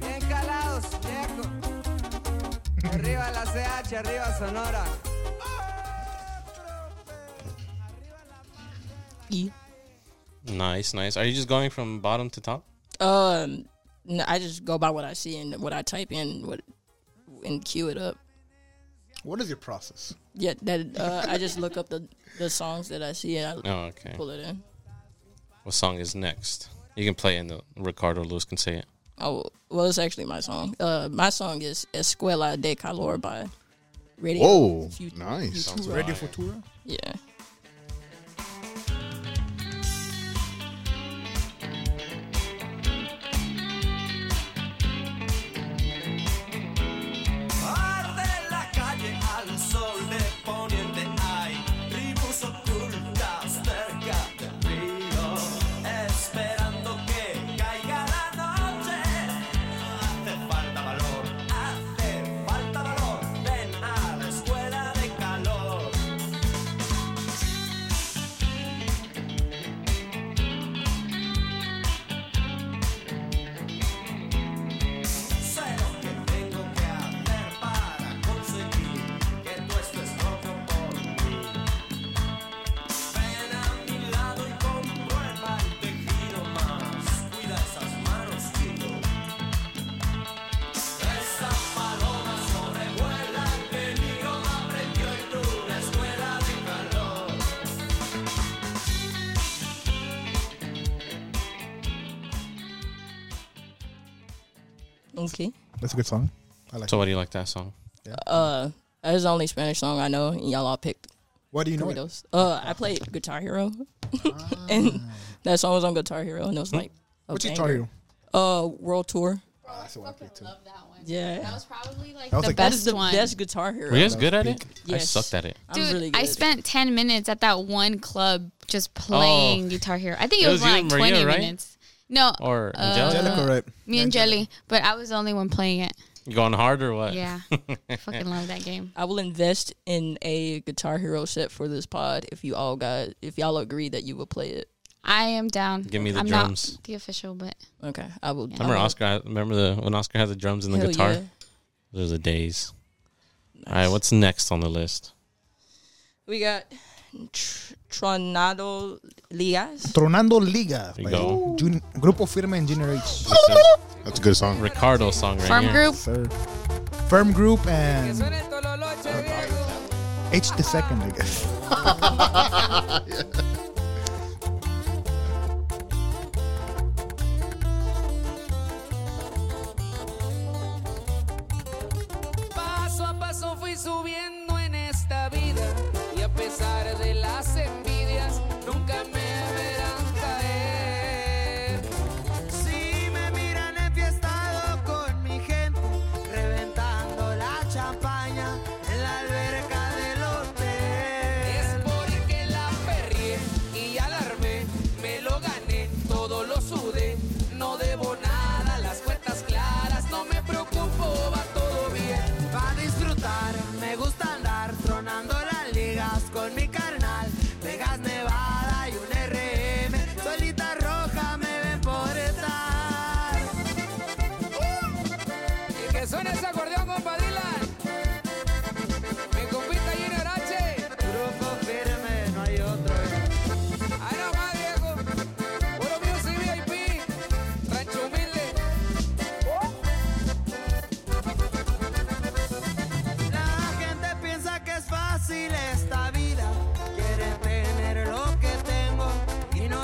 S8: bien calados, viejo. Arriba la CH, arriba Sonora.
S3: E.
S1: Nice, nice. Are you just going from bottom to top?
S3: Um, no, I just go by what I see and what I type in, what and cue it up.
S4: What is your process?
S3: Yeah, that uh, I just look up the the songs that I see and I
S1: Oh, okay.
S3: pull it in.
S1: What song is next? You can play it and the Ricardo Lewis can say it.
S3: Oh, well, it's actually my song. Uh, my song is Escuela de Calor by Radio.
S2: Whoa,
S3: Fut-
S2: nice.
S3: Futura.
S4: Radio Futura?
S3: Yeah.
S8: Arde la calle al sol de poniente hay tribus ocultas cerca del río esperando que caiga la noche hace falta valor hace falta valor ven a la escuela de calor Sé lo que tengo que hacer para conseguir que tú estés loco por mí. Ven a mi lado y comprueba el tejido más. Cuida esas manos, tío. Esas palomas sobrevuelan, peligro aprendió en una escuela de calor.
S3: Okay.
S4: That's a good song. I like
S1: So why do you like that song?
S3: Uh, that is the only Spanish song I know, and y'all all picked
S4: Why do you know it?
S3: Doritos. Uh, I played Guitar Hero, and that song was on Guitar Hero, and it was like a
S4: Ah. Hmm? What's your
S3: banger.
S4: title?
S3: Uh, World Tour.
S4: Ah, that's the one I picked too.
S3: Yeah,
S5: was probably like
S4: was
S5: the
S4: like-
S3: that is
S5: best
S3: the
S5: one.
S3: best Guitar Hero.
S1: Were you guys good at it? I
S3: Yes.
S1: sucked at it.
S3: I'm
S5: Dude,
S3: really
S5: I
S3: good.
S5: spent 10 minutes at that one club just playing Guitar Hero. I think it,
S1: It
S5: was,
S1: was you
S5: like
S1: and Maria,
S5: 20
S1: right?
S5: minutes. No,
S1: Or
S5: uh,
S1: Angelica?
S4: Angelica, right?
S5: me and Jelly, but I was the only one playing it.
S1: You going hard or what?
S5: Yeah. I fucking love that game.
S3: I will invest in a Guitar Hero set for this pod if you all guys, if y'all agree that you will play it.
S5: I am down.
S1: Give me the
S5: I'm
S1: drums.
S5: not the official, but
S3: Okay, I
S1: I
S3: will.
S1: remember
S5: Um,
S1: Oscar. I remember the when Oscar had the drums and the
S3: Hell
S1: guitar.
S3: yeah.
S1: Those are the days. All right, what's next on the list?
S3: We got tr- Tronado Ligas.
S4: Tronando Liga.
S1: There you
S4: by
S1: go.
S4: Jun- Grupo Firme and Generation.
S2: That's a, that's a good song.
S1: Ricardo song right
S5: Farm
S1: here.
S5: Group.
S4: Sir. Firm Group and
S8: Suena el tololoche, viejo.
S4: H the second, I guess.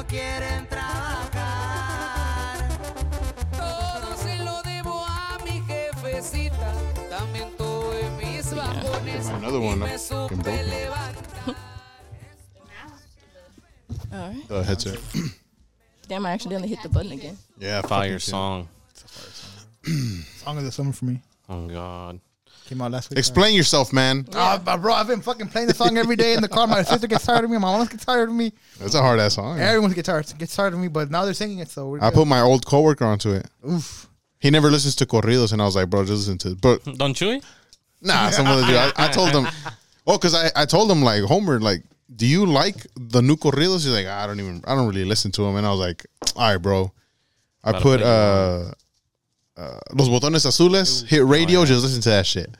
S8: quieren trabajar. Todo se lo debo a mi jefecita. También tuve mis bajones.
S2: Another
S8: y
S2: one,
S8: me
S2: uh,
S8: supe
S2: can break it.
S8: levantar.
S3: All right.
S2: The headset.
S3: Damn, I accidentally hit the button again.
S2: Yeah,
S1: Fire
S2: fucking shit.
S1: song.
S4: Song of the summer for me.
S1: Oh God.
S4: Came out last week.
S2: Explain yourself, man.
S4: Ah, but bro, I've been fucking playing the song every day in the car. My sister gets tired of me. My mom gets tired of me.
S2: That's a hard ass song.
S4: Everyone gets tired gets tired of me. But now they're singing it, so we're
S2: I
S1: Ah,
S4: good.
S2: put my old coworker onto it.
S4: Oof.
S2: He never listens to corridos, and I was like, bro, just listen to it. But
S1: Don Chuy?
S2: nah, some other dude. I, I told him, oh, because I, I told him like Homer, like, do you like the new corridos? He's like, I don't even, I don't really listen to him. And I was like, all right, bro. I
S1: Gotta
S2: put
S1: play
S2: uh, uh, los botones azules. Hit
S3: Oh,
S2: radio. Just listen to that shit.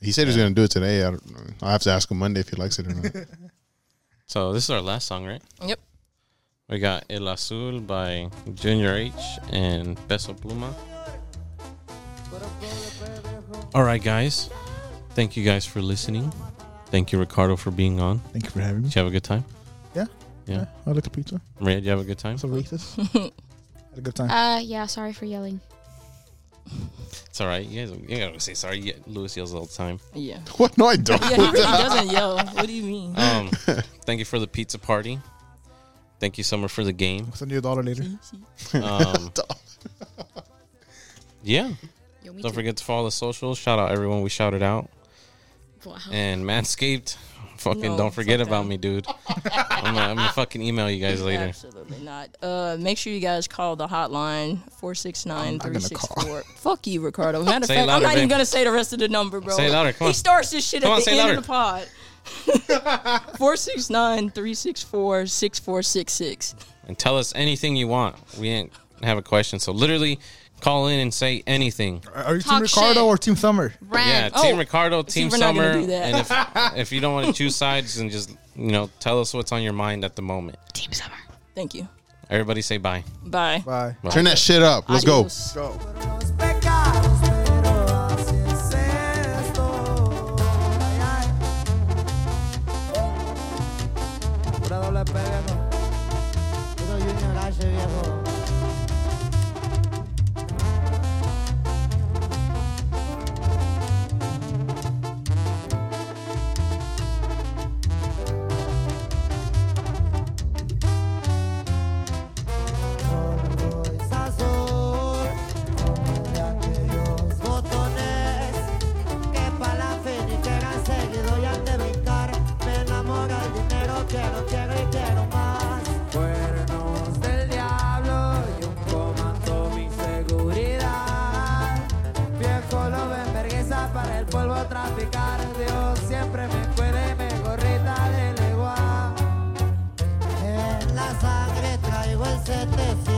S2: He said he was gonna do it today. I don't know. I have to ask him Monday if he likes it or not.
S1: So this is our last song, right?
S3: Yep.
S1: We got El Azul by Junior H and Peso Pluma. All right, guys. Thank you guys for listening. Thank you, Ricardo, for being on.
S4: Thank you for having me.
S1: Did you have a good time?
S4: Yeah.
S1: Yeah.
S4: I like the pizza.
S1: Maria, did you have a good time?
S4: It's a racist. Ah. Had a good time.
S5: Uh, yeah. Sorry for yelling.
S1: It's all right. You guys, you gotta say sorry. You- Louis yells all the time.
S3: Yeah.
S2: what? No, I don't.
S3: Yeah, he really doesn't yell. What do you mean?
S1: Um, thank you for the pizza party. Thank you, Summer, for the game.
S4: I'll send you a dollar later.
S1: Um, yeah.
S5: Yo, me
S1: Don't
S5: too.
S1: forget to follow the socials. Shout out everyone we shouted out.
S5: Wow.
S1: And Manscaped, fucking
S3: No,
S1: don't forget
S3: fuck
S1: about
S3: them.
S1: me, dude. I'm gonna, I'm gonna fucking email you guys later.
S3: Absolutely not. Uh, make sure you guys call the hotline 469-364. Fuck you, Ricardo. Matter of
S1: Say it
S3: fact, I'm
S1: louder,
S3: not even
S1: babe.
S3: gonna say the rest of the number, bro.
S1: Say it louder, come
S3: he
S1: on.
S3: starts this shit
S1: Come
S3: at
S1: on,
S3: the
S1: say
S3: end
S1: it
S3: of the pod. 469-364-6466.
S1: And tell us anything you want. We ain't have a question, so literally call in and say anything.
S4: Are are you Team
S5: Talk
S4: Ricardo
S5: shit.
S4: or Team Summer?
S1: Yeah,
S5: Brand.
S1: Team
S3: Oh,
S1: Ricardo, Team
S3: we're not
S1: Summer,
S3: gonna do
S1: and if
S3: that.
S1: if you don't want to choose sides, then just you know tell us what's on your mind at the moment.
S5: Team Summer.
S3: Thank you.
S1: Everybody say bye.
S3: Bye.
S4: Bye.
S2: Turn that shit up. Let's go.
S3: Adios.
S4: Go.
S8: Los pecados, pero así es esto. Ay, ay. Pura doble pega, ¿no? Puro Junior H, viejo. Soy sazón, de aquellos botones que para la que han seguido y han de brincar. Me enamora el dinero, quiero, quiero y quiero más. Cuernos del diablo y un comando mi seguridad. Viejo lo ven vergüenza para el polvo traficar. Dios siempre me puede, me gorrita de legua. En la sangre traigo el 700. pues